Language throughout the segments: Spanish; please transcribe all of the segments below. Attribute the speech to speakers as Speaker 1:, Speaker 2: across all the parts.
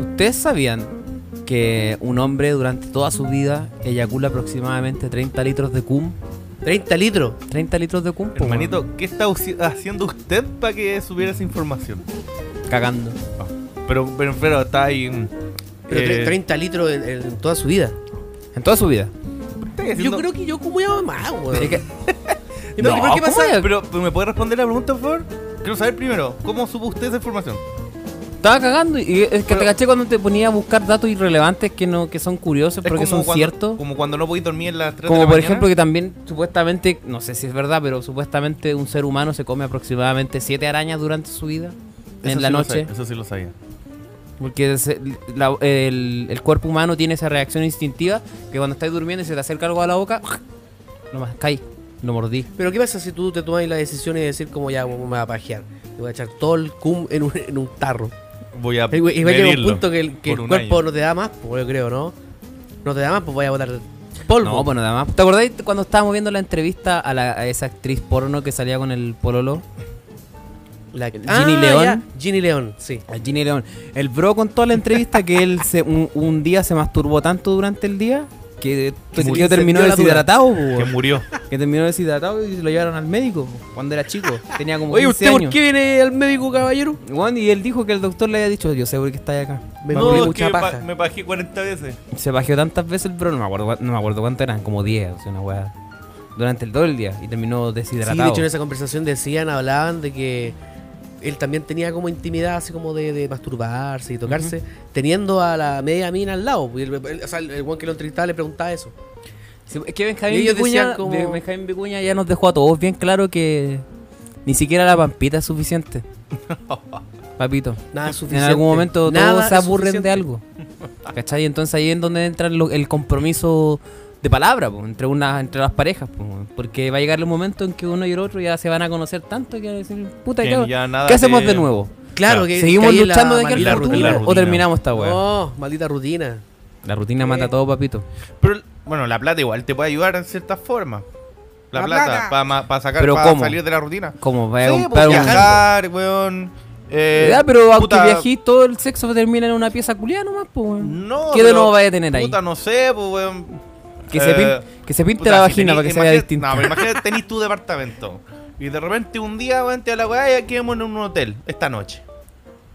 Speaker 1: ¿Ustedes sabían que un hombre durante toda su vida eyacula aproximadamente 30 litros de cum?
Speaker 2: 30 litros.
Speaker 1: 30 litros de cum,
Speaker 2: Pues,
Speaker 1: po,
Speaker 3: Hermanito, ¿qué está usi- haciendo usted para que subiera esa información?
Speaker 1: weón. Cagando.
Speaker 3: Ah, Pero, pero, pero está ahí. mm,
Speaker 2: Pero tre-
Speaker 3: eh,
Speaker 2: 30 litros en, en toda su vida.
Speaker 1: En toda su vida.
Speaker 3: está ahí
Speaker 2: Yo
Speaker 3: haciendo-
Speaker 2: creo que yo como ya más, weón.
Speaker 1: Es que-
Speaker 2: ¿Y
Speaker 1: No,
Speaker 2: por qué- por qué
Speaker 1: ¿cómo
Speaker 2: pasa?
Speaker 1: es?
Speaker 3: Pero, pero, ¿me puede responder la pregunta, por favor? Quiero saber primero, ¿cómo supo usted esa información?
Speaker 1: Estaba cagando y- y es que
Speaker 3: Pero-
Speaker 1: te caché cuando te ponía a buscar datos irrelevantes que no que son curiosos pero que son
Speaker 3: cuando,
Speaker 1: ciertos.
Speaker 3: Como cuando no podéis dormir en las 3
Speaker 1: Como
Speaker 3: de la
Speaker 1: por
Speaker 3: mañana.
Speaker 1: ejemplo que también supuestamente, no sé si es verdad, pero supuestamente un ser humano se come aproximadamente siete arañas durante su vida
Speaker 3: Eso
Speaker 1: en la
Speaker 3: sí lo
Speaker 1: noche.
Speaker 3: sabía, eso sí lo sabía.
Speaker 1: Porque se- la- el, el cuerpo humano tiene esa reacción instintiva que cuando estás durmiendo y se te acerca algo a la boca, no más caí, lo mordí.
Speaker 2: Pero ¿qué pasa si tú te tomas la decisión y decir como ya weón, me voy a pajear? Le voy a echar todo el cum en un, en un tarro.
Speaker 3: Voy a
Speaker 2: Y va y va a llegar un
Speaker 3: medirlo
Speaker 2: punto que el, que
Speaker 3: por
Speaker 2: el
Speaker 3: un
Speaker 2: cuerpo
Speaker 3: año.
Speaker 2: no te da más, pues yo creo, ¿no? No te da más, pues vaya a botar polvo.
Speaker 1: No, pues nada más. ¿Te acordáis cuando estábamos viendo la entrevista a, la- a esa actriz porno que salía con el pololo?
Speaker 2: La- Ah,
Speaker 1: Ginny León.
Speaker 2: ya, Ginny León, sí.
Speaker 1: A Ginny León. El bro contó en la entrevista que él se, un, un día se masturbó tanto durante el día que, que
Speaker 2: murió.
Speaker 1: terminó
Speaker 2: Se dio la duda.
Speaker 1: deshidratado. po,
Speaker 3: que
Speaker 1: weón.
Speaker 3: murió.
Speaker 1: Que terminó deshidratado y lo llevaron al médico po, cuando era chico. Tenía como
Speaker 2: Oye,
Speaker 1: 15
Speaker 2: ¿usted por
Speaker 1: años.
Speaker 2: qué viene al médico, caballero?
Speaker 1: Weón, y él dijo que el doctor le había dicho, yo sé por qué estás acá.
Speaker 2: Me
Speaker 1: Va a
Speaker 2: no,
Speaker 1: morir
Speaker 2: es
Speaker 3: no,
Speaker 2: mucha
Speaker 3: que me,
Speaker 2: paja.
Speaker 3: pa- me bajé 40 veces.
Speaker 1: Se bajó tantas veces el bro, no me acuerdo, cua- no me acuerdo cuánto eran, como 10, o sea, una weá. Durante el todo el día y terminó
Speaker 2: Sí, de
Speaker 1: deshidratado.
Speaker 2: hecho en esa conversación decían, hablaban de que él también tenía como intimidad, así como de, de masturbarse y tocarse, teniendo a la media mina al lado. Y el- el- o sea, el, el weón que lo entrevistaba le preguntaba eso.
Speaker 1: Sí, es que
Speaker 2: Y
Speaker 1: Benjamín
Speaker 2: ellos
Speaker 1: Vicuña,
Speaker 2: decían como-
Speaker 1: Be- Benjamín Vicuña ya nos dejó a todos bien claro que ni siquiera la pampita es suficiente. Papito,
Speaker 2: Nada es
Speaker 1: en
Speaker 2: suficiente.
Speaker 1: algún momento todos
Speaker 2: Nada
Speaker 1: se
Speaker 2: es
Speaker 1: aburren
Speaker 2: suficiente.
Speaker 1: de algo. ¿Cachai? Entonces ahí es donde entra lo- el compromiso de palabra po, entre una, entre las parejas. po, porque va a llegar el momento en que uno y el otro ya se van a conocer tanto que van a decir, puta,
Speaker 3: Que
Speaker 1: ¿qué, hago-
Speaker 3: ya nada
Speaker 1: ¿qué hacemos
Speaker 3: te-
Speaker 1: de nuevo?
Speaker 2: Claro,
Speaker 3: Claro.
Speaker 2: que
Speaker 1: ¿Seguimos
Speaker 2: caí en la
Speaker 1: luchando de aquí al
Speaker 2: maldita
Speaker 3: la
Speaker 1: futuro
Speaker 3: rutina, Oh. la
Speaker 1: o
Speaker 3: rutina.
Speaker 1: terminamos esta weá?
Speaker 2: No, maldita rutina.
Speaker 1: La rutina mata todo, papito.
Speaker 3: Pero, bueno, la plata igual te puede ayudar en ciertas formas. La,
Speaker 2: La
Speaker 3: plata,
Speaker 2: plata.
Speaker 3: para sacar,
Speaker 1: Pero
Speaker 3: para
Speaker 1: ¿cómo?
Speaker 3: salir de la rutina.
Speaker 1: Como va a
Speaker 3: Sí,
Speaker 1: comprar
Speaker 3: pues,
Speaker 1: un...
Speaker 3: viajar, weón. Eh,
Speaker 1: Ya, pero aunque
Speaker 3: puta,
Speaker 1: viajís, todo el sexo termina en una pieza culiada nomás, pues, weón.
Speaker 3: No,
Speaker 1: ¿Qué de
Speaker 3: pero,
Speaker 1: nuevo vaya a tener ahí?
Speaker 3: Puta, no sé, pues, weón.
Speaker 1: Que, se
Speaker 3: Eh,
Speaker 1: pin- que se pinte
Speaker 3: puta,
Speaker 1: la
Speaker 3: si
Speaker 1: vagina
Speaker 3: tenís-
Speaker 1: para que se
Speaker 3: imagínate-
Speaker 1: vea distinta.
Speaker 3: No, pero imagínate, tenés tu departamento. Y de repente un día, weón, te da la weá y aquí vamos en un hotel. Esta noche.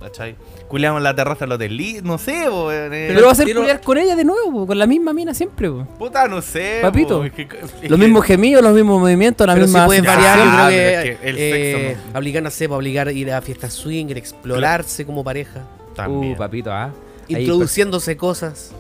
Speaker 3: ¿Cachai? Culeamos en la terraza del hotel. li- No sé, po, weón. eh.
Speaker 1: pero va a ser
Speaker 2: Pero-
Speaker 1: culiar con ella de nuevo, po, con la misma mina siempre, po.
Speaker 3: Puta, no sé.
Speaker 1: Papito,
Speaker 3: po, es que- es
Speaker 1: Los
Speaker 3: que-
Speaker 1: mismos gemidos, los mismos movimientos, la
Speaker 2: Pero sí
Speaker 1: misma...
Speaker 2: puedes
Speaker 3: Ya,
Speaker 2: variar, yo creo
Speaker 3: Ah, pero
Speaker 2: que,
Speaker 3: es que el
Speaker 2: eh,
Speaker 3: sexo
Speaker 2: obligar, no sé, pues, obligar a ir a fiestas swing, explorarse como pareja,
Speaker 3: También,
Speaker 1: Uh, papito, ah. Ahí,
Speaker 2: introduciéndose cosas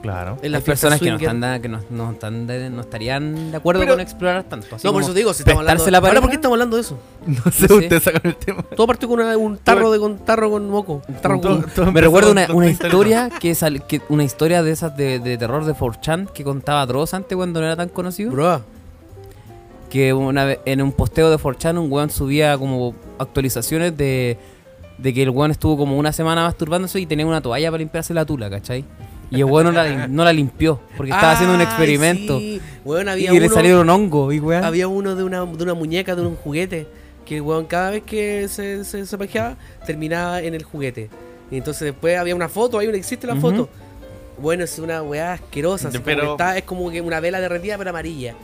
Speaker 3: Claro.
Speaker 2: en
Speaker 1: Las
Speaker 2: las
Speaker 1: personas
Speaker 2: fiestas
Speaker 1: que no,
Speaker 2: swing.
Speaker 1: están nada- que no, no están de- no estarían de acuerdo
Speaker 3: Pero-
Speaker 1: con explorar tanto. así
Speaker 2: No,
Speaker 1: como
Speaker 2: por eso te digo, si estamos hablando.
Speaker 1: prestarse la
Speaker 2: Ahora,
Speaker 1: pareja.
Speaker 2: ¿por qué estamos hablando de eso?
Speaker 3: No
Speaker 1: sé, usted
Speaker 3: saca el tema.
Speaker 2: Todo partió con una- un tarro de con tarro con moco. Un tarro
Speaker 3: Todo-
Speaker 2: con...
Speaker 3: todo
Speaker 1: Me
Speaker 3: empezó
Speaker 1: recuerda
Speaker 3: con
Speaker 1: una,
Speaker 3: tonta
Speaker 1: una
Speaker 3: historia.
Speaker 1: historia que, sal- que una historia de esas de, de terror de 4chan que contaba Dross antes cuando no era tan conocido.
Speaker 2: Bro,
Speaker 1: que una vez en un posteo de 4chan un weón subía como actualizaciones de, de que el weón estuvo como una semana masturbándose y tenía una toalla para limpiarse la tula, ¿cachai? Y el weón no la, lim- no la limpió porque estaba haciendo un
Speaker 2: Ay,
Speaker 1: experimento
Speaker 2: sí. Weón,
Speaker 1: y
Speaker 2: había,
Speaker 1: le
Speaker 2: uno,
Speaker 1: salieron hongos y weón.
Speaker 2: había uno de una, de una muñeca, de un juguete, que weón, cada vez que se, se, se pajeaba, terminaba en el juguete. Y entonces después había una foto, ahí existe la
Speaker 1: Ujú.
Speaker 2: foto. Bueno, es una weá asquerosa. así como
Speaker 3: Pero-
Speaker 2: que está- es como que una vela derretida pero amarilla.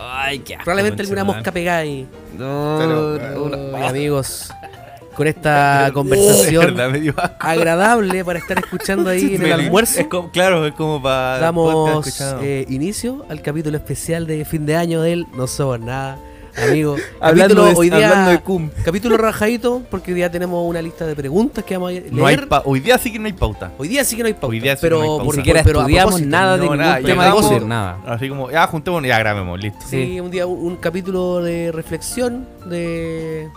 Speaker 1: Ay,
Speaker 3: Ah,
Speaker 1: qué asco,
Speaker 2: Probablemente
Speaker 1: conchetumare.
Speaker 2: alguna mosca pegada ahí.
Speaker 1: No,
Speaker 3: Pero-
Speaker 1: no, no.
Speaker 2: Ay, amigos, con esta conversación
Speaker 3: Verdad, me dio asco.
Speaker 2: agradable para estar escuchando ahí en el
Speaker 3: Me-
Speaker 2: almuerzo.
Speaker 3: es como- claro, es como para.
Speaker 2: Damos eh, inicio al capítulo especial de fin de año del No Somos Nada, amigo.
Speaker 1: Hablando
Speaker 2: Capítulo
Speaker 1: de-
Speaker 2: hoy día,
Speaker 1: hablando de cum.
Speaker 2: Capítulo rajadito, porque hoy día tenemos una lista de preguntas que vamos a leer.
Speaker 3: no hay pa- hoy día sí que no hay pauta.
Speaker 2: hoy día sí que no hay pauta.
Speaker 3: Hoy día sí que
Speaker 2: pero
Speaker 3: no hay pauta.
Speaker 1: Ni
Speaker 2: por-
Speaker 1: siquiera
Speaker 2: pero a
Speaker 1: estudiamos
Speaker 2: propósito,
Speaker 1: nada de
Speaker 3: no,
Speaker 1: ningún
Speaker 3: nada,
Speaker 1: tema de
Speaker 3: llegamos-
Speaker 1: cómo, nada.
Speaker 3: Así como, ya juntémonos y ya grabemos, listo.
Speaker 2: Sí, un día un, un capítulo de reflexión, de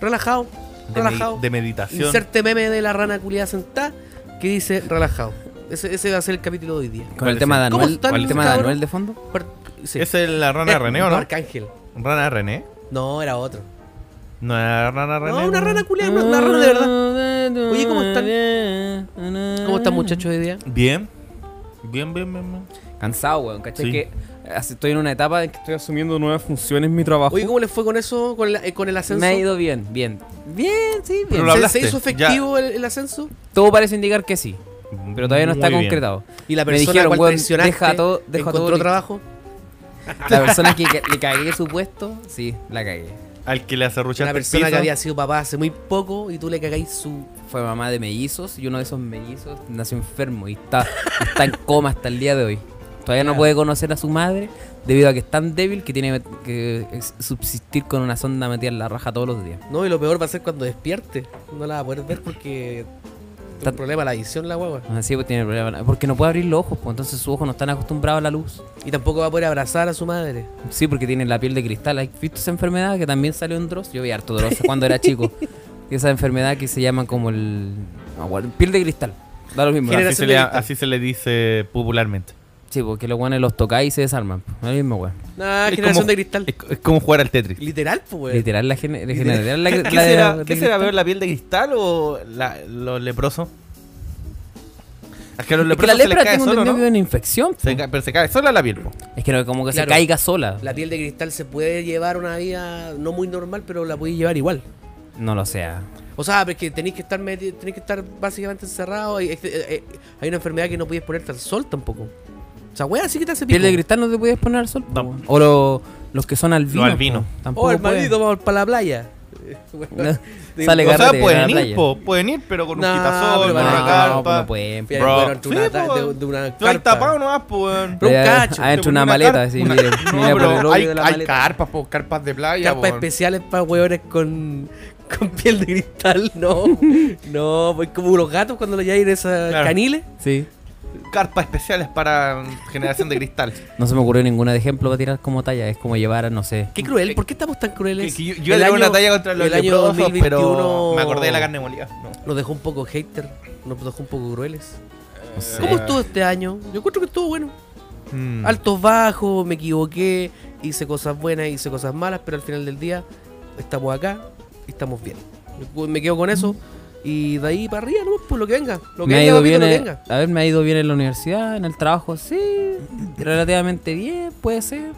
Speaker 2: relajado,
Speaker 3: De, medi-
Speaker 2: relajado.
Speaker 3: de meditación.
Speaker 2: Inserte meme de la rana culiada sentada que dice relajado. Ese, ese va a ser el capítulo de hoy día.
Speaker 1: Con el
Speaker 3: ¿Cuál
Speaker 1: tema
Speaker 3: es?
Speaker 1: de
Speaker 2: ¿Cómo
Speaker 1: Anuel,
Speaker 2: están,
Speaker 1: con el tema de
Speaker 2: cabrón?
Speaker 1: Anuel de fondo.
Speaker 2: Par- sí.
Speaker 3: Esa es la rana
Speaker 2: Eh,
Speaker 3: René, ¿o no?
Speaker 2: Arcángel.
Speaker 3: ¿Rana René?
Speaker 2: No, era otro.
Speaker 3: No era rana René.
Speaker 2: No, una rana culiada, una, una rana de verdad.
Speaker 1: verdad.
Speaker 2: Oye, ¿cómo
Speaker 1: están? Ah.
Speaker 2: ¿Cómo están muchachos hoy día?
Speaker 3: Bien. Bien, bien, bien. bien.
Speaker 1: Cansado, weón, ¿cachai?
Speaker 3: Sí.
Speaker 1: Que así estoy en una etapa en que estoy asumiendo nuevas funciones en mi trabajo.
Speaker 2: Oye, ¿cómo les fue con eso, con, la- eh, con el ascenso?
Speaker 1: me ha ido bien, bien. Bien, sí, bien.
Speaker 3: Pero lo
Speaker 2: ¿Se- ¿Se,
Speaker 3: hablaste,
Speaker 2: hizo
Speaker 3: ya.
Speaker 2: efectivo el, el ascenso?
Speaker 1: Todo parece indicar que sí, pero todavía no está concretado.
Speaker 2: Y la
Speaker 1: Me
Speaker 2: persona
Speaker 1: dijeron,
Speaker 2: a cual
Speaker 1: weón,
Speaker 2: traicionaste
Speaker 1: deja todo- deja
Speaker 2: encontró
Speaker 1: todo listo.
Speaker 2: trabajo.
Speaker 1: La persona que, que le cagué su puesto, sí, la cagué.
Speaker 3: Al que le
Speaker 2: Una
Speaker 3: acerruchaste el
Speaker 2: persona
Speaker 3: piso.
Speaker 2: que había sido papá hace muy poco y tú le cagáis su...
Speaker 1: Fue mamá de mellizos y uno de esos mellizos nació enfermo y está, está en coma hasta el día de hoy. Todavía no puede conocer a su madre debido a que es tan débil que tiene que es- subsistir con una sonda metida en la raja todos los días.
Speaker 2: No, y lo peor va a ser cuando despierte. No la va a poder ver porque... Tiene
Speaker 1: Tan-
Speaker 2: un problema la visión la guagua.
Speaker 1: Así pues tiene problemas. Porque no puede abrir los ojos, pues entonces sus ojos no están acostumbrados a la luz.
Speaker 2: Y tampoco va a poder abrazar a su madre.
Speaker 1: Sí, porque tiene la piel de cristal. ¿Has visto esa enfermedad que también salió en Dross? Yo vi harto Dross cuando era chico. Esa enfermedad que se llama como el... no, bueno, piel de cristal. Da lo mismo.
Speaker 3: Así
Speaker 2: Generación
Speaker 3: se, le,
Speaker 2: de
Speaker 3: a-
Speaker 2: cristal.
Speaker 3: así se le dice popularmente.
Speaker 1: Sí, porque los guanes los tocáis y se desarman. po. Lo mismo, weón.
Speaker 3: Es
Speaker 2: Nah, Ah, generación
Speaker 3: como-
Speaker 2: de cristal.
Speaker 3: Es, es como jugar al Tetris.
Speaker 2: Literal, pues, weón.
Speaker 1: Literal, la gene- la general. la-
Speaker 3: ¿Qué,
Speaker 1: la
Speaker 3: qué
Speaker 1: de-
Speaker 3: será,
Speaker 1: de
Speaker 3: qué será
Speaker 1: cristal.
Speaker 3: ver la piel de cristal o la, los leprosos? Es que a los
Speaker 1: Es que la
Speaker 3: leprosos se les
Speaker 1: lepra
Speaker 3: cae
Speaker 1: tengo
Speaker 3: solo,
Speaker 1: entendido que
Speaker 3: ¿no?
Speaker 1: es una infección. po.
Speaker 3: Se cae- pero se cae sola la piel. po.
Speaker 1: Es que no, como que
Speaker 2: Claro.
Speaker 1: se caiga sola.
Speaker 2: La piel de cristal se puede llevar una vida no muy normal, pero la podéis llevar igual.
Speaker 1: No lo sea.
Speaker 2: O sea, porque tenéis que estar meti- tenéis que estar básicamente encerrado. Hay, hay- eh, hay una enfermedad que no podéis ponerte al sol tampoco. O sea, weón, sí que te hace
Speaker 1: Piel
Speaker 2: pico.
Speaker 1: de cristal no te puedes poner al sol. po,
Speaker 3: No.
Speaker 1: weón. O lo- los que son albinos.
Speaker 3: albinos.
Speaker 1: po. Tampoco
Speaker 2: Oh, el
Speaker 1: pueden.
Speaker 2: maldito, vamos para la playa.
Speaker 1: No.
Speaker 2: Digo,
Speaker 1: Sale
Speaker 3: O sea,
Speaker 1: gárrate,
Speaker 3: pueden
Speaker 1: a la
Speaker 3: ir,
Speaker 1: playa.
Speaker 3: po, pueden ir, pero con un
Speaker 2: No,
Speaker 3: quitasol,
Speaker 2: pero
Speaker 3: con
Speaker 1: No,
Speaker 2: van
Speaker 3: una
Speaker 2: a-
Speaker 1: no,
Speaker 3: carpa.
Speaker 1: pueden. pues.
Speaker 2: Fui a-
Speaker 3: Bro.
Speaker 2: bueno, entre una
Speaker 3: Sí,
Speaker 2: ta-
Speaker 3: po,
Speaker 2: de, de una
Speaker 3: Tú ahí
Speaker 2: carpa.
Speaker 3: tapado nomás, po, weón.
Speaker 2: Pero un
Speaker 1: Ya,
Speaker 2: cacho,
Speaker 1: Adentro Eh,
Speaker 3: Te
Speaker 1: ah, una
Speaker 3: ponen
Speaker 1: maleta,
Speaker 3: carpa-
Speaker 1: así,
Speaker 3: una-
Speaker 1: mire,
Speaker 3: No,
Speaker 1: mira por
Speaker 3: pero
Speaker 1: el hoyo
Speaker 3: hay,
Speaker 1: de la
Speaker 3: hay
Speaker 1: maleta.
Speaker 3: carpas, po, carpas de playa,
Speaker 2: Carpas
Speaker 3: po.
Speaker 2: especiales para weones con, con piel de cristal, no. no, pues como los gatos cuando le en esas
Speaker 3: Claro.
Speaker 2: caniles.
Speaker 1: Sí.
Speaker 3: Carpas especiales para mm, generación de cristal.
Speaker 1: No se me ocurrió ninguna de ejemplo para tirar como talla. Es como llevar, a, no sé.
Speaker 2: Qué cruel, ¿por qué estamos tan crueles?
Speaker 3: Eh, Que- que yo yo
Speaker 2: El
Speaker 3: le hago una
Speaker 2: año-
Speaker 3: talla contra los
Speaker 2: el año
Speaker 3: leprosos,
Speaker 2: 2021
Speaker 3: pero me acordé de la carne molida. No.
Speaker 2: Nos dejó un poco hater, nos dejó un poco crueles.
Speaker 1: no sé.
Speaker 2: ¿Cómo estuvo este año? Yo encuentro que estuvo bueno.
Speaker 3: Eh, Mm.
Speaker 2: Altos, bajos, me equivoqué, hice cosas buenas, hice cosas malas, pero al final del día estamos acá y estamos bien. Yo Me quedo con eso y de ahí para arriba, ¿no? Pues lo que venga. Lo que
Speaker 1: me ha
Speaker 2: venga,
Speaker 1: ido
Speaker 2: papito,
Speaker 1: bien, eh.
Speaker 2: lo que
Speaker 1: en-
Speaker 2: venga.
Speaker 1: a ver, me ha ido bien en la universidad, en el trabajo, sí, relativamente bien, puede ser.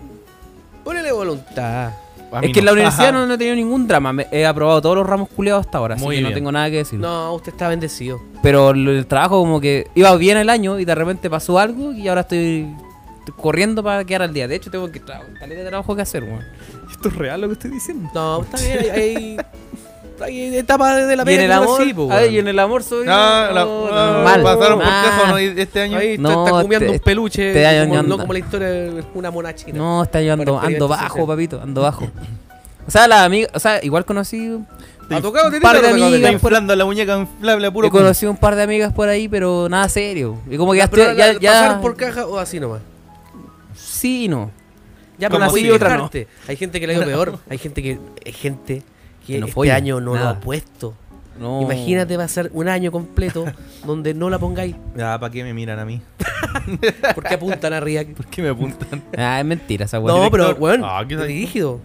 Speaker 2: Ponele voluntad.
Speaker 1: Ah,
Speaker 3: A mí
Speaker 1: Es que en la
Speaker 3: no.
Speaker 1: universidad
Speaker 3: Ajá.
Speaker 1: no, no he tenido ningún drama, me- he aprobado todos los ramos culiados hasta ahora,
Speaker 3: Muy
Speaker 1: así que no
Speaker 3: bien.
Speaker 1: tengo nada que decir.
Speaker 2: No, usted está bendecido.
Speaker 1: Pero el, el trabajo como que iba bien el año y de repente pasó algo y ahora estoy corriendo para quedar al día. De hecho, tengo que tra caleta de trabajo que hacer, weón. Esto es real lo que estoy diciendo.
Speaker 2: No, está bien, hay, hay, hay etapas de la
Speaker 1: Y en
Speaker 2: vida
Speaker 1: el
Speaker 2: que son
Speaker 1: amor,
Speaker 2: así, po,
Speaker 1: ay,
Speaker 2: weón.
Speaker 1: y en el amor soy
Speaker 3: Ah, la-
Speaker 1: no,
Speaker 3: ah,
Speaker 1: no, mal,
Speaker 3: pasaron por
Speaker 1: mal.
Speaker 3: caso ¿no? Y este año.
Speaker 2: Ahí
Speaker 1: No,
Speaker 2: está comiendo
Speaker 1: te-
Speaker 2: un peluche,
Speaker 1: te da-
Speaker 2: como- no
Speaker 1: anda.
Speaker 2: como la historia de una mona china.
Speaker 1: No, está llevando,
Speaker 2: Por experiencia
Speaker 1: ando bajo,
Speaker 2: social.
Speaker 1: papito, ando bajo. O sea, la amiga, o sea, igual conocí,
Speaker 2: ¿Ha tocado
Speaker 1: par de amigas
Speaker 3: Está
Speaker 1: por-
Speaker 3: inflando la muñeca inflable a puro
Speaker 1: he conocido un par de amigas por ahí, pero nada serio. Y como que ya
Speaker 2: Pero
Speaker 1: estoy,
Speaker 2: la-
Speaker 1: ya,
Speaker 2: la-
Speaker 1: ya-
Speaker 2: ¿Pasaron por caja o así nomás?
Speaker 1: sí y no.
Speaker 2: Ya,
Speaker 3: Como
Speaker 2: pero así
Speaker 3: sí, otra no.
Speaker 2: dejarte. Hay gente que le ha ido peor. Hay gente que, hay gente que
Speaker 1: Que no
Speaker 2: este
Speaker 1: folla,
Speaker 2: año no lo
Speaker 1: nada.
Speaker 2: ha puesto.
Speaker 1: No.
Speaker 2: Imagínate, va a ser un año completo donde no la pongáis.
Speaker 3: Ah, ¿para qué me miran a mí?
Speaker 2: ¿Por qué apuntan arriba?
Speaker 3: ¿Por qué me apuntan?
Speaker 1: Ah, es mentira esa weá.
Speaker 2: No, pero,
Speaker 3: director.
Speaker 2: weón,
Speaker 3: Ah, ¿qué tal?
Speaker 2: rígido.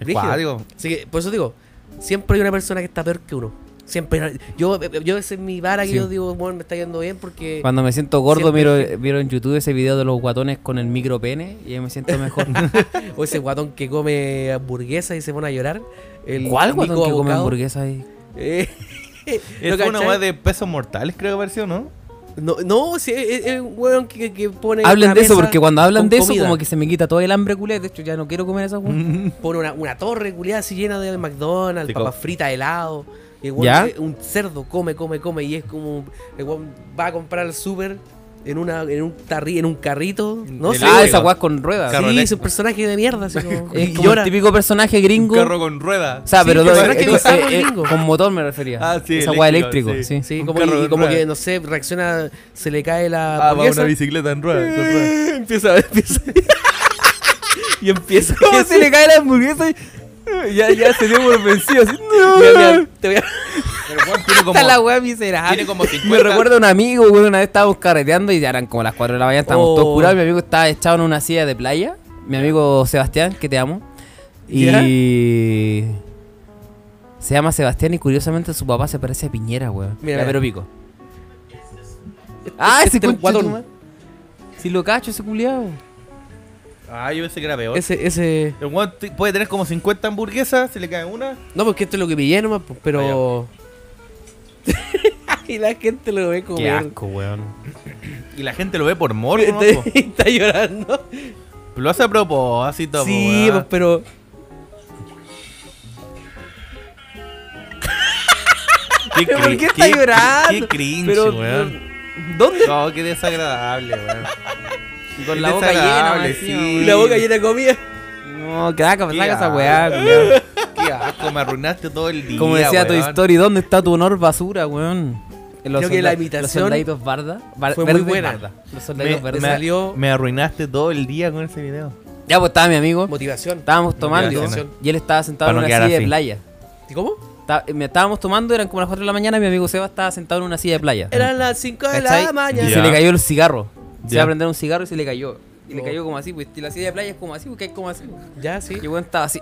Speaker 3: Es
Speaker 2: Rígido.
Speaker 3: cuático.
Speaker 2: Así que, por eso digo, siempre hay una persona que está peor que uno. Siempre. Yo, yo esa es mi vara que
Speaker 1: Sí.
Speaker 2: yo digo, bueno, me está yendo bien porque.
Speaker 1: Cuando me siento gordo,
Speaker 2: Siempre
Speaker 1: miro,
Speaker 2: hay gente-
Speaker 1: miro en YouTube ese video de los guatones con el micro pene y ahí me siento mejor.
Speaker 2: O ese guatón que come hamburguesa y se pone a llorar. El
Speaker 1: ¿Cuál guatón
Speaker 2: Nico
Speaker 1: que come
Speaker 2: Abocado.
Speaker 1: hamburguesa ahí?
Speaker 2: Eh,
Speaker 3: Es
Speaker 2: ¿no
Speaker 3: una
Speaker 2: cachai?
Speaker 3: weá de pesos mortales, creo que pareció, ¿no?
Speaker 2: No, no, sí, es, es un weón que, que pone.
Speaker 1: Hablen
Speaker 2: una
Speaker 1: de eso,
Speaker 2: mesa
Speaker 1: porque cuando hablan
Speaker 2: con
Speaker 1: de eso,
Speaker 2: comida.
Speaker 1: como que se me quita todo el hambre culé. De hecho, ya no quiero comer esa weá.
Speaker 2: Pone una, una torre culiada así llena de McDonald's,
Speaker 3: Tico.
Speaker 2: papas fritas, helado. Y el weón
Speaker 1: ¿Ya?
Speaker 2: se- un cerdo come, come, come. Y es como. El weón va a comprar al súper en, una- en, un tarri- en un carrito. No
Speaker 3: De
Speaker 2: sé.
Speaker 1: Ah,
Speaker 3: Sí,
Speaker 1: esa
Speaker 3: weón.
Speaker 1: weá con ruedas.
Speaker 3: Carro
Speaker 2: Sí, es
Speaker 3: eléctrico.
Speaker 2: un personaje de mierda. Así como,
Speaker 1: Es
Speaker 2: y
Speaker 1: como el
Speaker 2: llora.
Speaker 1: típico personaje gringo.
Speaker 3: Un carro con ruedas.
Speaker 1: O sea,
Speaker 2: Sí,
Speaker 1: pero
Speaker 2: pero
Speaker 1: no,
Speaker 2: es
Speaker 1: eh,
Speaker 2: que
Speaker 1: eh,
Speaker 2: usaron
Speaker 1: eh,
Speaker 2: gringo.
Speaker 1: con motor me refería.
Speaker 3: Ah, sí,
Speaker 1: Esa weá
Speaker 3: eléctrico,
Speaker 1: eléctrico,
Speaker 3: sí.
Speaker 1: sí.
Speaker 2: Sí,
Speaker 3: Un
Speaker 2: como,
Speaker 3: carro
Speaker 2: y,
Speaker 3: con
Speaker 2: como que,
Speaker 3: ruedas.
Speaker 2: no sé, reacciona, se le cae la
Speaker 3: Ah, va
Speaker 2: hamburguesa.
Speaker 3: una bicicleta en ruedas. con ruedas.
Speaker 2: empieza, empieza. y empieza.
Speaker 1: ¿Cómo se le cae la hamburguesa? Ya, ya se dio por vencido. así, no.
Speaker 2: Mira, mira, te voy a-
Speaker 3: Pero weón, tiene como,
Speaker 1: Está la weá miserable.
Speaker 3: tiene como 50.
Speaker 1: Me recuerda a un amigo, güey, una vez estábamos carreteando y ya eran como las 4 de la mañana, estábamos
Speaker 2: Oh.
Speaker 1: todos curados, mi amigo estaba echado en una silla de playa, mi amigo Sebastián, que te amo, y... Se llama Sebastián y curiosamente su papá se parece a Piñera, weón.
Speaker 2: Mira,
Speaker 1: Ya,
Speaker 2: mira.
Speaker 1: pero pico. Ah, ese
Speaker 2: Este
Speaker 1: conche tu
Speaker 2: guatón.
Speaker 1: madre. Si lo cacho, ese culiado.
Speaker 3: Ah, yo pensé que era peor.
Speaker 2: Ese, ese.
Speaker 3: El weón t- puede tener como 50 hamburguesas, se le cae una.
Speaker 2: No, porque esto es lo que pillé nomás, pues, pero. y la gente lo ve como.
Speaker 3: Qué asco, weón. Y la gente lo ve por morbo, ¿no?
Speaker 2: Está,
Speaker 3: po?
Speaker 2: está llorando.
Speaker 3: Lo hace a propósito, po,
Speaker 2: sí,
Speaker 3: weón.
Speaker 2: pues, pero.
Speaker 3: ¿Qué,
Speaker 2: ¿Pero por
Speaker 3: cri-
Speaker 2: qué está
Speaker 3: cri-
Speaker 2: llorando?
Speaker 3: Qué cringe,
Speaker 2: pero,
Speaker 3: weón.
Speaker 2: ¿Dónde?
Speaker 3: No, qué desagradable, weón.
Speaker 1: Con
Speaker 3: Qué
Speaker 1: la boca llena,
Speaker 3: desagradable,
Speaker 1: más encima, weón.
Speaker 2: La boca llena de comida.
Speaker 1: No, craca,
Speaker 3: Qué
Speaker 1: saca esa
Speaker 3: asco.
Speaker 1: weá, culiao.
Speaker 3: Qué asco, me arruinaste todo el día.
Speaker 1: Como decía tu
Speaker 3: weón.
Speaker 1: historia, ¿dónde está tu honor basura, weón? Los
Speaker 2: Creo que la
Speaker 1: solda-
Speaker 2: imitación
Speaker 1: Los soldaditos barda. bar-
Speaker 2: fue muy
Speaker 1: verdes
Speaker 2: buena.
Speaker 1: barda. Los
Speaker 3: Me,
Speaker 1: soldaditos
Speaker 3: me,
Speaker 1: verdes.
Speaker 2: salió-
Speaker 3: me arruinaste todo el día con ese video.
Speaker 1: Ya, pues estaba mi amigo.
Speaker 2: Motivación.
Speaker 1: Estábamos tomando
Speaker 2: Motivación.
Speaker 1: y él estaba sentado
Speaker 3: Para
Speaker 1: en
Speaker 3: no
Speaker 1: una
Speaker 3: quedar
Speaker 1: silla de
Speaker 3: así.
Speaker 1: playa.
Speaker 2: ¿Y cómo?
Speaker 1: Ta- me estábamos tomando, eran como las 4 de la mañana, y mi amigo Seba estaba sentado en una silla de playa.
Speaker 2: Eran las 5 de
Speaker 1: ¿Cachai?
Speaker 2: la mañana.
Speaker 1: Y
Speaker 3: Ya.
Speaker 1: se le cayó el cigarro. Se
Speaker 3: Ya.
Speaker 1: iba a prender un cigarro y se le cayó. Y le
Speaker 2: Oh.
Speaker 1: cayó como así, pues y la silla de playa es como así, porque es como así.
Speaker 2: Ya, sí.
Speaker 1: Y weón estaba así.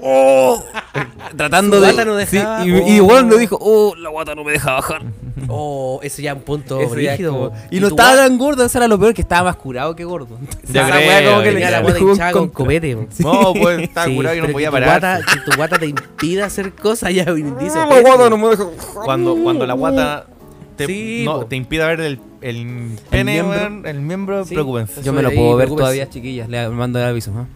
Speaker 1: ¡Oh! Tratando
Speaker 2: Su
Speaker 1: de.
Speaker 2: guata no dejaba,
Speaker 1: Sí, y, y
Speaker 2: oh.
Speaker 1: weón lo dijo, oh, la guata no me deja bajar.
Speaker 2: Oh, ese ya es un punto
Speaker 1: Ese ya es
Speaker 2: rígido.
Speaker 1: como- Y no estaba tan gordo, eso era lo peor, que estaba más curado que gordo. Entonces,
Speaker 3: Ya
Speaker 1: esa
Speaker 3: creo,
Speaker 1: weá como que
Speaker 3: ya
Speaker 1: le
Speaker 3: creo.
Speaker 2: la
Speaker 1: le
Speaker 2: guata
Speaker 1: jugó un
Speaker 2: hinchada con
Speaker 1: conco.
Speaker 2: copete. weón.
Speaker 3: No, pues estaba curado y no
Speaker 2: pero
Speaker 3: podía
Speaker 2: que tu
Speaker 3: parar. Ah,
Speaker 2: Guata, que tu guata te impida hacer cosas ya es un indicio.
Speaker 1: La guata
Speaker 2: pésimo.
Speaker 1: Ah, no me deja-
Speaker 3: Cuando, cuando la guata te,
Speaker 2: Sí,
Speaker 3: no,
Speaker 2: po.
Speaker 3: te impide ver el, el pene,
Speaker 1: miembro.
Speaker 3: weón, el miembro,
Speaker 2: Sí.
Speaker 3: preocupense.
Speaker 1: Yo
Speaker 2: Eso
Speaker 1: me lo
Speaker 2: ahí,
Speaker 1: puedo ver
Speaker 2: preocúpese.
Speaker 1: todavía, chiquillas. Le mando el aviso. ¿ah?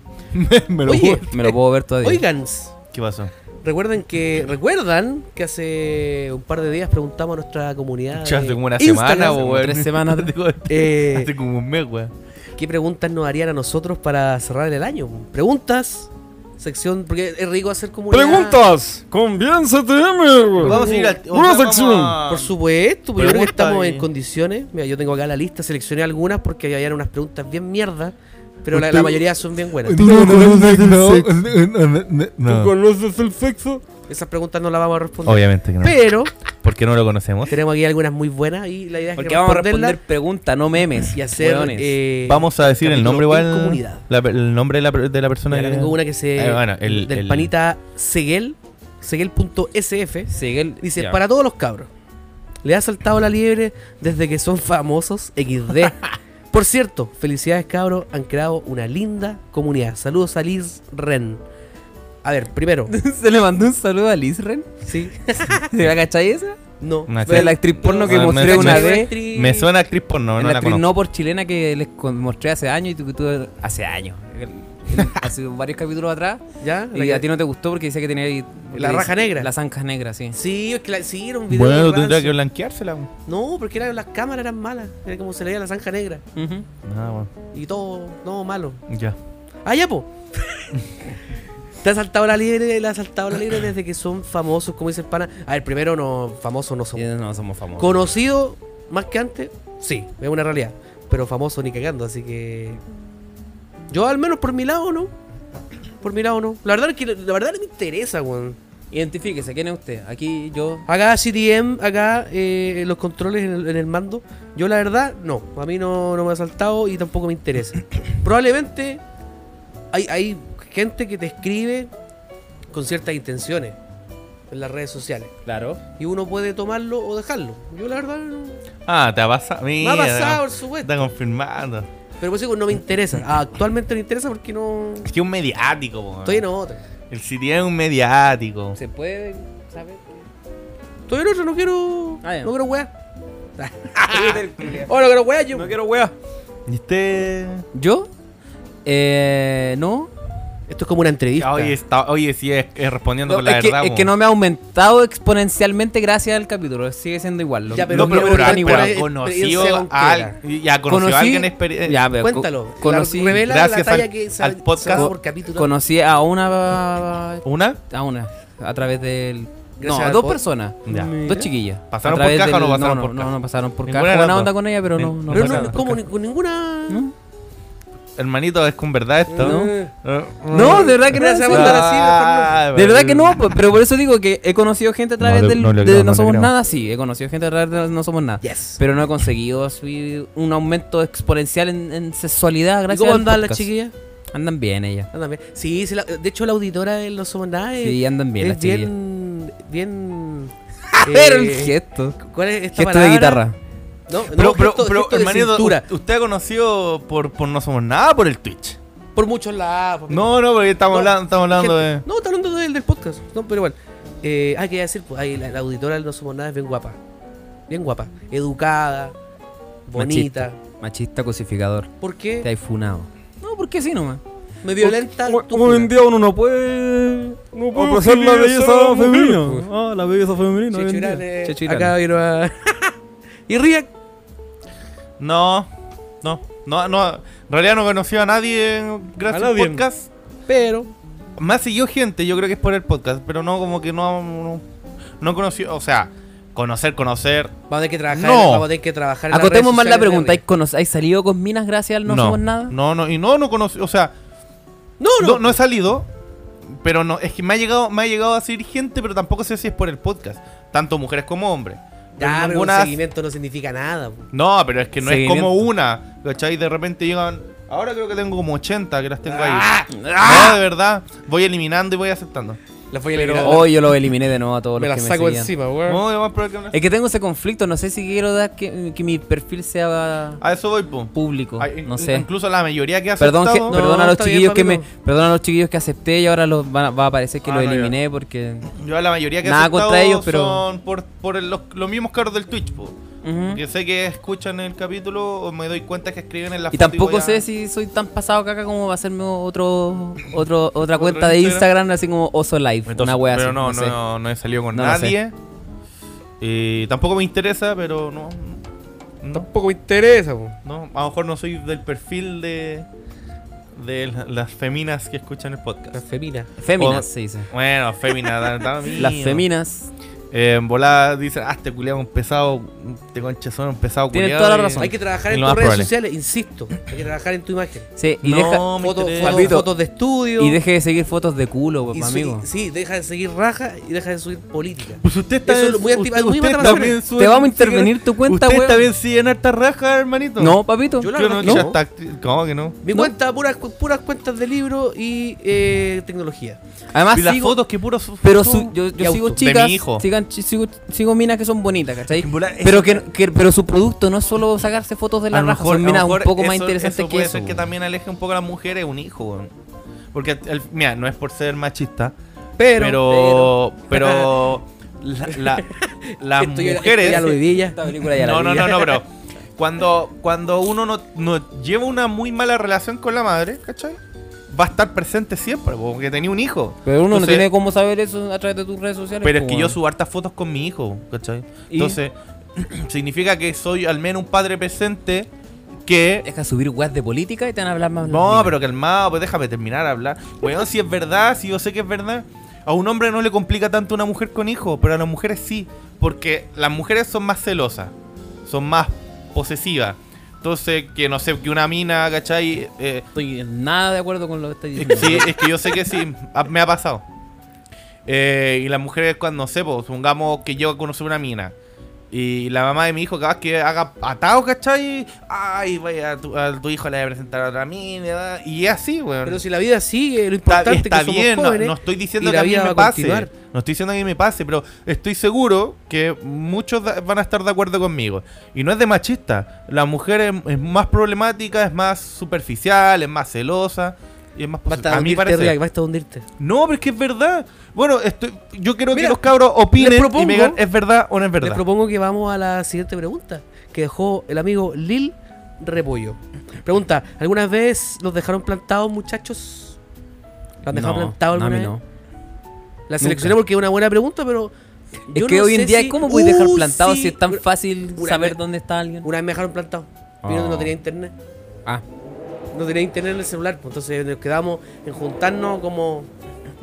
Speaker 3: Me
Speaker 2: Oye,
Speaker 1: Me lo puedo ver todavía.
Speaker 2: Oigan,
Speaker 3: ¿Qué pasó?
Speaker 2: recuerden que recuerdan que hace un par de días preguntamos a nuestra comunidad
Speaker 3: Yo
Speaker 2: de
Speaker 3: hace como una
Speaker 2: Instagram
Speaker 3: semana, po,
Speaker 1: como
Speaker 3: weón.
Speaker 1: tres semanas.
Speaker 3: Digo,
Speaker 2: Eh.
Speaker 3: hace como un mes, weón.
Speaker 2: qué preguntas nos harían a nosotros para cerrar el año. Preguntas, sección porque es rico hacer comunidad.
Speaker 1: con bien CTM,
Speaker 3: Vamos a ir al.
Speaker 1: Una
Speaker 3: vamos
Speaker 1: sección.
Speaker 3: a-
Speaker 2: Por supuesto, pues yo creo que
Speaker 3: Pregunta eh.
Speaker 2: estamos
Speaker 3: y-
Speaker 2: en condiciones. Mira, yo tengo acá la lista, seleccioné algunas porque había unas preguntas bien mierdas, pero la, la mayoría son bien buenas.
Speaker 1: conoces el sexo?
Speaker 2: Esas preguntas no las vamos a responder.
Speaker 3: Obviamente que no.
Speaker 2: Pero
Speaker 3: Porque no lo conocemos.
Speaker 2: tenemos aquí algunas muy buenas y la idea es
Speaker 1: Porque
Speaker 2: que
Speaker 1: vamos a
Speaker 2: responderlas
Speaker 1: responder preguntas, no memes.
Speaker 2: y hacer.
Speaker 1: weones.
Speaker 2: eh,
Speaker 3: Vamos a decir el
Speaker 2: capítulo
Speaker 3: nombre
Speaker 2: en
Speaker 3: igual.
Speaker 2: comunidad.
Speaker 3: la- el nombre de la, de la persona
Speaker 2: Mira,
Speaker 3: que
Speaker 2: acá tengo una que se.
Speaker 3: Eh, bueno, el-
Speaker 2: del
Speaker 3: el-
Speaker 2: panita Seguel, seguel.sf.
Speaker 1: Seguel-
Speaker 2: Dice,
Speaker 1: ya.
Speaker 2: para todos los cabros. Le ha saltado la liebre desde que son famosos XD. Por cierto, felicidades cabros, han creado una linda comunidad. Saludos a Liz Ren. A ver, primero,
Speaker 1: Se le mandó un saludo a Liz Ren.
Speaker 2: ¿sí?
Speaker 1: ¿Se la cachai esa?
Speaker 2: Ah, No.
Speaker 3: Una
Speaker 1: Fue la actriz porno que
Speaker 3: Me- me-
Speaker 1: mostré
Speaker 3: me-
Speaker 1: una
Speaker 3: me-
Speaker 1: vez.
Speaker 3: Me suena a actriz porno,
Speaker 1: En
Speaker 3: no
Speaker 1: la
Speaker 3: la
Speaker 1: actriz
Speaker 3: conozco.
Speaker 1: no por chilena que les con- mostré hace años y tú, tú- hace años. El- hace varios capítulos atrás.
Speaker 2: ¿Ya?
Speaker 1: Y a ti no te gustó porque decía que tenía ahí-
Speaker 2: La
Speaker 1: le-
Speaker 2: raja negra.
Speaker 1: La zanja negra, sí.
Speaker 2: Sí, es que la- sí, era un video.
Speaker 3: Bueno,
Speaker 2: rancio.
Speaker 3: tendría que blanqueársela. weón.
Speaker 2: No, porque eran, las cámaras eran malas. Era como se leía la zanja negra.
Speaker 1: Ujú.
Speaker 3: Ah, bueno.
Speaker 2: Y todo, no, malo.
Speaker 3: Ya.
Speaker 2: Ah, ya, po. Te ha saltado la liebre, le ha saltado la liebre desde que son famosos, como dice el pana. A ver, primero no, famosos no son.
Speaker 1: Y No somos famosos.
Speaker 2: Conocido más que antes, sí, es una realidad. Pero famoso ni cagando, así que. Yo al menos por mi lado no. Por mi lado no. La verdad es que la verdad no me interesa, weón.
Speaker 1: Identifíquese, ¿quién es usted? Aquí yo.
Speaker 2: Acá CDM, acá eh, los controles en el, en el mando. Yo la verdad, no. A mí no, no me ha saltado y tampoco me interesa. Probablemente hay, hay gente que te escribe con ciertas intenciones en las redes sociales.
Speaker 1: Claro.
Speaker 2: Y uno puede tomarlo o dejarlo. Yo la verdad no.
Speaker 3: Ah, te ha pasado.
Speaker 2: Me ha
Speaker 3: Mira,
Speaker 2: pasado, por
Speaker 3: Está
Speaker 2: supuesto.
Speaker 3: confirmando.
Speaker 2: Pero por eso digo, no me interesa. Ah, Actualmente no me interesa porque no.
Speaker 3: Es que es un mediático, po, weón.
Speaker 2: Estoy en otra.
Speaker 3: El City es un mediático.
Speaker 1: ¿Se puede saber?
Speaker 2: Estoy en otra, no quiero.
Speaker 1: Ah, ya.
Speaker 2: No quiero weá. Oh, no quiero weá, yo.
Speaker 1: quiero wea.
Speaker 3: Y este.
Speaker 1: ¿Yo? Eh. No.
Speaker 2: Esto es como una entrevista.
Speaker 3: Oye, está, oye, sí, es, es respondiendo
Speaker 1: No,
Speaker 3: con la
Speaker 1: es,
Speaker 3: verdad.
Speaker 1: que, es
Speaker 3: po.
Speaker 1: que no me ha aumentado exponencialmente gracias al capítulo. Sigue siendo igual. lo-
Speaker 2: Ya,
Speaker 3: No,
Speaker 1: los
Speaker 2: pero-
Speaker 3: pero,
Speaker 1: números
Speaker 3: pero,
Speaker 2: pero-
Speaker 1: están
Speaker 2: pero-
Speaker 1: igual.
Speaker 2: pero- experiencia
Speaker 3: conoció a
Speaker 2: banquera.
Speaker 3: alguien. Ya conoció a alguien experiencia.
Speaker 1: ya, pero co-
Speaker 2: Cuéntalo. la-
Speaker 1: conocí,
Speaker 2: revela la
Speaker 3: gracias
Speaker 2: talla
Speaker 3: al-
Speaker 2: que se-
Speaker 3: al
Speaker 2: se
Speaker 3: podcast.
Speaker 2: va por capítulo.
Speaker 1: conocí a una.
Speaker 3: ¿Una?
Speaker 1: A una. A través del.
Speaker 2: Gracias
Speaker 1: no, a
Speaker 2: al
Speaker 1: dos
Speaker 2: pod-
Speaker 1: personas.
Speaker 3: Ya.
Speaker 1: Dos chiquillas.
Speaker 3: ¿Pasaron
Speaker 1: A través
Speaker 3: por caja o no
Speaker 1: del-
Speaker 3: pasaron
Speaker 1: no,
Speaker 3: por
Speaker 1: No,
Speaker 3: caja?
Speaker 1: no pasaron por
Speaker 3: Ninguna
Speaker 1: caja.
Speaker 3: de las
Speaker 1: Buena
Speaker 3: dos.
Speaker 1: onda con ella, pero no.
Speaker 3: Ni-
Speaker 1: no
Speaker 2: Pero
Speaker 1: pasaron
Speaker 2: no,
Speaker 1: por
Speaker 2: como
Speaker 1: caja. ¿Mm?
Speaker 2: ni- con ninguna.
Speaker 1: ¿No?
Speaker 3: Hermanito, es con verdad esto.
Speaker 1: No.
Speaker 3: Eh,
Speaker 1: No, de verdad que no
Speaker 2: Gracias,
Speaker 1: se
Speaker 2: Amanda,
Speaker 1: puede.
Speaker 2: ahora sí, mejor
Speaker 1: De verdad que no, po- pero por eso digo que he conocido gente a través
Speaker 3: Ah, No, de-
Speaker 1: del,
Speaker 3: no le
Speaker 1: de
Speaker 3: creo,
Speaker 1: No
Speaker 3: no le
Speaker 1: Somos
Speaker 3: creo.
Speaker 1: Nada, sí, he conocido gente a través de No Somos Nada.
Speaker 2: Yes.
Speaker 1: Pero no he conseguido así un aumento exponencial en, en sexualidad
Speaker 2: ¿Y
Speaker 1: gracias
Speaker 2: cómo
Speaker 1: al
Speaker 2: andan las
Speaker 1: podcast.
Speaker 2: chiquillas?
Speaker 1: Andan bien ellas.
Speaker 2: Andan bien. Sí, sí, la- de hecho la auditora de los Somos Nada es,
Speaker 1: Sí, andan bien
Speaker 2: es
Speaker 1: las chiquillas.
Speaker 2: bien. Bien.
Speaker 1: Pero el
Speaker 2: eh,
Speaker 1: gesto.
Speaker 2: ¿Cuál es esta
Speaker 1: Gesto de
Speaker 2: palabra?
Speaker 1: guitarra.
Speaker 2: No, no,
Speaker 3: Pero, pero,
Speaker 2: gesto-
Speaker 3: pero,
Speaker 2: gesto de
Speaker 3: hermanito,
Speaker 2: cintura.
Speaker 3: u- usted ha conocido por, por No Somos Nada por el Twitch.
Speaker 2: Por muchos lados.
Speaker 3: uh, No, no, porque estamos hablando, estamos hablando de.
Speaker 2: No, está hablando del, del podcast. No, pero igual. Eh, ah, quería decir, pues, ahí la, la auditora del No Somos Nada es bien guapa. Bien guapa. Educada. Bonita.
Speaker 1: Machista, machista cosificador.
Speaker 2: ¿Por
Speaker 1: Te
Speaker 2: qué?
Speaker 1: hay funado. No, porque sí nomás.
Speaker 2: Me violenta. tu
Speaker 4: Hoy en
Speaker 2: culo.
Speaker 4: día uno no puede. No puede
Speaker 1: apreciar
Speaker 4: la belleza femenina.
Speaker 1: pues.
Speaker 4: Ah, la belleza femenina. hoy en
Speaker 2: Checho
Speaker 4: día.
Speaker 2: Irán, eh,
Speaker 1: Checho Irán.
Speaker 2: Acá vino a. y Riak.
Speaker 3: No, no, no, no. En realidad no conocí a nadie gracias
Speaker 4: A
Speaker 3: al
Speaker 4: nadie.
Speaker 3: podcast.
Speaker 2: Pero.
Speaker 3: Más siguió gente, yo creo que es por el podcast, pero no, como que no. No, no conoció, o sea, conocer, conocer.
Speaker 2: Vamos a tener que trabajar.
Speaker 3: No.
Speaker 2: Vamos a tener que trabajar. en las
Speaker 1: Acotemos
Speaker 2: redes
Speaker 1: más la
Speaker 2: sociales de
Speaker 1: pregunta. ¿Hay,
Speaker 2: Riak.
Speaker 1: cono- hay salido con minas gracias al no, somos nada?
Speaker 3: No, no, y no, no conocí, o sea,
Speaker 2: No, no.
Speaker 3: no, no he salido, pero no, es que me ha llegado, me ha llegado a seguir gente, pero tampoco sé si es por el podcast, tanto mujeres como hombres. Pero
Speaker 2: Ya, pero un
Speaker 3: ninguna-
Speaker 2: seguimiento no significa nada. po.
Speaker 3: No, pero es que no es
Speaker 1: Seguimiento.
Speaker 3: como una, ¿cachai? De repente llegan. Ahora creo que tengo como 80 que las tengo ahí.
Speaker 1: Ah,
Speaker 3: No, de verdad. Voy eliminando y voy aceptando.
Speaker 2: La voy a
Speaker 1: Pero
Speaker 2: eliminar.
Speaker 1: hoy yo lo eliminé de nuevo a todos
Speaker 2: me
Speaker 1: los
Speaker 2: la
Speaker 1: que me
Speaker 2: saco
Speaker 1: seguían. Oh.
Speaker 2: encima, weón.
Speaker 3: No, además, pero que no-
Speaker 1: Es que tengo ese conflicto, no sé si quiero dar que, que mi perfil sea
Speaker 3: A eso voy, po.
Speaker 1: público,
Speaker 3: Ay, in-
Speaker 1: no sé.
Speaker 3: Incluso la mayoría que ha
Speaker 1: Perdón, que-
Speaker 3: aceptado-
Speaker 2: No,
Speaker 1: perdón a los
Speaker 2: está bien,
Speaker 1: chiquillos que me,
Speaker 2: Pablito.
Speaker 1: perdón a los chiquillos que acepté y ahora los van a- va a aparecer que
Speaker 3: Ah,
Speaker 1: los
Speaker 3: no, ya.
Speaker 1: eliminé porque
Speaker 3: Yo a la mayoría que he
Speaker 1: Nada
Speaker 3: aceptado
Speaker 1: contra ellos, pero-
Speaker 3: son por, por el- los, los mismos carros del Twitch, po. Porque sé que escuchan el capítulo o me doy cuenta que escriben en la
Speaker 1: y
Speaker 3: foto voy
Speaker 1: tampoco
Speaker 3: a-
Speaker 1: sé si soy tan pasado caca como va a hacerme otro, otro otra cuenta de
Speaker 3: Instagram?
Speaker 1: Instagram así como Oso Live,
Speaker 3: Entonces,
Speaker 1: una wea
Speaker 3: Pero
Speaker 1: así.
Speaker 3: no, no,
Speaker 1: sé.
Speaker 3: no, no he salido con
Speaker 1: No lo
Speaker 3: nadie. Y tampoco me interesa, pero no. No,
Speaker 2: Tampoco me interesa, po.
Speaker 3: no. A lo mejor no soy del perfil de. De la- las feminas que escuchan el
Speaker 2: La
Speaker 3: podcast.
Speaker 2: femina.
Speaker 1: Féminas
Speaker 3: O-
Speaker 1: se dice.
Speaker 3: Bueno, féminas, da- da lo
Speaker 1: Las
Speaker 3: mismo.
Speaker 1: féminas
Speaker 3: Eh, en volada dicen, ah, este culiado un pesado, este conchazón un pesado
Speaker 1: Tienes
Speaker 3: culiao",
Speaker 1: toda la
Speaker 3: y-
Speaker 1: razón.
Speaker 2: Hay que trabajar
Speaker 3: Es
Speaker 2: en
Speaker 3: lo
Speaker 2: tus
Speaker 3: más
Speaker 2: redes
Speaker 3: probable.
Speaker 2: sociales, insisto. Hay que trabajar en tu imagen.
Speaker 1: Sí, y
Speaker 3: no,
Speaker 1: deja
Speaker 3: me
Speaker 2: Foto-
Speaker 3: interesa.
Speaker 2: foto-
Speaker 1: Pablito.
Speaker 2: fotos de estudio.
Speaker 1: y deje de seguir fotos de culo, pues,
Speaker 2: y su-
Speaker 1: amigo.
Speaker 2: Sí, deja de seguir raja y deja de subir política.
Speaker 3: Pues usted está
Speaker 2: Eso
Speaker 3: bien-
Speaker 2: lo voy a
Speaker 3: usted-
Speaker 2: activar- voy a
Speaker 3: usted
Speaker 2: matar a
Speaker 3: también
Speaker 2: Sara.
Speaker 3: sube-
Speaker 1: Te vamos a
Speaker 3: sigue-
Speaker 1: intervenir tu cuenta,
Speaker 3: Usted
Speaker 1: weón.
Speaker 3: también sigue en harta raja, hermanito.
Speaker 1: No, papito.
Speaker 2: Yo la
Speaker 3: Yo no,
Speaker 2: verdad
Speaker 3: ya
Speaker 2: no.
Speaker 3: está acti- ¿Cómo que no?
Speaker 2: Mi
Speaker 1: No.
Speaker 2: cuenta, puras, cu- puras cuentas de libro y eh, tecnología.
Speaker 1: Además
Speaker 3: y las
Speaker 1: Ah, sigo-
Speaker 3: fotos que puro su-
Speaker 1: Pero
Speaker 3: foto-
Speaker 1: su- yo, yo
Speaker 2: y
Speaker 1: sigo
Speaker 2: auto.
Speaker 1: chicas,
Speaker 3: De mi hijo.
Speaker 1: sigan chi- sigo, sigo minas que son bonitas, ¿cachai?
Speaker 3: Que volar-
Speaker 1: Pero,
Speaker 3: eso-
Speaker 1: que, que- pero su producto no es solo sacarse fotos de
Speaker 3: a
Speaker 1: la
Speaker 3: lo
Speaker 1: raja, son
Speaker 3: mejor- a lo
Speaker 1: minas un
Speaker 3: mejor
Speaker 1: poco más
Speaker 3: eso-
Speaker 1: interesantes
Speaker 3: eso
Speaker 1: que
Speaker 3: puede
Speaker 1: eso.
Speaker 3: ser que
Speaker 1: weón.
Speaker 3: también aleje un poco a las mujeres un hijo, weón. Porque, al- mira, no es por ser machista,
Speaker 2: Pero.
Speaker 3: pero... Pero... la- la- las
Speaker 2: Esto ya- esto
Speaker 3: mujeres...
Speaker 2: ya lo viví ya.
Speaker 1: Esta película ya la
Speaker 3: no, no,
Speaker 1: vi.
Speaker 3: no, no, pero cuando, cuando uno no, no lleva una muy mala relación con la madre, ¿cachai? Va a estar presente siempre, po, porque tenía un hijo.
Speaker 1: Pero uno no
Speaker 3: Entonces-
Speaker 1: tiene cómo saber eso a través de tus redes sociales.
Speaker 3: Pero es
Speaker 1: po,
Speaker 3: que yo
Speaker 1: weón.
Speaker 3: subo hartas fotos con mi hijo, ¿cachai?
Speaker 1: ¿Y?
Speaker 3: Entonces, significa que soy al menos un padre presente que...
Speaker 1: Deja subir weas de política y te van a hablar más.
Speaker 3: No,
Speaker 1: las
Speaker 3: pero calmado, pues déjame terminar de hablar. Weón, si es verdad, si yo sé que es verdad. A un hombre no le complica tanto una mujer con hijo, pero a las mujeres sí. Porque las mujeres son más celosas, son más posesivas. Entonces, que no sé, que una mina, ¿cachai? Eh,
Speaker 1: minas. Estoy en nada de acuerdo con lo que estás
Speaker 3: es
Speaker 1: diciendo.
Speaker 3: que sí, es que yo sé que sí, ha- me ha pasado. Eh, y las mujeres, cuando no sé, pues, supongamos que yo conocí una mina. Y la mamá de mi hijo, capaz que haga atado, ¿cachai? Ay, vaya, a tu, a tu hijo le voy a presentar a otra mina. Y es así, weón.
Speaker 2: Pero si la vida sigue, lo
Speaker 3: Está,
Speaker 2: importante
Speaker 3: está
Speaker 2: es que somos
Speaker 3: bien, no,
Speaker 2: jóvenes.
Speaker 3: no estoy diciendo
Speaker 2: y
Speaker 3: que
Speaker 2: la
Speaker 3: a mí
Speaker 2: vida va
Speaker 3: me
Speaker 2: a
Speaker 3: pase.
Speaker 2: continuar.
Speaker 3: No estoy diciendo que me pase, pero estoy seguro que muchos da- van a estar de acuerdo conmigo. Y no es de machista. La mujer es, es más problemática, es más superficial, es más celosa y es más
Speaker 2: Basta
Speaker 3: posi-
Speaker 2: de
Speaker 3: A mi
Speaker 2: hundirte,
Speaker 3: parecer.
Speaker 2: Riak, basta de hundirte.
Speaker 3: No, pero es que es verdad. Bueno, estoy- yo quiero
Speaker 2: Mira,
Speaker 3: que los cabros
Speaker 2: les
Speaker 3: opinen
Speaker 2: propongo-
Speaker 3: y me digan, ¿es verdad o no es
Speaker 2: Les
Speaker 3: verdad?
Speaker 2: propongo que vamos a la siguiente pregunta que dejó el amigo Lil Repollo. Pregunta, ¿alguna vez los dejaron plantados, muchachos? ¿Los han dejado
Speaker 1: No,
Speaker 2: plantados
Speaker 1: no, a
Speaker 2: alguna
Speaker 1: mí
Speaker 2: vez?
Speaker 1: no.
Speaker 2: La seleccioné porque es una buena pregunta, pero.
Speaker 1: Es
Speaker 2: yo
Speaker 1: que
Speaker 2: no
Speaker 1: hoy
Speaker 2: sé
Speaker 1: en día,
Speaker 2: si-
Speaker 1: ¿cómo puedes dejar
Speaker 2: Uh,
Speaker 1: plantado
Speaker 2: sí.
Speaker 1: si es tan
Speaker 2: Una-
Speaker 1: fácil
Speaker 2: una
Speaker 1: saber
Speaker 2: vez-
Speaker 1: dónde está alguien?
Speaker 2: Una vez me dejaron plantado. Vieron que
Speaker 1: Oh.
Speaker 2: no tenía internet.
Speaker 1: Ah,
Speaker 2: No tenía internet en el celular, pues, entonces nos quedamos en juntarnos como.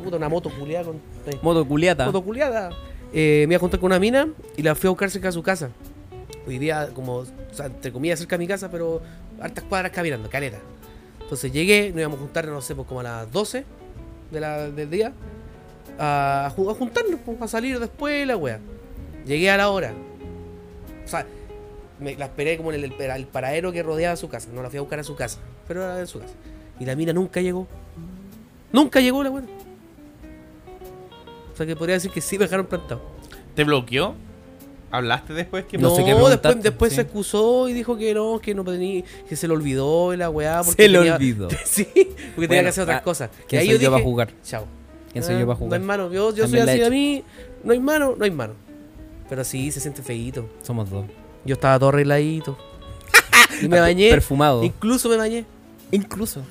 Speaker 2: Puta, una moto culiada con. eh,
Speaker 1: modo culiata.
Speaker 2: moto culiada. Eh, me iba a juntar con una mina y la fui a buscar cerca de su casa. Vivía como, o sea, entre comillas, cerca de mi casa, pero hartas cuadras caminando, caleta. Entonces llegué, nos íbamos a juntar, no sé, pues como a las 12 de la- del día. A, ju- a juntarnos, pues, a salir después, la wea. Llegué a la hora. O sea, me, la esperé como en el, el- el paradero que rodeaba su casa. No la fui a buscar a su casa, pero era en su casa. Y la mina nunca llegó. Nunca llegó la wea. O sea que podría decir que sí me dejaron plantado.
Speaker 3: ¿Te bloqueó? ¿Hablaste después que
Speaker 1: No sé qué preguntarte,
Speaker 2: después, después
Speaker 1: sí.
Speaker 2: se excusó y dijo que no, que no tenía, que se le olvidó y la weá. porque
Speaker 1: Se le
Speaker 2: tenía-
Speaker 1: olvidó.
Speaker 2: sí, porque tenía
Speaker 1: Bueno,
Speaker 2: que hacer otras
Speaker 1: ah,
Speaker 2: cosas. Y
Speaker 1: ¿Quién
Speaker 2: ahí
Speaker 1: soy
Speaker 2: yo
Speaker 1: yo para
Speaker 2: dije,
Speaker 1: jugar?
Speaker 2: chao.
Speaker 1: ¿Quién soy
Speaker 2: Ah,
Speaker 1: yo para
Speaker 2: No
Speaker 1: jugar?
Speaker 2: hay mano, yo, yo soy
Speaker 1: También la he
Speaker 2: así
Speaker 1: hecho.
Speaker 2: a mí, no hay mano, no hay mano. Pero sí, se siente feíto.
Speaker 1: Somos dos.
Speaker 2: Yo estaba todo arregladito. y me bañé.
Speaker 1: Perfumado.
Speaker 2: Incluso me bañé.
Speaker 1: Incluso.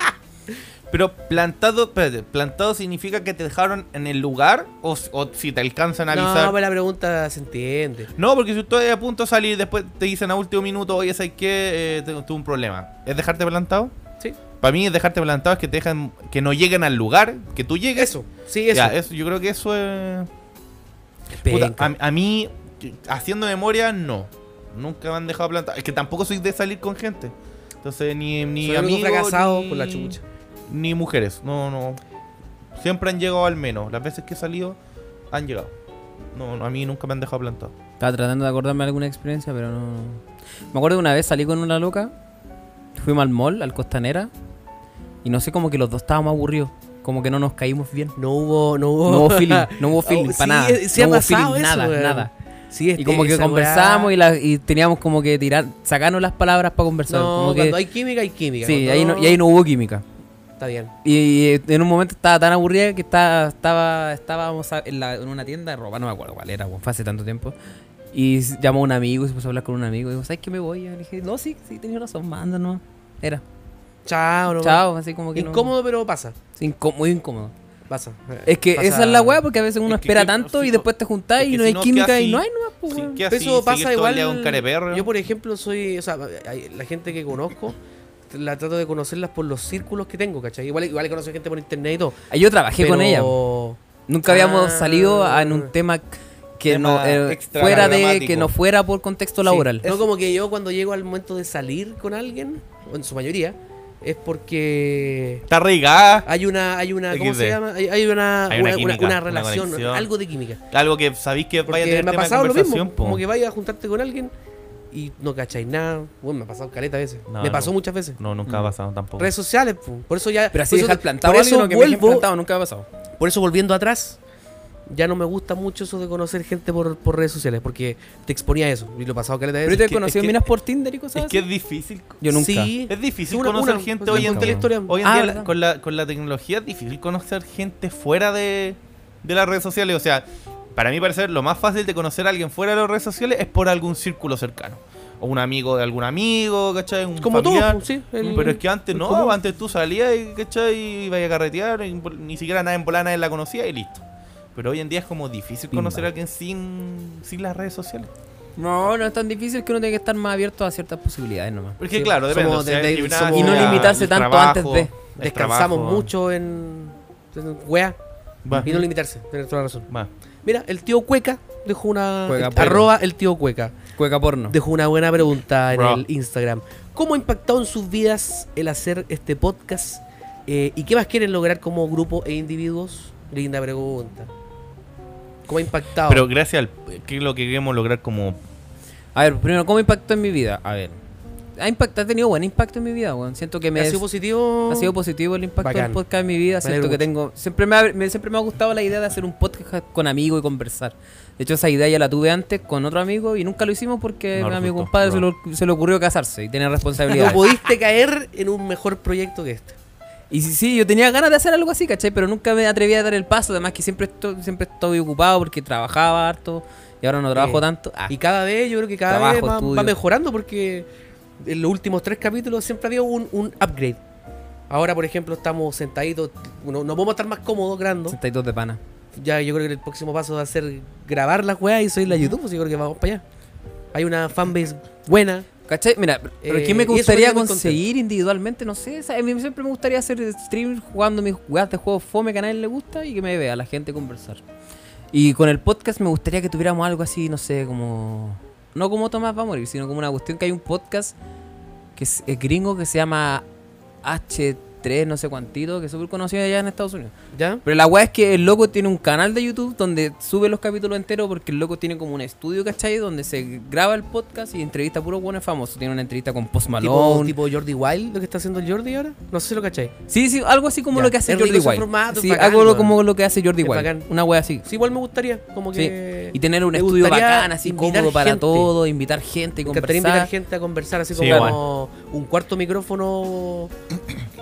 Speaker 3: Pero plantado, espérate, plantado significa que te dejaron en el lugar o, s- o si te alcanzan a avisar.
Speaker 2: No, pero la pregunta se entiende.
Speaker 3: No, porque si tú estás a punto de salir, después te dicen a último minuto, oye, ¿sabes qué? Eh, tengo- tuve un problema. ¿Es dejarte plantado?
Speaker 2: Sí.
Speaker 3: Para mí es dejarte plantado es que te dejan, que no lleguen al lugar, que tú llegues.
Speaker 2: Eso, sí, eso.
Speaker 3: Ya, eso, yo creo que eso es...
Speaker 2: Penca.
Speaker 3: Puta, a, a mí, haciendo memoria, no. Nunca me han dejado plantado. Es que tampoco soy de salir con gente. Entonces, ni, ni
Speaker 2: Soy el único
Speaker 3: amigos,
Speaker 2: fracasado
Speaker 3: ni-
Speaker 2: con la chucha.
Speaker 3: Ni mujeres. No, no. Siempre han llegado al menos. Las veces que he salido, han llegado. No, no, a mí nunca me han dejado plantado.
Speaker 1: Estaba tratando de acordarme de alguna experiencia, pero no. Me acuerdo que una vez salí con una loca, fuimos al mall, al Costanera, y no sé, como que los dos estábamos aburridos, como que no nos caímos bien.
Speaker 2: No hubo, no hubo.
Speaker 1: No hubo feeling, no hubo feeling,
Speaker 2: Oh,
Speaker 1: para nada.
Speaker 2: Sí, eh, sí
Speaker 1: no
Speaker 2: ha
Speaker 1: hubo
Speaker 2: pasado
Speaker 1: feeling,
Speaker 2: eso,
Speaker 1: nada,
Speaker 2: weón. Este,
Speaker 1: nada.
Speaker 2: Sí,
Speaker 1: Y como que conversábamos y, la- y teníamos como que tirar, sacarnos las palabras para conversar.
Speaker 2: No,
Speaker 1: como que-
Speaker 2: cuando hay química, hay química.
Speaker 1: sí,
Speaker 2: Cuando
Speaker 1: ahí no, y ahí no hubo química.
Speaker 2: Está bien.
Speaker 1: Y, eh, en un momento estaba tan aburrida que estaba, estaba, estábamos a- en, la- en una tienda de ropa, no me acuerdo cuál era, weón, fue hace tanto tiempo. Y s- llamó a un amigo y se puso a hablar con un amigo. Y dijo, ¿sabes qué me voy? Y yo le dije, no, sí, sí, tenía razón, manda, no. Era,
Speaker 2: Chao, no.
Speaker 1: chao, así como que no-
Speaker 2: Incómodo, pero pasa.
Speaker 1: Sí, incó- muy incómodo.
Speaker 2: Pasa.
Speaker 1: Es que
Speaker 2: Pasa-
Speaker 1: esa es la weá, pues. porque a veces uno
Speaker 3: Es que
Speaker 1: espera
Speaker 3: que-
Speaker 1: tanto
Speaker 3: si
Speaker 1: y
Speaker 3: no-
Speaker 1: después te juntás
Speaker 3: es que
Speaker 1: y no
Speaker 3: si
Speaker 1: hay
Speaker 3: no
Speaker 1: química
Speaker 3: queda
Speaker 1: y no
Speaker 3: así-
Speaker 1: hay nomás, pues,
Speaker 3: Sí,
Speaker 1: weón.
Speaker 3: ¿qué así?
Speaker 2: Eso
Speaker 3: Seguir
Speaker 2: pasa
Speaker 3: todo el
Speaker 2: igual.
Speaker 3: día con careperro.
Speaker 2: Yo, por ejemplo, soy. O sea, hay- la gente que conozco, la trato de conocerlas por los círculos que tengo, ¿cachai? Igual, igual he conocido gente por internet y todo.
Speaker 1: Ah, Yo trabajé con
Speaker 2: pero-
Speaker 1: ella. Nunca habíamos
Speaker 2: Ah.
Speaker 1: salido a- en un tema que
Speaker 3: Tema
Speaker 1: no eh,
Speaker 3: extra
Speaker 1: fuera de
Speaker 3: programático.
Speaker 1: que no fuera por contexto laboral.
Speaker 2: Sí, No como que yo cuando llego al momento de salir con alguien, o en su mayoría, es porque
Speaker 3: Está arraigada.
Speaker 2: hay una, hay una, ¿cómo
Speaker 3: XD.
Speaker 2: se llama? Hay, hay una,
Speaker 3: Hay una
Speaker 2: una-
Speaker 3: química,
Speaker 2: una
Speaker 3: una
Speaker 2: relación,
Speaker 3: conexión.
Speaker 2: algo de química.
Speaker 3: Algo que sabéis que vaya a
Speaker 2: Porque
Speaker 3: tener
Speaker 2: me
Speaker 3: tema
Speaker 2: ha
Speaker 3: de
Speaker 2: pasado lo
Speaker 3: conversación.
Speaker 2: mismo,
Speaker 3: po.
Speaker 2: como que vayas a juntarte con alguien y no cacháis nada. Bueno, me ha pasado caleta a veces,
Speaker 3: No,
Speaker 2: me
Speaker 3: no.
Speaker 2: pasó muchas veces.
Speaker 3: No, nunca ha pasado tampoco.
Speaker 2: Redes sociales, po. por eso ya.
Speaker 1: Pero así
Speaker 2: por eso,
Speaker 1: dejar plantado
Speaker 2: por
Speaker 1: a alguien
Speaker 2: eso
Speaker 1: o que me dejen
Speaker 2: vuelvo,
Speaker 1: plantado, nunca ha pasado.
Speaker 2: por eso volviendo atrás, ya no me gusta mucho eso de conocer gente por, por redes sociales, porque te exponía a eso y lo he pasado caleta a
Speaker 1: Pero
Speaker 2: veces.
Speaker 1: te he
Speaker 3: es que-
Speaker 1: conocido
Speaker 3: es que-
Speaker 1: minas por Tinder y cosas
Speaker 3: Es que
Speaker 1: así.
Speaker 3: es difícil. co-
Speaker 1: Yo nunca.
Speaker 2: Sí,
Speaker 3: Es difícil
Speaker 2: Una-
Speaker 3: conocer
Speaker 2: una-
Speaker 3: gente
Speaker 2: pues,
Speaker 3: hoy en
Speaker 1: nunca,
Speaker 3: día.
Speaker 2: la historia.
Speaker 3: Hoy en
Speaker 1: Ah,
Speaker 3: día
Speaker 1: ¿verdad?
Speaker 3: con, la, con la tecnología es difícil conocer gente fuera de, de las redes sociales. O sea, para mí parecer lo más fácil de conocer a alguien fuera de las redes sociales es por algún círculo cercano. O un amigo de algún amigo, ¿cachai? Un
Speaker 2: Como pues. todo,
Speaker 3: familiar. Mm,
Speaker 2: po, sí. el-
Speaker 3: Pero es que antes
Speaker 2: el
Speaker 3: no,
Speaker 2: común.
Speaker 3: antes tú salías y, ¿cachai? Y ibas a carretear, y por- ni siquiera nada en volada nadie la conocía y listo. Pero hoy en día es como difícil
Speaker 1: Pimba.
Speaker 3: conocer a alguien sin, sin las redes sociales.
Speaker 1: No, no es tan difícil que uno tiene que estar más abierto a ciertas posibilidades nomás.
Speaker 3: Porque
Speaker 2: Sí,
Speaker 3: claro, depende.
Speaker 2: somos
Speaker 3: o sea,
Speaker 2: de-
Speaker 3: el
Speaker 2: de-
Speaker 3: gimnasio,
Speaker 2: somos- Y no
Speaker 1: limitarse
Speaker 3: el
Speaker 1: tanto antes de.
Speaker 3: el
Speaker 2: Descansamos
Speaker 3: trabajo.
Speaker 2: mucho en, en wea
Speaker 3: Va.
Speaker 2: y no limitarse, tener toda la razón.
Speaker 3: Va.
Speaker 2: Mira, el tío Cueca dejó una
Speaker 1: Cueca,
Speaker 2: el-
Speaker 1: pero.
Speaker 2: arroba el tío Cueca
Speaker 1: Cueca porno.
Speaker 2: dejó una buena pregunta en
Speaker 3: Bro.
Speaker 2: el Instagram. ¿Cómo ha impactado en sus vidas el hacer este podcast Eh, y qué más quieren lograr como grupo e individuos? Linda pregunta. ¿Cómo ha impactado?
Speaker 3: Pero gracias al. ¿Qué es lo que queremos lograr como.
Speaker 1: A ver, primero, ¿cómo impactó en mi vida? A ver. Ha, impactado, ha tenido buen impacto en mi vida, weón. Siento que me
Speaker 2: ¿Ha
Speaker 1: des-
Speaker 2: sido positivo?
Speaker 1: ha sido positivo el impacto
Speaker 2: Bacán.
Speaker 1: del podcast en mi vida. Siento
Speaker 2: alegro
Speaker 1: que
Speaker 2: mucho.
Speaker 1: tengo. Siempre me, ha, me- siempre me ha gustado la idea de hacer un podcast con amigos y conversar. De hecho, esa idea ya la tuve antes con otro amigo y nunca lo hicimos porque
Speaker 3: No
Speaker 1: a mi
Speaker 3: resultó,
Speaker 1: compadre se,
Speaker 3: bro.
Speaker 1: lo- se le ocurrió casarse y tener responsabilidad.
Speaker 2: No pudiste caer en un mejor proyecto que este.
Speaker 1: Y sí, sí, yo tenía ganas de hacer algo así, ¿cachai? Pero nunca me atreví a dar el paso. Además que siempre estoy, siempre estoy ocupado porque trabajaba harto y ahora no trabajo
Speaker 2: Sí.
Speaker 1: tanto. Ah,
Speaker 2: Y cada vez, yo creo que cada
Speaker 1: Trabajo,
Speaker 2: vez va- va,
Speaker 1: estudio.
Speaker 2: mejorando porque en los últimos tres capítulos siempre había un, un upgrade. Ahora, por ejemplo, estamos sentaditos, no, no podemos estar más cómodos grabando.
Speaker 1: 62 de pana.
Speaker 2: Ya yo creo que el próximo paso va a ser grabar las weas y subirla a YouTube, pues yo creo que vamos para allá. Hay una fanbase buena.
Speaker 1: ¿Cachai? Mira, pero
Speaker 2: Eh,
Speaker 1: ¿qué me
Speaker 2: y eso
Speaker 1: gustaría
Speaker 2: me tiene muy
Speaker 1: conseguir individualmente? No sé, ¿sabes? a mí siempre me gustaría hacer stream jugando mis jugadas de juegos fome que a nadie le gusta y que me vea la gente conversar. Y con el podcast me gustaría que tuviéramos algo así, no sé, como... No como Tomás va a morir, sino como una cuestión que hay un podcast que es, es gringo que se llama HT 3, no sé cuántito, que es súper conocido allá en Estados Unidos.
Speaker 2: ¿Ya?
Speaker 1: Pero la weá es que el loco tiene un canal de YouTube donde sube los capítulos enteros porque el loco tiene como un estudio, ¿cachai? Donde se graba el podcast y entrevista a puros buenos famosos. Tiene una entrevista con Post
Speaker 2: Tipo,
Speaker 1: Malone.
Speaker 2: tipo Jordi Wild, lo que está haciendo el Jordi ahora. No sé si lo cachai.
Speaker 1: sí, sí, algo así como
Speaker 2: Ya,
Speaker 1: lo que hace
Speaker 2: es rico
Speaker 1: Jordi
Speaker 2: ese
Speaker 1: Wild.
Speaker 2: formato, es
Speaker 1: sí,
Speaker 2: bacán,
Speaker 1: algo lo-
Speaker 2: weón.
Speaker 1: como lo que hace Jordi
Speaker 2: Es
Speaker 1: Wild.
Speaker 2: bacán.
Speaker 1: Una weá así.
Speaker 2: Sí, igual me gustaría, como
Speaker 1: Sí.
Speaker 2: que.
Speaker 1: Y tener un
Speaker 2: me
Speaker 1: estudio
Speaker 2: gustaría
Speaker 1: bacán, así
Speaker 2: invitar
Speaker 1: cómodo para
Speaker 2: gente.
Speaker 1: todo, invitar gente y
Speaker 2: Me encantaría invitar
Speaker 1: conversar.
Speaker 2: gente a conversar, así
Speaker 3: Sí,
Speaker 2: como un cuarto micrófono,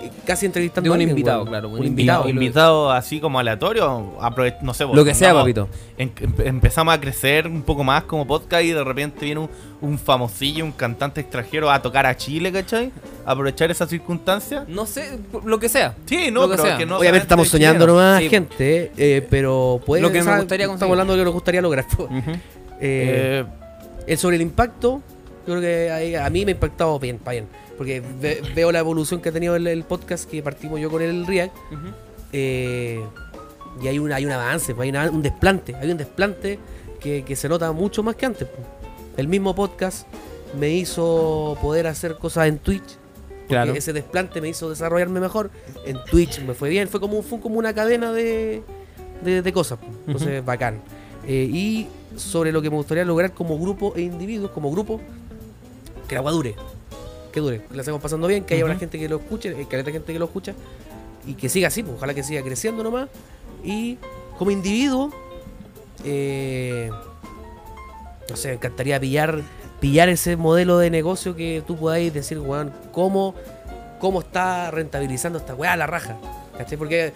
Speaker 2: eh, casi entrevistando
Speaker 1: De un
Speaker 2: a alguien,
Speaker 1: invitado,
Speaker 2: weón.
Speaker 1: claro,
Speaker 2: Un,
Speaker 1: un
Speaker 2: invitado.
Speaker 3: Invitado, invitado así como aleatorio, aprove- no sé,
Speaker 1: Lo que sea,
Speaker 3: pongamos-
Speaker 1: papito.
Speaker 3: en- em- empezamos a crecer un poco más como podcast y de repente viene un, un famosillo, un cantante extranjero a tocar a Chile, ¿cachai? Aprovechar esa circunstancia.
Speaker 1: No sé, lo que sea.
Speaker 3: Sí, no,
Speaker 1: Lo que
Speaker 3: pero
Speaker 1: sea.
Speaker 3: es que no.
Speaker 2: Obviamente estamos
Speaker 3: solamente
Speaker 2: soñando
Speaker 3: chilenos.
Speaker 2: nomás,
Speaker 1: Sí.
Speaker 2: gente, eh, eh, pero puede
Speaker 1: Lo que me
Speaker 2: o sea,
Speaker 1: gustaría conseguir.
Speaker 2: Estamos hablando de lo que nos gustaría lograr. Eh,
Speaker 3: Eh,
Speaker 2: el sobre el impacto, yo creo que ahí- a mí me ha impactado bien, pa' bien. Porque ve- veo la evolución que ha tenido el, el podcast que partimos yo con el React. eh, y hay un, hay un avance, pues, hay una- un desplante. Hay un desplante que, que se nota mucho más que antes. pues. El mismo podcast me hizo poder hacer cosas en Twitch.
Speaker 1: Claro.
Speaker 2: que Ese desplante me hizo desarrollarme mejor. En Twitch me fue bien. Fue como, un- fue como una cadena de, de, de cosas. pues. Entonces, bacán. Eh, y sobre lo que me gustaría lograr como grupo e individuos, como grupo, que la agua dure. Que dure. Que la estemos pasando bien, que haya una
Speaker 1: Ujú.
Speaker 2: gente que lo escuche, eh, que haya gente que lo escucha. Y que siga así, pues, ojalá que siga creciendo nomás. Y como individuo, eh, no sé, me encantaría pillar, pillar ese modelo de negocio que tú podáis decir, weón, cómo, cómo está rentabilizando esta weá a la raja. ¿Cachai? Porque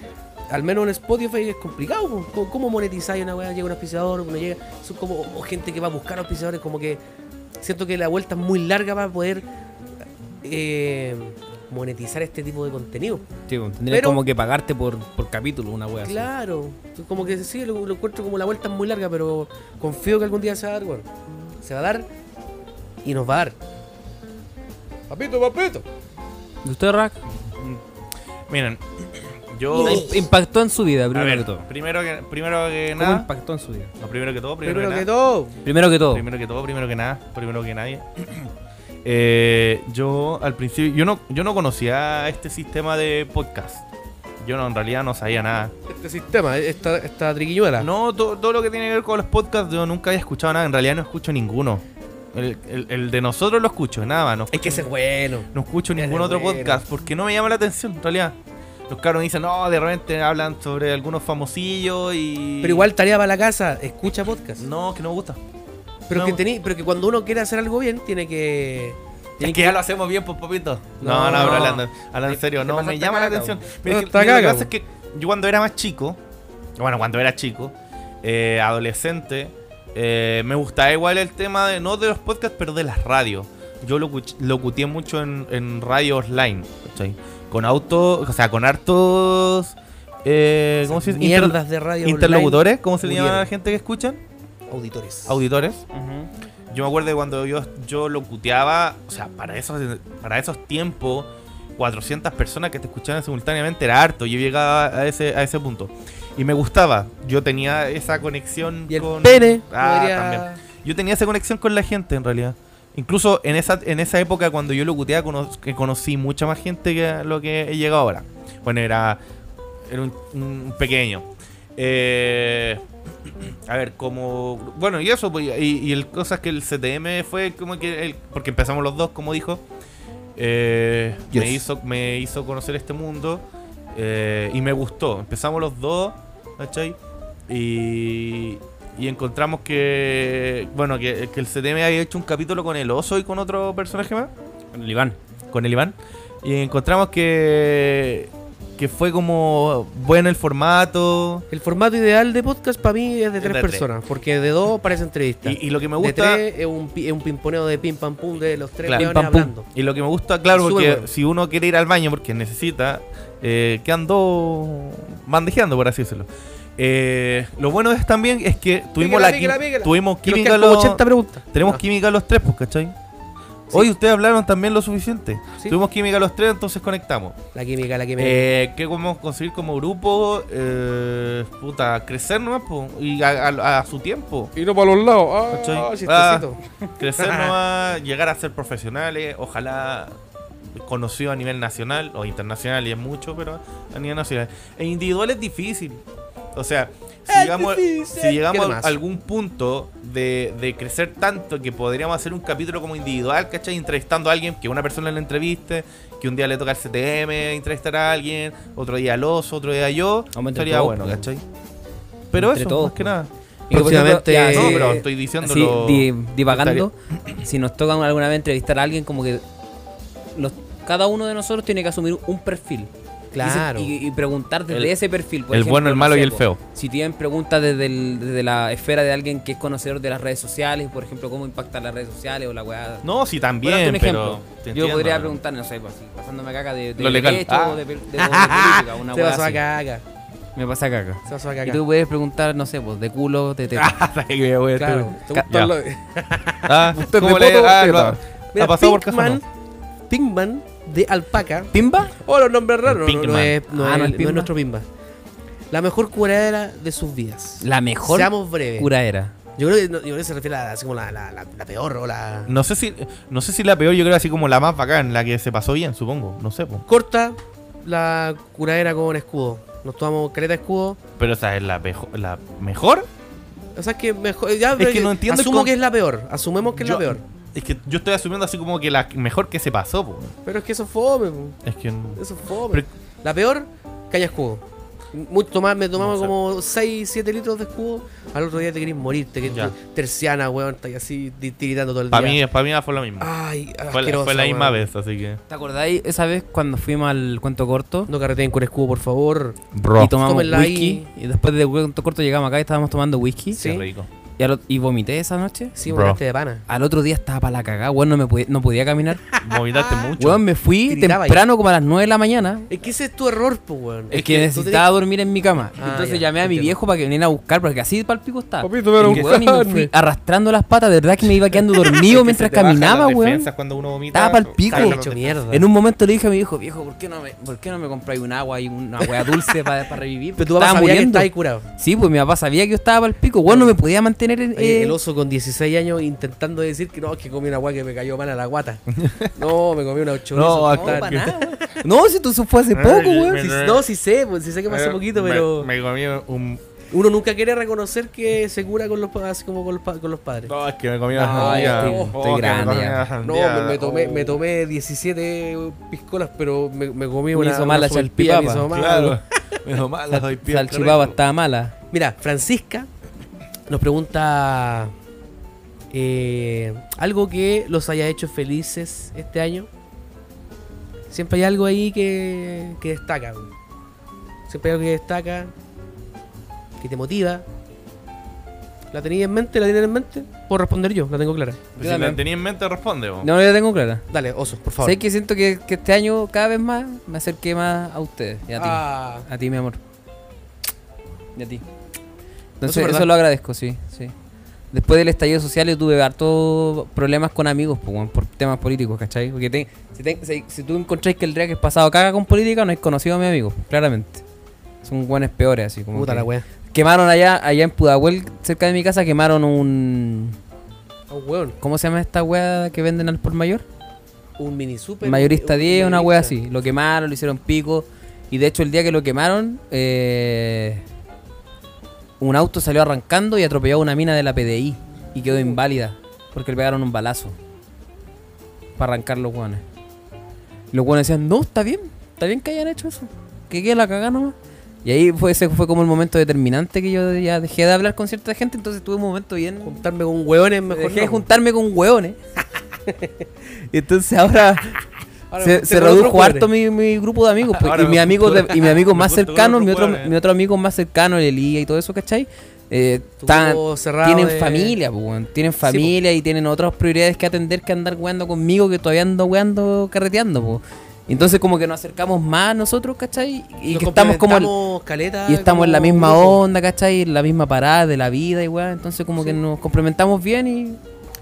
Speaker 2: al menos en Spotify es complicado. po. ¿Cómo, cómo monetizáis una weá? Llega un auspiciador, uno llega. Son como o gente que va a buscar auspiciadores, como que siento que la vuelta es muy larga para poder eh, monetizar este tipo de contenido.
Speaker 1: tendría
Speaker 2: Pero-
Speaker 1: como que pagarte por, por capítulo, una wea así.
Speaker 2: Claro, como que sí, lo, lo encuentro como la vuelta es muy larga, pero confío que algún día se va a dar, weón. Se va a dar y nos va a dar. Papito, papito.
Speaker 1: ¿Y usted, Rack?
Speaker 3: miren,
Speaker 2: Oh.
Speaker 3: yo.
Speaker 1: Imp- Impactó en su vida,
Speaker 3: A
Speaker 1: primero
Speaker 3: ver,
Speaker 1: que todo.
Speaker 3: primero que, primero que
Speaker 1: ¿Cómo
Speaker 3: nada.
Speaker 1: impactó en su vida?
Speaker 3: No, primero que todo, primero,
Speaker 2: Primero
Speaker 3: que,
Speaker 2: que
Speaker 3: nada.
Speaker 2: todo.
Speaker 1: Primero que todo.
Speaker 3: Primero que todo, primero que nada, primero que nadie. Eh, yo al principio, yo no, yo no conocía este sistema de podcast. Yo no, en realidad no sabía nada.
Speaker 2: Este sistema, esta, esta triquiñuela.
Speaker 3: No, to- todo lo que tiene que ver con los podcasts, yo nunca había escuchado nada. En realidad no escucho ninguno. El, el- el de nosotros lo escucho, nada más. No,
Speaker 2: Es que ese es bueno.
Speaker 3: no escucho
Speaker 2: es
Speaker 3: ningún otro
Speaker 2: bueno.
Speaker 3: podcast porque no me llama la atención, en realidad. Los cabros dicen, no, de repente hablan sobre algunos famosillos y.
Speaker 2: Pero igual tarea para la casa, escucha podcast.
Speaker 3: No, que no me gusta.
Speaker 2: pero,
Speaker 3: no.
Speaker 2: que tení- pero que cuando uno quiere hacer algo bien, tiene que...
Speaker 3: Es que ya lo hacemos bien, pues, papito. No,
Speaker 2: No,
Speaker 3: no, bro,
Speaker 2: no.
Speaker 3: hablando, hablando en serio,
Speaker 2: te
Speaker 3: no, me
Speaker 2: pasaste
Speaker 3: llama la
Speaker 2: caca,
Speaker 3: atención.
Speaker 2: bo.
Speaker 3: Mira,
Speaker 2: No,
Speaker 3: es que-
Speaker 2: está
Speaker 3: mira, lo
Speaker 2: caca,
Speaker 3: que pasa es que yo cuando era más chico, bueno, cuando era chico, eh, adolescente, eh, me gustaba igual el tema de, no de los podcasts, pero de las radios. Yo lo locuté mucho en, en radio online, ¿cachai? Con auto, o sea, con hartos. Eh, ¿Cómo se dice? Inter-
Speaker 2: Mierdas de radio
Speaker 3: interlocutores, ¿cómo se le llama a la
Speaker 2: murieron.
Speaker 3: gente que escuchan?
Speaker 2: online, auditores.
Speaker 3: Auditores.
Speaker 1: Ujú.
Speaker 3: Yo me acuerdo de cuando yo, yo lo cuteaba, o sea, para esos, para esos tiempos, 400 personas que te escuchaban simultáneamente era harto. Yo llegaba a ese, a ese punto. Y me gustaba. Yo tenía esa conexión
Speaker 2: y el
Speaker 3: con.
Speaker 2: pene
Speaker 3: Ah,
Speaker 2: podría-
Speaker 3: también. Yo tenía esa conexión con la gente, en realidad. Incluso en esa, en esa época, cuando yo lo cuteaba, cono- que conocí mucha más gente que lo que he llegado ahora. Bueno, era, era un, un pequeño. Eh, a ver, como. Bueno, y eso, pues, y, y el cosa es que el CTM fue como que. el- porque empezamos los dos, como dijo. eh, me,
Speaker 2: Yes.
Speaker 3: hizo, me hizo conocer este mundo. eh, y me gustó. Empezamos los dos, ¿cachai? Y, y encontramos que. Bueno, que, que el CTM había hecho un capítulo con el oso y con otro personaje más
Speaker 1: El Iván.
Speaker 3: con el Iván. Y encontramos que, que fue como bueno el formato.
Speaker 2: El formato ideal de podcast para mí es de tres
Speaker 3: de tres.
Speaker 2: personas, porque de dos parece entrevista.
Speaker 3: Y, y lo que me
Speaker 2: de
Speaker 3: gusta.
Speaker 2: tres es un, pi- es un pimponeo de pim pam pum de los tres
Speaker 3: Claro.
Speaker 2: leones
Speaker 1: Pim, pam, pum.
Speaker 2: hablando.
Speaker 3: Y lo que me gusta, claro,
Speaker 2: Súper
Speaker 3: porque
Speaker 2: bueno.
Speaker 3: si uno quiere ir al baño porque necesita, eh, que ando mandejeando, por así decirlo. Eh, lo bueno es también es que tuvimos
Speaker 2: Píquela,
Speaker 3: la
Speaker 2: píquela,
Speaker 3: quim-
Speaker 2: píquela.
Speaker 3: tuvimos
Speaker 2: Que nos
Speaker 3: química
Speaker 2: quedan como
Speaker 3: los-
Speaker 2: 80 preguntas.
Speaker 3: tenemos
Speaker 2: Ah,
Speaker 3: química los tres, pues, ¿cachai?
Speaker 2: Sí.
Speaker 3: Hoy ustedes hablaron también lo suficiente.
Speaker 2: Sí.
Speaker 3: Tuvimos química los tres, entonces conectamos.
Speaker 2: La química, la química.
Speaker 3: Eh, ¿Qué podemos conseguir como grupo? Eh, puta, crecer nomás, po, y a, a- a su tiempo.
Speaker 2: y no para los lados. Ah,
Speaker 3: ¿Cachai?
Speaker 2: chistecito.
Speaker 3: Crecer nomás, llegar a ser profesionales, ojalá conocido a nivel nacional o internacional y es mucho, pero a nivel nacional. En individual es difícil. O sea, si
Speaker 2: Es
Speaker 3: llegamos,
Speaker 2: difícil.
Speaker 3: si llegamos
Speaker 2: ¿Qué
Speaker 3: a
Speaker 2: más?
Speaker 3: algún punto de, de crecer tanto que podríamos hacer un capítulo como individual, ¿cachai? Entrevistando a alguien, que una persona la entreviste, que un día le toca al CTM entrevistar a alguien, otro día al oso, otro día yo,
Speaker 1: Vamos entre
Speaker 3: estaría
Speaker 1: todos,
Speaker 3: bueno,
Speaker 1: pues.
Speaker 3: ¿cachai? Pero
Speaker 1: Entre
Speaker 3: eso,
Speaker 1: todos,
Speaker 3: más que
Speaker 1: pues.
Speaker 3: nada.
Speaker 1: Y que, por
Speaker 2: Próximamente-
Speaker 1: ejemplo,
Speaker 3: no,
Speaker 1: eh,
Speaker 3: pero estoy diciéndolo.
Speaker 1: así, di- divagando, si nos toca alguna vez entrevistar a alguien, como que los, cada uno de nosotros tiene que asumir un perfil.
Speaker 2: Claro.
Speaker 1: Y, y- y preguntar desde
Speaker 3: El-
Speaker 1: ese perfil. por
Speaker 3: el bueno, el
Speaker 1: no
Speaker 3: malo y el
Speaker 1: po,
Speaker 3: feo.
Speaker 1: Si tienen preguntas desde, el- desde la esfera de alguien que es conocedor de las redes sociales, por ejemplo, cómo impactan las redes sociales o la weá.
Speaker 3: No, sí,
Speaker 1: Por darte
Speaker 3: también,
Speaker 1: un
Speaker 3: pero.
Speaker 1: ejemplo,
Speaker 3: te
Speaker 1: yo
Speaker 3: entiendo,
Speaker 1: podría
Speaker 3: pero-
Speaker 1: preguntar, no sé, pues, así, pasándome caca de, de
Speaker 3: Lo legal.
Speaker 1: derecho
Speaker 3: Ah.
Speaker 1: o de, pel- de- o de política, una
Speaker 2: Se
Speaker 1: weá
Speaker 2: pasó
Speaker 1: así.
Speaker 2: acá, acá.
Speaker 1: Me pasa caca.
Speaker 2: Se pasó acá,
Speaker 1: Y
Speaker 2: acá.
Speaker 1: tú puedes preguntar, no sé, pues, de culo, de teta.
Speaker 2: Claro. ¿Te
Speaker 3: Ca-
Speaker 2: gustan
Speaker 3: ya.
Speaker 2: los-
Speaker 3: Ah,
Speaker 4: Usted
Speaker 3: ¿cómo
Speaker 4: de
Speaker 3: le-
Speaker 4: poto,
Speaker 3: ah,
Speaker 4: usted
Speaker 3: lo-
Speaker 4: da.
Speaker 2: Mira,
Speaker 3: ¿Ha pasado por caja o
Speaker 2: Pinkman,
Speaker 3: no?
Speaker 2: Pinkman de alpaca.
Speaker 1: ¿Pimba?
Speaker 2: Oh, los nombres raros. No,
Speaker 3: Pinkman.
Speaker 2: no es, no
Speaker 1: Ah,
Speaker 2: es-
Speaker 1: ¿no es
Speaker 2: no es
Speaker 1: Pinkman?
Speaker 2: nuestro Pimba. La mejor curadera de sus vidas.
Speaker 1: La mejor
Speaker 2: Seamos breves.
Speaker 1: cura era.
Speaker 2: Yo creo que no- yo creo que se refiere a así como la, la, la, la peor o la.
Speaker 3: No sé si no sé si la peor, yo creo así como la más bacán, la que se pasó bien, supongo, no sé, po.
Speaker 2: Corta la curadera con escudo. Nos tomamos caleta de escudo.
Speaker 3: pero esa es la, pejo- la mejor.
Speaker 2: O sea, es que mejor. Ya,
Speaker 3: Es que no entiendo
Speaker 2: Asumo
Speaker 3: cómo-
Speaker 2: que es la peor. Asumemos que es
Speaker 3: Yo-
Speaker 2: la peor.
Speaker 3: Es que yo estoy asumiendo así como que la mejor que se pasó, po.
Speaker 2: Pero es que eso es fome. po.
Speaker 3: Es que no-
Speaker 2: Eso es fome.
Speaker 3: Pero-
Speaker 2: La peor, caña escudo. Mucho tomar, me tomamos
Speaker 3: No sé.
Speaker 2: como 6, 7 litros de escudo. Al otro día te querés morir, te querés
Speaker 3: Ya.
Speaker 2: terciana, weón, y así di- tiritando todo el
Speaker 3: para
Speaker 2: día.
Speaker 3: mí, para mí fue lo mismo.
Speaker 1: Ah,
Speaker 3: fue,
Speaker 2: Ay,
Speaker 3: la- fue la
Speaker 2: asquerosa,
Speaker 3: misma
Speaker 2: weón.
Speaker 3: vez, así que
Speaker 1: ¿Te acordáis esa vez cuando fuimos al cuento corto?
Speaker 2: No carreteen con escudo, por favor.
Speaker 1: Y tomamos
Speaker 2: Tómenla
Speaker 1: whisky.
Speaker 2: ahí.
Speaker 1: Y después del cuento corto llegamos acá y estábamos tomando whisky.
Speaker 3: qué
Speaker 2: Sí.
Speaker 3: rico.
Speaker 1: Y, al ot- y vomité esa noche.
Speaker 2: Sí,
Speaker 3: Bro.
Speaker 2: una de pana.
Speaker 1: Al otro día estaba para la cagada, weón, no, me podía, no podía caminar.
Speaker 3: Vomitaste mucho.
Speaker 1: Weón, me fui
Speaker 2: Tiritaba ahí.
Speaker 1: temprano como a las 9 de la mañana.
Speaker 2: Es que ese es tu error, pues, weón.
Speaker 1: Es que necesitaba dormir en mi cama.
Speaker 2: Ah,
Speaker 1: Entonces
Speaker 2: ya,
Speaker 1: llamé a mi
Speaker 2: entiendo.
Speaker 1: viejo para que viniera a buscar, porque así para el pico estaba.
Speaker 4: Papito, pero
Speaker 1: y, weón, y me fui
Speaker 4: buscarme.
Speaker 1: arrastrando las patas, de verdad que me iba quedando
Speaker 3: Es que
Speaker 1: dormido
Speaker 3: se
Speaker 1: mientras
Speaker 3: te bajan
Speaker 1: caminaba,
Speaker 3: las
Speaker 1: weón.
Speaker 3: defensas cuando uno vomita.
Speaker 1: Estaba pa'l pico.
Speaker 3: Salen
Speaker 2: Estaba
Speaker 3: las
Speaker 2: hecho
Speaker 3: defensas.
Speaker 2: mierda.
Speaker 1: En un momento le dije a mi viejo, viejo, ¿por qué no me, por qué no me compráis un agua y una agua dulce para revivir?
Speaker 2: Pero tu
Speaker 1: Porque
Speaker 2: papá
Speaker 1: estaba
Speaker 2: sabía que
Speaker 1: muriendo.
Speaker 2: estabas curado.
Speaker 1: Sí, pues mi papá sabía que yo estaba para el pico. Bueno, no me podía mantener en.
Speaker 2: Oye,
Speaker 1: eh,
Speaker 2: el oso con 16 años intentando decir que no, es que comí una agua que me cayó mal a la guata. no, me comí una chorizo.
Speaker 3: No,
Speaker 1: no, ah,
Speaker 2: tal.
Speaker 1: pa' nada, weón. No, si tú eso fue hace
Speaker 3: Ay,
Speaker 1: poco, weón.
Speaker 3: Eh, me-
Speaker 2: Sí,
Speaker 3: me-
Speaker 2: no, sí sé, pues, sí sé que pasó
Speaker 3: Eh,
Speaker 2: poquito,
Speaker 3: me-
Speaker 2: pero
Speaker 3: Me, comí un.
Speaker 2: uno nunca quiere reconocer que se cura con los, pa- así como con los, pa- con los padres. No,
Speaker 3: No, es que me comí
Speaker 1: No,
Speaker 3: una sandía.
Speaker 1: estoy-
Speaker 3: Oh,
Speaker 1: estoy
Speaker 3: que me
Speaker 1: grande
Speaker 3: comí
Speaker 1: ya.
Speaker 3: una sandía.
Speaker 2: me, me tomé,
Speaker 3: Oh.
Speaker 2: me tomé 17 piscolas, pero me, me comí
Speaker 1: Me
Speaker 2: una.
Speaker 1: hizo mal
Speaker 2: una
Speaker 1: la
Speaker 2: sopaipilla, me
Speaker 1: salchipapa,
Speaker 2: hizo mal.
Speaker 3: Claro. Me tomé las doy pie,
Speaker 1: Salchipapa
Speaker 3: qué rico.
Speaker 1: estaba mala.
Speaker 2: Mira, Francisca nos pregunta eh, algo que los haya hecho felices este año. Siempre hay algo ahí que, que destaca. güey. Siempre hay algo que destaca, que te motiva. ¿La tenías en mente? ¿La tienen en mente? Puedo responder yo, la tengo clara.
Speaker 3: Pues Si la
Speaker 1: Dígame.
Speaker 3: tenía en mente, responde. vos.
Speaker 1: No, yo la tengo clara.
Speaker 2: Dale, oso, por favor.
Speaker 1: Sé que siento que, que este año cada vez más me acerqué más a ustedes y a ti.
Speaker 2: Ah,
Speaker 1: A ti, mi amor. Y a ti.
Speaker 2: Eso es
Speaker 1: Entonces,
Speaker 2: verdad.
Speaker 1: eso lo agradezco, sí, sí. Después del estallido social yo tuve hartos problemas con amigos po, weón, por temas políticos, ¿cachai? Porque te- si, te- si- si tú encontráis que el día que es pasado caga con política, no es conocido a mi amigo, claramente. Son buenos peores, así como.
Speaker 2: puta
Speaker 1: que-
Speaker 2: la wea.
Speaker 1: Quemaron allá, allá en Pudahuel, cerca de mi casa, quemaron un...
Speaker 2: Un weón,
Speaker 1: ¿Cómo se llama esta wea que venden al por mayor?
Speaker 2: un mini super.
Speaker 1: mayorista
Speaker 2: un
Speaker 1: 10, una
Speaker 2: mayorista.
Speaker 1: wea así. Lo quemaron, lo hicieron pico. Y de hecho, el día que lo quemaron, eh, un auto salió arrancando y atropelló a una mina de la PDI. Y quedó inválida porque le pegaron un balazo para arrancar los guanes. Los guanes decían: No, está bien, está bien que hayan hecho eso. Que quede la cagada nomás. Y ahí fue, ese fue como el momento determinante que yo ya dejé de hablar con cierta gente. Entonces tuve un momento bien
Speaker 2: Juntarme con weones mejor.
Speaker 1: dejé de
Speaker 2: no.
Speaker 1: juntarme con hueones. Entonces ahora
Speaker 2: Ahora me
Speaker 1: se,
Speaker 2: junté
Speaker 1: se
Speaker 2: con otros
Speaker 1: redujo
Speaker 2: hueones.
Speaker 1: harto mi, mi grupo de amigos. pues,
Speaker 3: Ahora
Speaker 1: y,
Speaker 3: me
Speaker 1: mi amigo
Speaker 3: junto-
Speaker 1: de- y mi amigo
Speaker 3: me
Speaker 1: más
Speaker 3: junto con
Speaker 1: cercano,
Speaker 3: otros
Speaker 1: mi otro,
Speaker 3: hueones.
Speaker 1: mi otro amigo más cercano, el Elías y todo eso, ¿cachai? Eh,
Speaker 2: Tu
Speaker 1: tan-
Speaker 2: grupo cerrado
Speaker 1: tienen
Speaker 2: de-
Speaker 1: familia, pues, weón, tienen familia y tienen otras prioridades que atender que andar weando conmigo que todavía ando weando carreteando. pues. Entonces como que nos acercamos más nosotros, ¿cachai? Y
Speaker 2: Nos
Speaker 1: que estamos como... al-
Speaker 2: complementamos caleta
Speaker 1: y estamos en la
Speaker 2: como
Speaker 1: misma
Speaker 2: grupo.
Speaker 1: onda, ¿cachai? En la misma parada de la vida y weá. Entonces como que
Speaker 2: Sí.
Speaker 1: nos complementamos bien y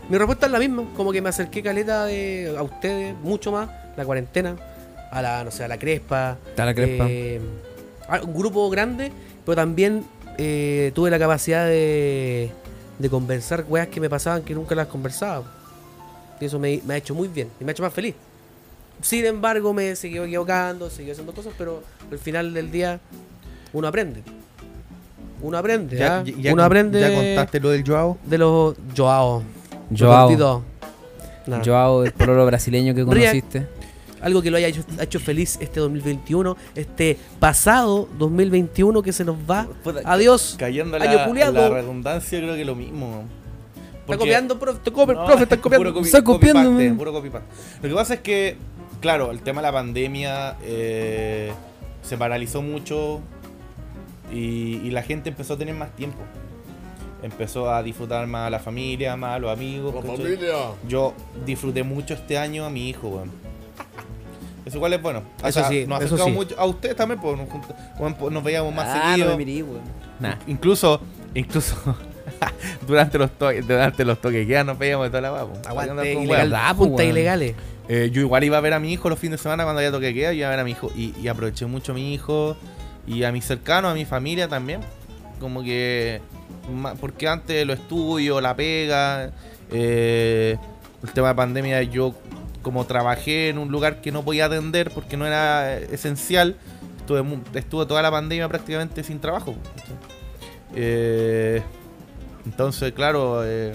Speaker 2: Mi respuesta es la misma, como que me acerqué caleta de, a ustedes, mucho más, la cuarentena, a la, no sé, a la crespa.
Speaker 1: A la Crespa.
Speaker 2: eh, a un grupo grande, pero también eh, tuve la capacidad de, de conversar weas que me pasaban que nunca las conversaba. Y eso me, me ha hecho muy bien, y me ha hecho más feliz. Sin embargo, me siguió equivocando, siguió haciendo cosas, pero al final del día uno aprende. Uno aprende, ¿ah? uno
Speaker 3: con-
Speaker 2: aprende
Speaker 3: ya contaste lo del Joao.
Speaker 2: de los Joao. los
Speaker 1: Joao,
Speaker 2: gorditos. Nada.
Speaker 1: Joao, el pololo brasileño que
Speaker 2: React.
Speaker 1: conociste.
Speaker 2: Algo que lo haya hecho, hecho feliz este 2021, este pasado 2021 que se nos va.
Speaker 3: Puta,
Speaker 2: Adiós.
Speaker 3: Cayendo
Speaker 2: Año
Speaker 3: la,
Speaker 2: culiao.
Speaker 3: la redundancia, creo que lo mismo.
Speaker 2: Está
Speaker 3: Porque-
Speaker 2: copiando, profe, está copi-
Speaker 3: No,
Speaker 2: profe, está copiando.
Speaker 3: puro copy-
Speaker 1: Está copiando,
Speaker 3: copy-paste,
Speaker 1: man.
Speaker 3: puro copy-paste. Lo que pasa es que, claro, el tema de la pandemia eh, se paralizó mucho y, y la gente empezó a tener más tiempo. Empezó a disfrutar más a la familia, más a los amigos. ¿cachai? Yo disfruté mucho este año a mi hijo, weón. Eso igual es bueno. O
Speaker 2: Eso
Speaker 3: sea,
Speaker 2: sí,
Speaker 3: nos
Speaker 2: eso
Speaker 3: acercamos
Speaker 2: sí.
Speaker 3: mucho. A ustedes también, pues, nos, junt- weón, pues, nos veíamos más
Speaker 1: Ah, no
Speaker 3: seguido.
Speaker 1: me miré, weón. Nah.
Speaker 3: Incluso, incluso durante los toques, durante los toques ya nos veíamos de toda la guapa.
Speaker 2: Aguante,
Speaker 1: ilegal.
Speaker 2: ilegal.
Speaker 1: Ah, pues,
Speaker 2: Punta
Speaker 1: weón.
Speaker 2: ilegales.
Speaker 3: Eh, yo igual iba a ver a mi hijo los fines de semana cuando había toque de queda, yo iba a ver a mi hijo y, y aproveché mucho a mi hijo y a mis cercanos, a mi familia también. Como que ma- porque antes los estudios, la pega, eh, el tema de pandemia, yo como trabajé en un lugar que no podía atender porque no era eh, esencial, estuve, mu- estuve toda la pandemia prácticamente sin trabajo. ¿cachai? Eh, entonces, claro, eh,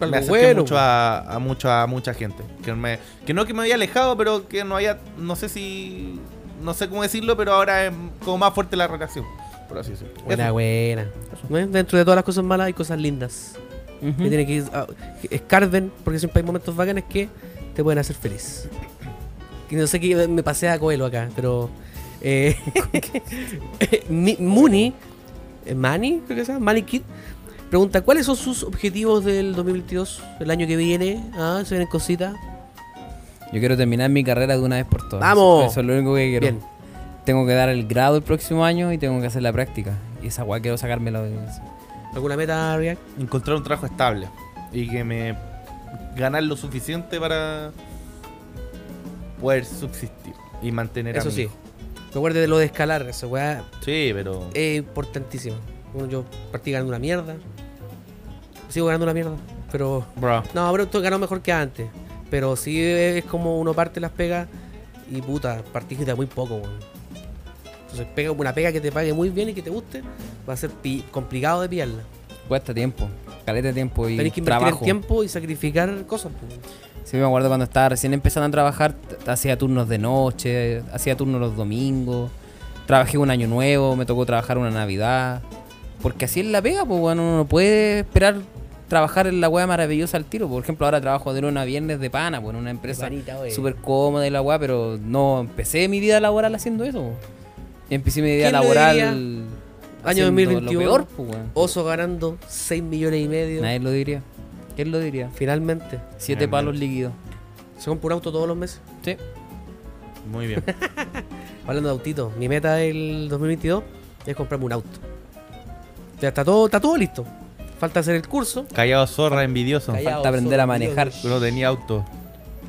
Speaker 2: Algo
Speaker 3: me acerqué
Speaker 2: bueno,
Speaker 3: mucho a, a mucha, a mucha gente. Que, me- que no que me había alejado, pero que no había, no sé si, no sé cómo decirlo, pero ahora es como más fuerte la relación. Por así decirlo.
Speaker 2: Buena,
Speaker 3: Eso.
Speaker 2: buena. ¿No es? Dentro de todas las cosas malas hay cosas lindas. Que tienen que ah, que escarben, porque siempre hay momentos bacanes que te pueden hacer feliz. Que no sé qué me pasé a Coelho acá, pero. Eh, Ni- Muni, eh, Mani, creo que se llama, Mani Kid, pregunta: ¿Cuáles son sus objetivos del 2022, el año que viene? Ah, se vienen cositas.
Speaker 1: Yo quiero terminar mi carrera de una vez por todas.
Speaker 2: ¡Vamos!
Speaker 1: Eso es lo único que quiero.
Speaker 2: Bien.
Speaker 1: Tengo que dar el grado el próximo año y tengo que hacer la práctica. Y esa weá quiero sacármela. de-
Speaker 2: ¿Alguna meta, React?
Speaker 3: encontrar un trabajo estable y que me ganar lo suficiente para poder subsistir y mantener a
Speaker 2: Eso
Speaker 3: mi
Speaker 2: sí.
Speaker 3: hijo.
Speaker 2: Recuerde de lo de escalar, esa weá
Speaker 3: Sí, pero
Speaker 2: es importantísima. Bueno, yo partí ganando una mierda. Sigo ganando una mierda, pero
Speaker 3: bro,
Speaker 2: No, pero tú ganó mejor que antes. Pero sí es como uno parte las pegas y puta, partís de muy poco, weón. Entonces pega una pega que te pague muy bien y que te guste, va a ser pi- complicado de pillarla.
Speaker 1: Cuesta tiempo. Caleta de tiempo y
Speaker 2: Tenés que invertir
Speaker 1: trabajo.
Speaker 2: el tiempo y sacrificar cosas. pues.
Speaker 1: Sí, me acuerdo cuando estaba recién empezando a trabajar, t- hacía turnos de noche, hacía turnos los domingos, trabajé un año nuevo, me tocó trabajar una Navidad. Porque así es la pega, pues bueno, uno no puede esperar trabajar en la weá maravillosa al tiro. Por ejemplo, ahora trabajo de lunes a viernes de pana, pues en una empresa
Speaker 2: panita, oye.
Speaker 1: súper cómoda y la weá, pero no empecé mi vida laboral haciendo eso. po. Empecé mi vida
Speaker 2: ¿Quién lo
Speaker 1: laboral
Speaker 2: diría?
Speaker 1: haciendo
Speaker 2: Año 2021.
Speaker 1: Lo peor, pues weón.
Speaker 2: Oso ganando 6 millones y medio.
Speaker 1: Nadie lo diría. ¿Quién lo diría?
Speaker 2: Finalmente.
Speaker 1: Siete
Speaker 3: Nadie.
Speaker 1: palos líquidos.
Speaker 2: Se compra un auto todos los meses.
Speaker 1: Sí.
Speaker 3: muy bien.
Speaker 2: Hablando de autitos, mi meta del 2022 es comprarme un auto. Ya está todo, está todo listo. Falta hacer el curso.
Speaker 3: Callado zorra envidioso.
Speaker 2: Callado.
Speaker 1: Falta aprender a
Speaker 2: solo,
Speaker 1: manejar.
Speaker 3: Yo no tenía auto.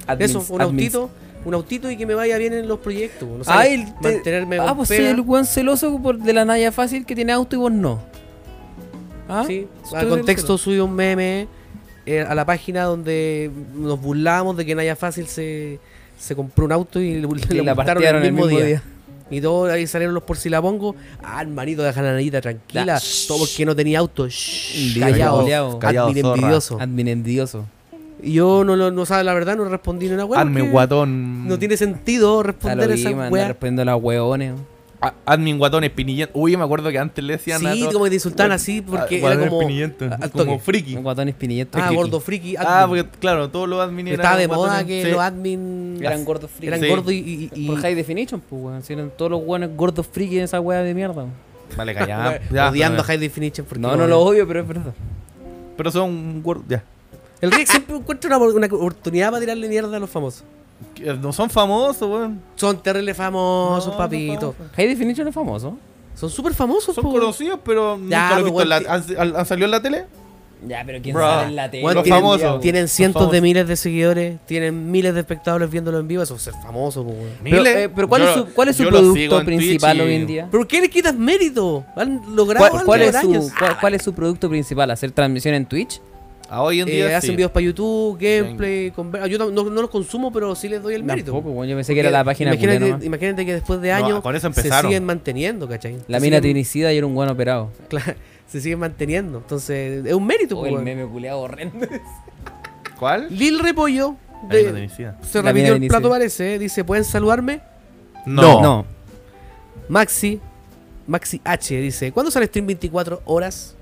Speaker 1: Admins,
Speaker 2: Eso, un
Speaker 1: admins.
Speaker 2: autito, un autito y que me vaya bien en los proyectos. No sé,
Speaker 1: Ay, te-
Speaker 2: mantenerme
Speaker 1: Ah,
Speaker 2: con
Speaker 1: pues soy
Speaker 2: pega.
Speaker 1: el weón celoso por- de la Naya Fácil que tiene auto y vos no. ¿Ah?
Speaker 2: Sí,
Speaker 1: Soy
Speaker 2: al
Speaker 1: el
Speaker 2: contexto
Speaker 1: celoso.
Speaker 2: subí un meme eh, a la página donde nos burlábamos de que Naya Fácil se, se compró un auto y le,
Speaker 1: Y
Speaker 2: le
Speaker 1: la
Speaker 2: multaron
Speaker 1: partieron el mismo día.
Speaker 2: Y todos ahí salieron los por si la pongo. Ah, hermanito, deja la Nayita tranquila.
Speaker 1: Da-
Speaker 2: Todo porque no tenía auto. Shh, callado.
Speaker 1: culiao.
Speaker 3: Callado,
Speaker 2: admin
Speaker 3: zorra.
Speaker 2: envidioso.
Speaker 1: Admin envidioso.
Speaker 2: Y yo no, lo- no sabe la verdad, no respondí ni una weá.
Speaker 3: Admin
Speaker 2: porque
Speaker 3: guatón.
Speaker 2: No tiene sentido
Speaker 1: A lo
Speaker 2: responder
Speaker 1: que
Speaker 2: esa
Speaker 1: me anda
Speaker 2: weá.
Speaker 1: respondiendo a las weones.
Speaker 3: A- Admin Ah, guatón espinillento. Uy, me acuerdo que antes le decían a
Speaker 2: Sí,
Speaker 3: todos-
Speaker 2: como que te insultaban así porque
Speaker 3: Ah,
Speaker 2: era
Speaker 3: guatón
Speaker 2: como.
Speaker 3: espinillento,
Speaker 2: a- al
Speaker 3: como
Speaker 2: toque.
Speaker 3: friki.
Speaker 1: Un guatón espinillento.
Speaker 2: Ah,
Speaker 3: Friki.
Speaker 2: gordo friki.
Speaker 3: Ah,
Speaker 2: admin.
Speaker 3: porque claro, todos los admin
Speaker 2: Estaba de
Speaker 3: guatones.
Speaker 2: moda que
Speaker 3: Sí.
Speaker 2: los admin
Speaker 1: Eran gordos frikis.
Speaker 2: Eran
Speaker 3: Sí.
Speaker 2: gordos y. y- y-
Speaker 1: Por High Definition, pues weón. Si eran todos los weones gordos frikis de esa weá de mierda. weón.
Speaker 3: Vale, callado.
Speaker 2: bueno, odiando a High Definition. Porque
Speaker 1: No, no lo odio, pero es verdad.
Speaker 3: Pero son gordos. Ya.
Speaker 2: El Rick siempre encuentra una, una oportunidad para tirarle mierda a los famosos.
Speaker 3: Que Eh, No son famosos, weón.
Speaker 2: Son terribles famosos,
Speaker 3: No, no
Speaker 2: papito.
Speaker 3: famosos.
Speaker 1: High Definition es famoso.
Speaker 2: Son súper
Speaker 1: Pues,
Speaker 2: famosos,
Speaker 3: Son
Speaker 2: po.
Speaker 3: conocidos, pero
Speaker 2: Ya,
Speaker 3: nunca lo he
Speaker 2: pero
Speaker 3: visto. en
Speaker 2: igual
Speaker 3: la- ¿Han, han salido en la tele?
Speaker 1: Ya, pero quién
Speaker 3: Bro.
Speaker 1: sale en la tele.
Speaker 2: Bueno,
Speaker 3: Los
Speaker 1: hoy en día,
Speaker 3: famosos.
Speaker 1: weón?
Speaker 2: Tienen cientos de
Speaker 3: famosos.
Speaker 2: miles de seguidores, tienen miles de espectadores viéndolo en vivo. Eso es ser famoso, po. weón.
Speaker 1: Pero,
Speaker 3: Miles.
Speaker 1: eh, pero ¿cuál,
Speaker 3: Yo-
Speaker 1: es su, cuál es su
Speaker 3: yo los sigo
Speaker 1: producto
Speaker 3: en Twitch
Speaker 1: principal
Speaker 3: y-
Speaker 1: hoy en día?
Speaker 2: ¿Pero qué le quitas mérito? Han logrado
Speaker 1: ¿Cuál,
Speaker 2: algo
Speaker 1: cuál
Speaker 2: por
Speaker 1: es su,
Speaker 2: años.
Speaker 1: cuál, cuál es su producto principal? ¿Hacer transmisión en Twitch?
Speaker 3: Ah, hoy en
Speaker 2: Eh,
Speaker 3: día
Speaker 2: hacen
Speaker 3: sí.
Speaker 2: videos para YouTube, gameplay, conver- yo tam- no, no los consumo, pero sí les doy el mérito.
Speaker 1: Tampoco, weón, yo pensé que era la página culia nomás.
Speaker 2: imagínate, imagínate que después de
Speaker 3: No,
Speaker 2: años
Speaker 3: con eso
Speaker 2: se
Speaker 3: empezaron.
Speaker 2: siguen manteniendo, ¿cachai?
Speaker 1: La
Speaker 2: Se
Speaker 1: mina
Speaker 2: siguen-
Speaker 1: trinicida y era un buen operado.
Speaker 2: Claro, se siguen manteniendo. Entonces, es un mérito,
Speaker 1: Oh,
Speaker 2: po,
Speaker 1: el
Speaker 2: weón.
Speaker 1: meme culeado horrendo.
Speaker 3: ¿Cuál?
Speaker 2: Lil Repollo
Speaker 3: La
Speaker 2: de-
Speaker 3: mina Trinicidia.
Speaker 2: se
Speaker 1: La mina
Speaker 2: repitió el
Speaker 1: Trinicidia.
Speaker 2: plato, parece. eh, Dice: ¿Pueden saludarme?
Speaker 3: No.
Speaker 1: No.
Speaker 2: Maxi, Maxi H dice: ¿Cuándo sale stream 24 horas?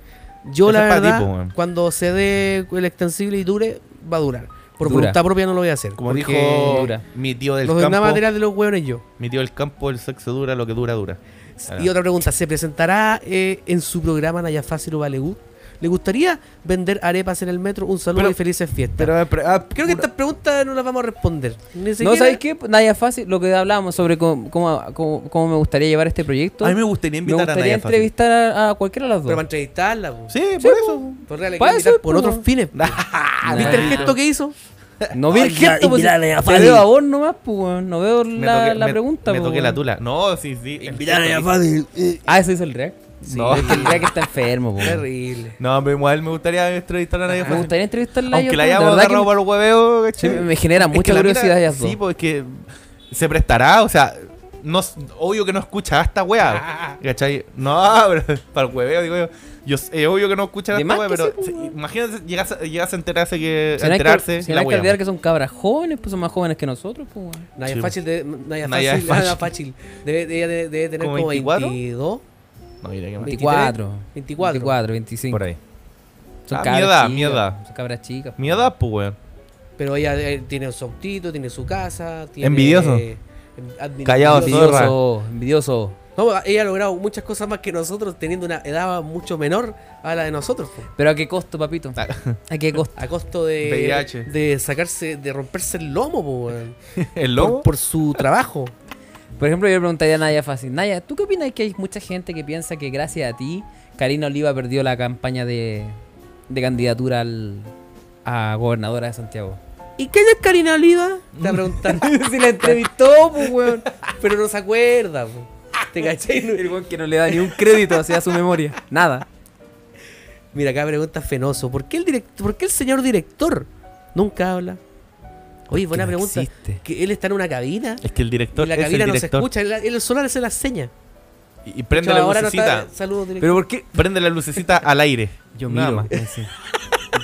Speaker 2: Yo,
Speaker 3: Ese
Speaker 2: la
Speaker 3: es pa' ti,
Speaker 2: verdad,
Speaker 3: po, weón.
Speaker 2: cuando se dé el extensible y dure, va a durar. Por
Speaker 1: Dura.
Speaker 2: voluntad propia no lo voy a hacer.
Speaker 3: Como
Speaker 2: porque
Speaker 3: dijo
Speaker 1: dura.
Speaker 3: mi tío del
Speaker 2: Los
Speaker 3: campo.
Speaker 2: demás material de los hueones yo.
Speaker 3: Mi tío del campo, el sexo dura lo que dura, dura. Claro.
Speaker 2: Y otra pregunta, ¿se presentará eh, en su programa Naya Fácil o Vale Gut? ¿Le gustaría vender arepas en el metro? Un saludo
Speaker 3: Pero-
Speaker 2: y felices fiestas. Creo que estas preguntas no las vamos a responder. Ni
Speaker 1: No,
Speaker 2: siquiera-
Speaker 1: ¿sabes qué? Nadie fácil. Lo que hablábamos sobre cómo, cómo, cómo- cómo me gustaría llevar este proyecto.
Speaker 3: A mí me gustaría
Speaker 1: me
Speaker 3: invitar
Speaker 1: gustaría
Speaker 3: a Nadia Fácil.
Speaker 1: entrevistar a, a cualquiera de las
Speaker 2: Pero para
Speaker 1: dos.
Speaker 2: entrevistarla, po.
Speaker 3: Sí, por eso.
Speaker 2: Por real, hay que
Speaker 1: Para
Speaker 2: invitar
Speaker 1: eso,
Speaker 2: por
Speaker 1: po.
Speaker 2: otros fines. po. ¿Viste el gesto que hizo?
Speaker 1: No vi el
Speaker 4: Ay,
Speaker 1: gesto, pues,
Speaker 4: invitarle a
Speaker 1: te
Speaker 4: Fácil.
Speaker 1: veo a vos nomás, pues, weón. No veo
Speaker 3: Me
Speaker 1: la,
Speaker 3: toqué-
Speaker 1: la
Speaker 3: me-
Speaker 1: pregunta,
Speaker 3: Me
Speaker 1: pues,
Speaker 3: toqué la
Speaker 1: weón.
Speaker 3: tula. No, sí, sí.
Speaker 4: Invitar a la fácil. eh.
Speaker 1: Ah, eso hizo el React.
Speaker 3: No.
Speaker 1: Es que el React está enfermo, pues. weón.
Speaker 2: Terrible.
Speaker 3: No, pero igual me gustaría entrevistar a Nadia
Speaker 1: Me
Speaker 3: Fácil.
Speaker 1: gustaría entrevistarla a
Speaker 3: Aunque
Speaker 1: ellos,
Speaker 3: la
Speaker 1: pues, de
Speaker 3: hayamos
Speaker 1: verdad que
Speaker 3: agarrado para el hueveo,
Speaker 1: Sí,
Speaker 3: ¿cachai?
Speaker 1: me- me genera
Speaker 3: Es que
Speaker 1: mucha
Speaker 3: la mina-
Speaker 1: curiosidad ellas dos.
Speaker 3: Sí, pues, porque se prestará, o sea, no, s- obvio que no escucha a esta
Speaker 1: Ah.
Speaker 3: weá. ¿Cachai? No, pero para el hueveo, digo yo. yo s- es obvio que no escucha a
Speaker 1: De
Speaker 3: esta
Speaker 1: más
Speaker 3: weá,
Speaker 1: que
Speaker 3: pero
Speaker 1: sí, pues,
Speaker 3: se-
Speaker 1: weón.
Speaker 3: imagínate, llegas a, llegas a enterarse que.
Speaker 1: Se
Speaker 3: a
Speaker 1: van a que-
Speaker 3: enterarse
Speaker 1: se
Speaker 3: y
Speaker 1: van
Speaker 3: la pues.
Speaker 1: a
Speaker 3: weá.
Speaker 1: olvidar que son cabras jóvenes, pues son más jóvenes que nosotros, pues, weón.
Speaker 2: Naya
Speaker 3: Sí, po.
Speaker 2: Fácil, debe- Naya
Speaker 3: Naya
Speaker 2: Fácil,
Speaker 3: Fácil.
Speaker 2: Naya Fácil. Debe, ella debe- debe tener
Speaker 3: ¿Como
Speaker 2: como
Speaker 3: 24?
Speaker 2: 22,
Speaker 3: No, mira que más.
Speaker 1: 24.
Speaker 2: 24.
Speaker 1: 24, 25.
Speaker 3: Por ahí.
Speaker 1: Son
Speaker 3: Ah,
Speaker 1: cabras
Speaker 3: mi edad,
Speaker 1: chicas,
Speaker 3: mi edad.
Speaker 1: Son cabras chicas.
Speaker 3: Mi edad, pues, weón.
Speaker 2: pero ella eh, tiene su autito, tiene su casa, tiene...
Speaker 3: Envidioso.
Speaker 2: eh, administ-
Speaker 3: Callado,
Speaker 2: envidioso.
Speaker 3: zorra.
Speaker 1: Envidioso, envidioso.
Speaker 2: No, ella ha logrado muchas cosas más que nosotros, teniendo una edad mucho menor a la de nosotros, po.
Speaker 1: Pero a qué costo, papito. A qué costo.
Speaker 2: a costo de,
Speaker 3: VIH.
Speaker 2: de sacarse, de romperse el lomo, po, weón.
Speaker 3: El lobo.
Speaker 2: Por, por su trabajo.
Speaker 1: Por ejemplo, yo le preguntaría a Naya Fácil. Naya, ¿tú qué opinas que hay mucha gente que piensa que gracias a ti, Karina Oliva perdió la campaña de, de candidatura al, a gobernadora de Santiago?
Speaker 2: ¿Y qué es Karina Oliva? Te va a preguntar.
Speaker 1: si la entrevistó, pues, weón.
Speaker 2: pero no se acuerda, po. ¿Te cachai?
Speaker 1: El weón que no le da ni un crédito hacia su memoria. Nada.
Speaker 2: Mira, acá pregunta Fenoso. ¿Por qué el, direct- por qué el señor director nunca habla? Oye, buena
Speaker 1: no
Speaker 2: pregunta.
Speaker 1: existe.
Speaker 2: Que él está en una cabina.
Speaker 3: Es que el
Speaker 2: Y
Speaker 3: director
Speaker 2: la
Speaker 3: es
Speaker 2: cabina
Speaker 3: el
Speaker 2: no se
Speaker 3: director.
Speaker 2: escucha. Él, él solo hace las señas.
Speaker 3: y, y prende la
Speaker 2: ahora no
Speaker 3: lucecita.
Speaker 2: está- Saludos, director.
Speaker 1: Pero ¿por qué?
Speaker 3: Prende la lucecita al aire.
Speaker 1: Yo
Speaker 3: Nada
Speaker 1: miro,
Speaker 3: más.
Speaker 1: más encima.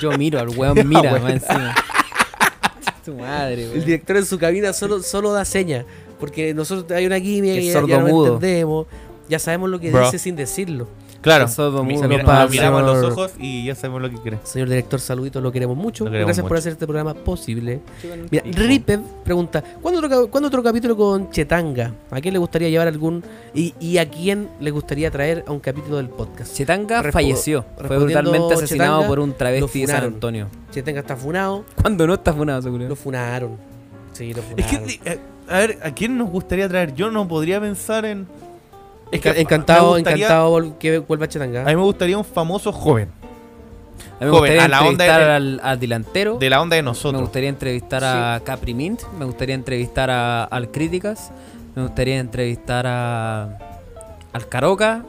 Speaker 1: Yo miro, al weón mira,
Speaker 3: weón.
Speaker 1: más encima. Tu madre,
Speaker 2: El
Speaker 1: weón.
Speaker 2: director en su cabina solo, solo da señas. Porque nosotros hay una química
Speaker 1: Es
Speaker 2: y ya, ya no
Speaker 1: sordomudo.
Speaker 2: entendemos. Ya sabemos lo que
Speaker 3: Bro.
Speaker 2: dice sin decirlo.
Speaker 3: Claro.
Speaker 1: Eso es
Speaker 3: Mi-
Speaker 1: muy
Speaker 3: mira-
Speaker 1: normal,
Speaker 3: nos miramos a los
Speaker 1: señor.
Speaker 3: ojos y ya sabemos lo que crees.
Speaker 2: Señor director, saluditos, lo queremos mucho.
Speaker 3: Lo queremos
Speaker 2: Gracias por
Speaker 3: mucho.
Speaker 2: hacer este programa posible. Mira, Ripev pregunta, ¿cuándo otro, ca- cuándo otro capítulo con Chetanga? ¿A quién le gustaría llevar algún... Y, y a quién le gustaría traer a un capítulo del podcast?
Speaker 1: Chetanga
Speaker 2: Respo-
Speaker 1: falleció. Fue
Speaker 2: respondiendo
Speaker 1: brutalmente asesinado
Speaker 2: Chetanga,
Speaker 1: por un travesti
Speaker 2: lo
Speaker 1: de San
Speaker 2: funaron.
Speaker 1: Antonio.
Speaker 2: Chetanga está funado,
Speaker 1: ¿Cuándo no estás funado, seguro?
Speaker 2: lo funaron. Sí, lo
Speaker 3: Es
Speaker 2: funaron.
Speaker 3: que, eh, a ver, ¿a quién nos gustaría traer? Yo no podría pensar en. Es que
Speaker 2: Enca-
Speaker 3: a-
Speaker 2: encantado,
Speaker 3: me gustaría-
Speaker 2: encantado vol- que vuelva
Speaker 3: A mí
Speaker 2: Chetanga.
Speaker 3: me gustaría un famoso joven.
Speaker 1: A mí me
Speaker 3: Joven,
Speaker 1: gustaría
Speaker 3: a la onda de-
Speaker 1: entrevistar al, al
Speaker 2: Uh.
Speaker 1: delantero.
Speaker 3: De la onda de
Speaker 1: me
Speaker 3: nosotros.
Speaker 1: gustaría entrevistar a Capri Mint. Me gustaría entrevistar a, al Críticas. Me gustaría entrevistar a. Al Caroca.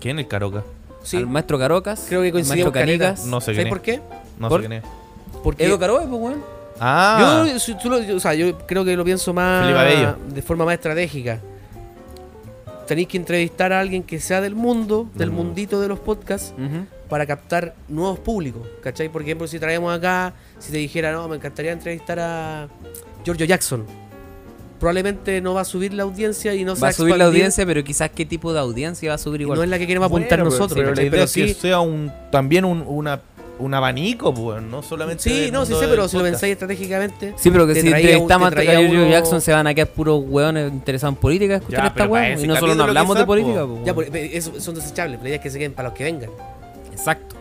Speaker 3: ¿Quién? El Caroca.
Speaker 2: Sí,
Speaker 1: Al maestro Carocas.
Speaker 2: creo que
Speaker 1: al
Speaker 2: coincidimos
Speaker 1: maestro
Speaker 2: caleta.
Speaker 1: Canicas.
Speaker 3: No sé quién
Speaker 2: ¿Sabes
Speaker 3: es.
Speaker 2: por qué?
Speaker 3: No
Speaker 1: ¿Por?
Speaker 3: sé quién es.
Speaker 2: Porque
Speaker 1: Edo Caroe, pues, weón.
Speaker 3: Ah,
Speaker 2: Yo, si tú lo- yo- o sea, yo creo que lo pienso
Speaker 3: Felipe Abello.
Speaker 2: más de forma más estratégica. Tenéis que entrevistar a alguien que sea del mundo, del
Speaker 3: Del mundo.
Speaker 2: mundito de los podcasts,
Speaker 1: Ujú.
Speaker 2: para captar nuevos públicos. ¿Cachai? Por ejemplo, si traemos acá, si te dijera, no, me encantaría entrevistar a Giorgio Jackson. Probablemente no va a subir la audiencia y no se
Speaker 1: Va a subir la
Speaker 2: expandir,
Speaker 1: audiencia, pero quizás qué tipo de audiencia va a subir
Speaker 2: y
Speaker 1: igual.
Speaker 2: no es la que queremos apuntar
Speaker 3: Bueno, pero-
Speaker 2: nosotros.
Speaker 3: Pero, la
Speaker 2: ¿cachai?
Speaker 3: idea
Speaker 2: Pero
Speaker 3: es que
Speaker 2: sí,
Speaker 3: sea un, también un, una, un abanico, pues, no solamente.
Speaker 2: sí,
Speaker 3: del
Speaker 2: no, sí
Speaker 3: mundo
Speaker 2: sé, pero
Speaker 3: del
Speaker 2: si lo
Speaker 3: podcast.
Speaker 2: pensáis estratégicamente.
Speaker 1: Sí, pero que
Speaker 2: Te
Speaker 1: si
Speaker 2: traía un-
Speaker 1: entrevistamos a
Speaker 2: te traía
Speaker 1: Giorgio
Speaker 2: uno-
Speaker 1: Jackson se van a quedar puros hueones interesados en política escuchando
Speaker 3: Ya,
Speaker 1: esta
Speaker 3: pero para
Speaker 1: hueá.
Speaker 3: ese
Speaker 1: Y nosotros no
Speaker 3: capítulo
Speaker 1: hablamos de
Speaker 3: quizás,
Speaker 1: política,
Speaker 3: po.
Speaker 1: po,
Speaker 2: Ya,
Speaker 1: weón.
Speaker 2: por- eh, eso- son desechables, la idea es que se queden para los que vengan.
Speaker 1: Exacto.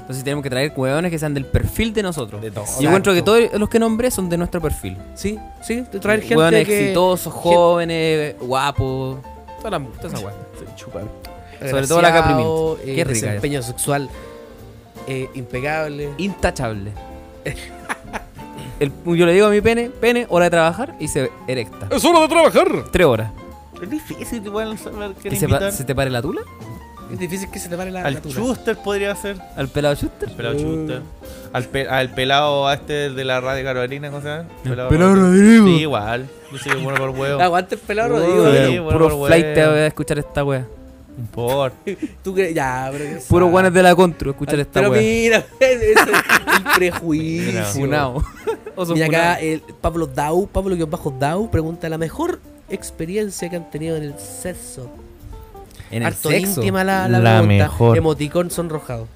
Speaker 1: Entonces tenemos que traer hueones que sean del perfil de nosotros.
Speaker 3: De todo.
Speaker 1: Yo encuentro que todos los que nombré son de nuestro perfil.
Speaker 2: Sí, sí, de traer gente
Speaker 1: Hueones
Speaker 2: que...
Speaker 1: exitosos, jóvenes, guapos. Todas las todas esas hueas. Sobre todo la Capri
Speaker 2: Agraciado,
Speaker 1: Mint.
Speaker 2: eh,
Speaker 1: Qué rica
Speaker 2: desempeño sexual eh, impecable.
Speaker 1: Intachable. El- yo le digo a mi pene, pene, hora de trabajar y se erecta.
Speaker 4: ¡Es hora de trabajar!
Speaker 1: Tres horas.
Speaker 3: Es difícil, igual, saber quién
Speaker 1: ¿Y se, pa-
Speaker 3: invitar.
Speaker 1: se te pare la tula?
Speaker 2: Es difícil que se te pare la, la
Speaker 3: Al
Speaker 2: tula.
Speaker 3: Schuster podría ser.
Speaker 1: Al pelado Schuster.
Speaker 3: Al pelado
Speaker 4: Eh.
Speaker 3: Schuster. Al, pe- al pelado a este de la radio Carolina, ¿cómo se llama? Pelado,
Speaker 4: Rodrigo.
Speaker 3: Sí, igual. Yo soy bueno por huevo.
Speaker 1: Ah,
Speaker 3: No
Speaker 2: Aguanta el pelado, Rodrigo.
Speaker 1: Weón,
Speaker 3: Sí, bueno,
Speaker 1: puro
Speaker 3: bueno.
Speaker 1: flight te va a escuchar esta wea.
Speaker 3: importa.
Speaker 2: Tú crees- Ya, pero.
Speaker 1: Puro
Speaker 2: guanes
Speaker 1: guanes de la contro escuchar esta
Speaker 2: Ah. Pero
Speaker 1: wea.
Speaker 2: mira, ese es el prejuicio.
Speaker 3: Mira,
Speaker 1: Funao. Oso
Speaker 2: Y acá
Speaker 1: funao.
Speaker 2: el Pablo Dau, Pablo que bajo Dau pregunta la mejor experiencia que han tenido en el sexo.
Speaker 1: En el
Speaker 2: Harto
Speaker 1: sexo.
Speaker 2: íntima la, la,
Speaker 3: La
Speaker 2: pregunta.
Speaker 3: mejor.
Speaker 2: Emoticón sonrojado.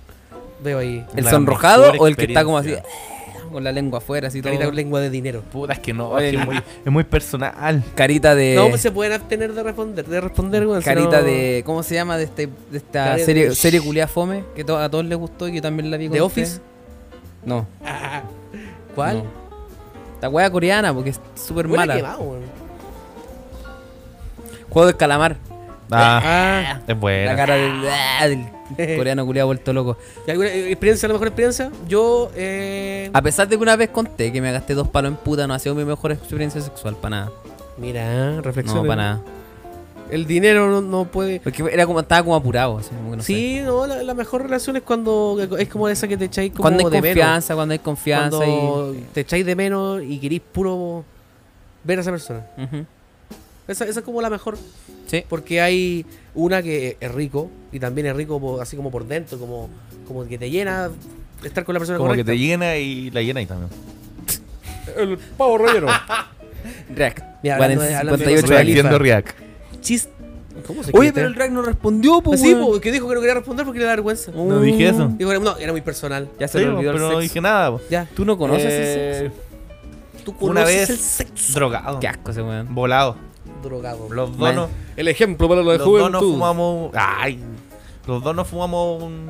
Speaker 2: Veo ahí.
Speaker 1: ¿El
Speaker 3: La
Speaker 1: sonrojado
Speaker 3: mejor
Speaker 1: o el que está como así,
Speaker 3: experiencia.
Speaker 1: con la lengua afuera, así todo?
Speaker 2: Carita con lengua de dinero.
Speaker 3: Puta, es que no.
Speaker 1: Oye,
Speaker 3: es, que es muy, es muy personal.
Speaker 1: Carita de.
Speaker 2: No pues se pueden abstener de responder, de responder, weón, si
Speaker 1: Eh, Carita
Speaker 2: no-
Speaker 1: de. ¿Cómo se llama? De, este, de esta
Speaker 2: Cara de-
Speaker 1: serie, serie culia fome que to- a todos les gustó y que también la vi con
Speaker 2: ¿The
Speaker 1: ustedes.
Speaker 2: Office?
Speaker 1: No.
Speaker 2: Ah, ¿Cuál?
Speaker 1: no. La wea coreana porque es súper
Speaker 2: Buena
Speaker 1: mala.
Speaker 2: que va, weón.
Speaker 1: Juego del calamar.
Speaker 3: Ah,
Speaker 2: Ah,
Speaker 3: es bueno.
Speaker 1: La cara del, ah, del coreano culiado vuelto loco.
Speaker 2: ¿y alguna eh, experiencia, la mejor experiencia? Yo, eh.
Speaker 1: A pesar de que una vez conté que me gasté dos palos en puta, no ha sido mi mejor experiencia sexual, para nada.
Speaker 2: Mira, reflexión.
Speaker 1: No, para nada.
Speaker 2: El dinero no, no puede.
Speaker 1: Porque era como, estaba como apurado. así, como que no sé.
Speaker 2: sí, no, la, la mejor relación es cuando es como esa que te echáis como
Speaker 1: Cuando hay
Speaker 2: de menos.
Speaker 1: confianza, cuando hay confianza
Speaker 2: Cuando te echáis de menos y querís puro ver a esa persona.
Speaker 1: y. Ujú.
Speaker 2: Esa, esa es como la mejor.
Speaker 1: Sí.
Speaker 2: Porque hay una que es rico y también es rico po- así como por dentro, como, como que te llena estar con la persona
Speaker 3: Como que
Speaker 2: correcta.
Speaker 3: te llena y la llena ahí también.
Speaker 4: El pavo relleno.
Speaker 1: React.
Speaker 2: Mira, hablando de- hablando de
Speaker 1: 58
Speaker 2: cosas
Speaker 1: Alifa.
Speaker 3: Reactiendo React.
Speaker 2: Chis- ¿Cómo se
Speaker 1: Oye,
Speaker 2: escribe?
Speaker 1: pero el drag no respondió,
Speaker 2: Ah,
Speaker 1: pues.
Speaker 2: sí, po, que dijo que no quería responder porque le da vergüenza.
Speaker 3: No dije eso.
Speaker 2: Dijo, no, era muy personal.
Speaker 1: Ya se
Speaker 3: Sí,
Speaker 1: le olvidó
Speaker 3: pero no
Speaker 1: el sexo.
Speaker 3: dije nada. po.
Speaker 2: Ya,
Speaker 1: ¿Tú no conoces
Speaker 3: Eh,
Speaker 1: el sexo?
Speaker 2: tú conoces
Speaker 3: Una vez-
Speaker 2: el sexo.
Speaker 3: Drogado.
Speaker 1: Qué asco ese weón.
Speaker 3: Volado.
Speaker 2: Drogado.
Speaker 3: Los
Speaker 1: Man.
Speaker 3: donos.
Speaker 4: El ejemplo para la
Speaker 3: Los dos nos
Speaker 4: juventud.
Speaker 3: fumamos. Ay. Los dos nos fumamos un.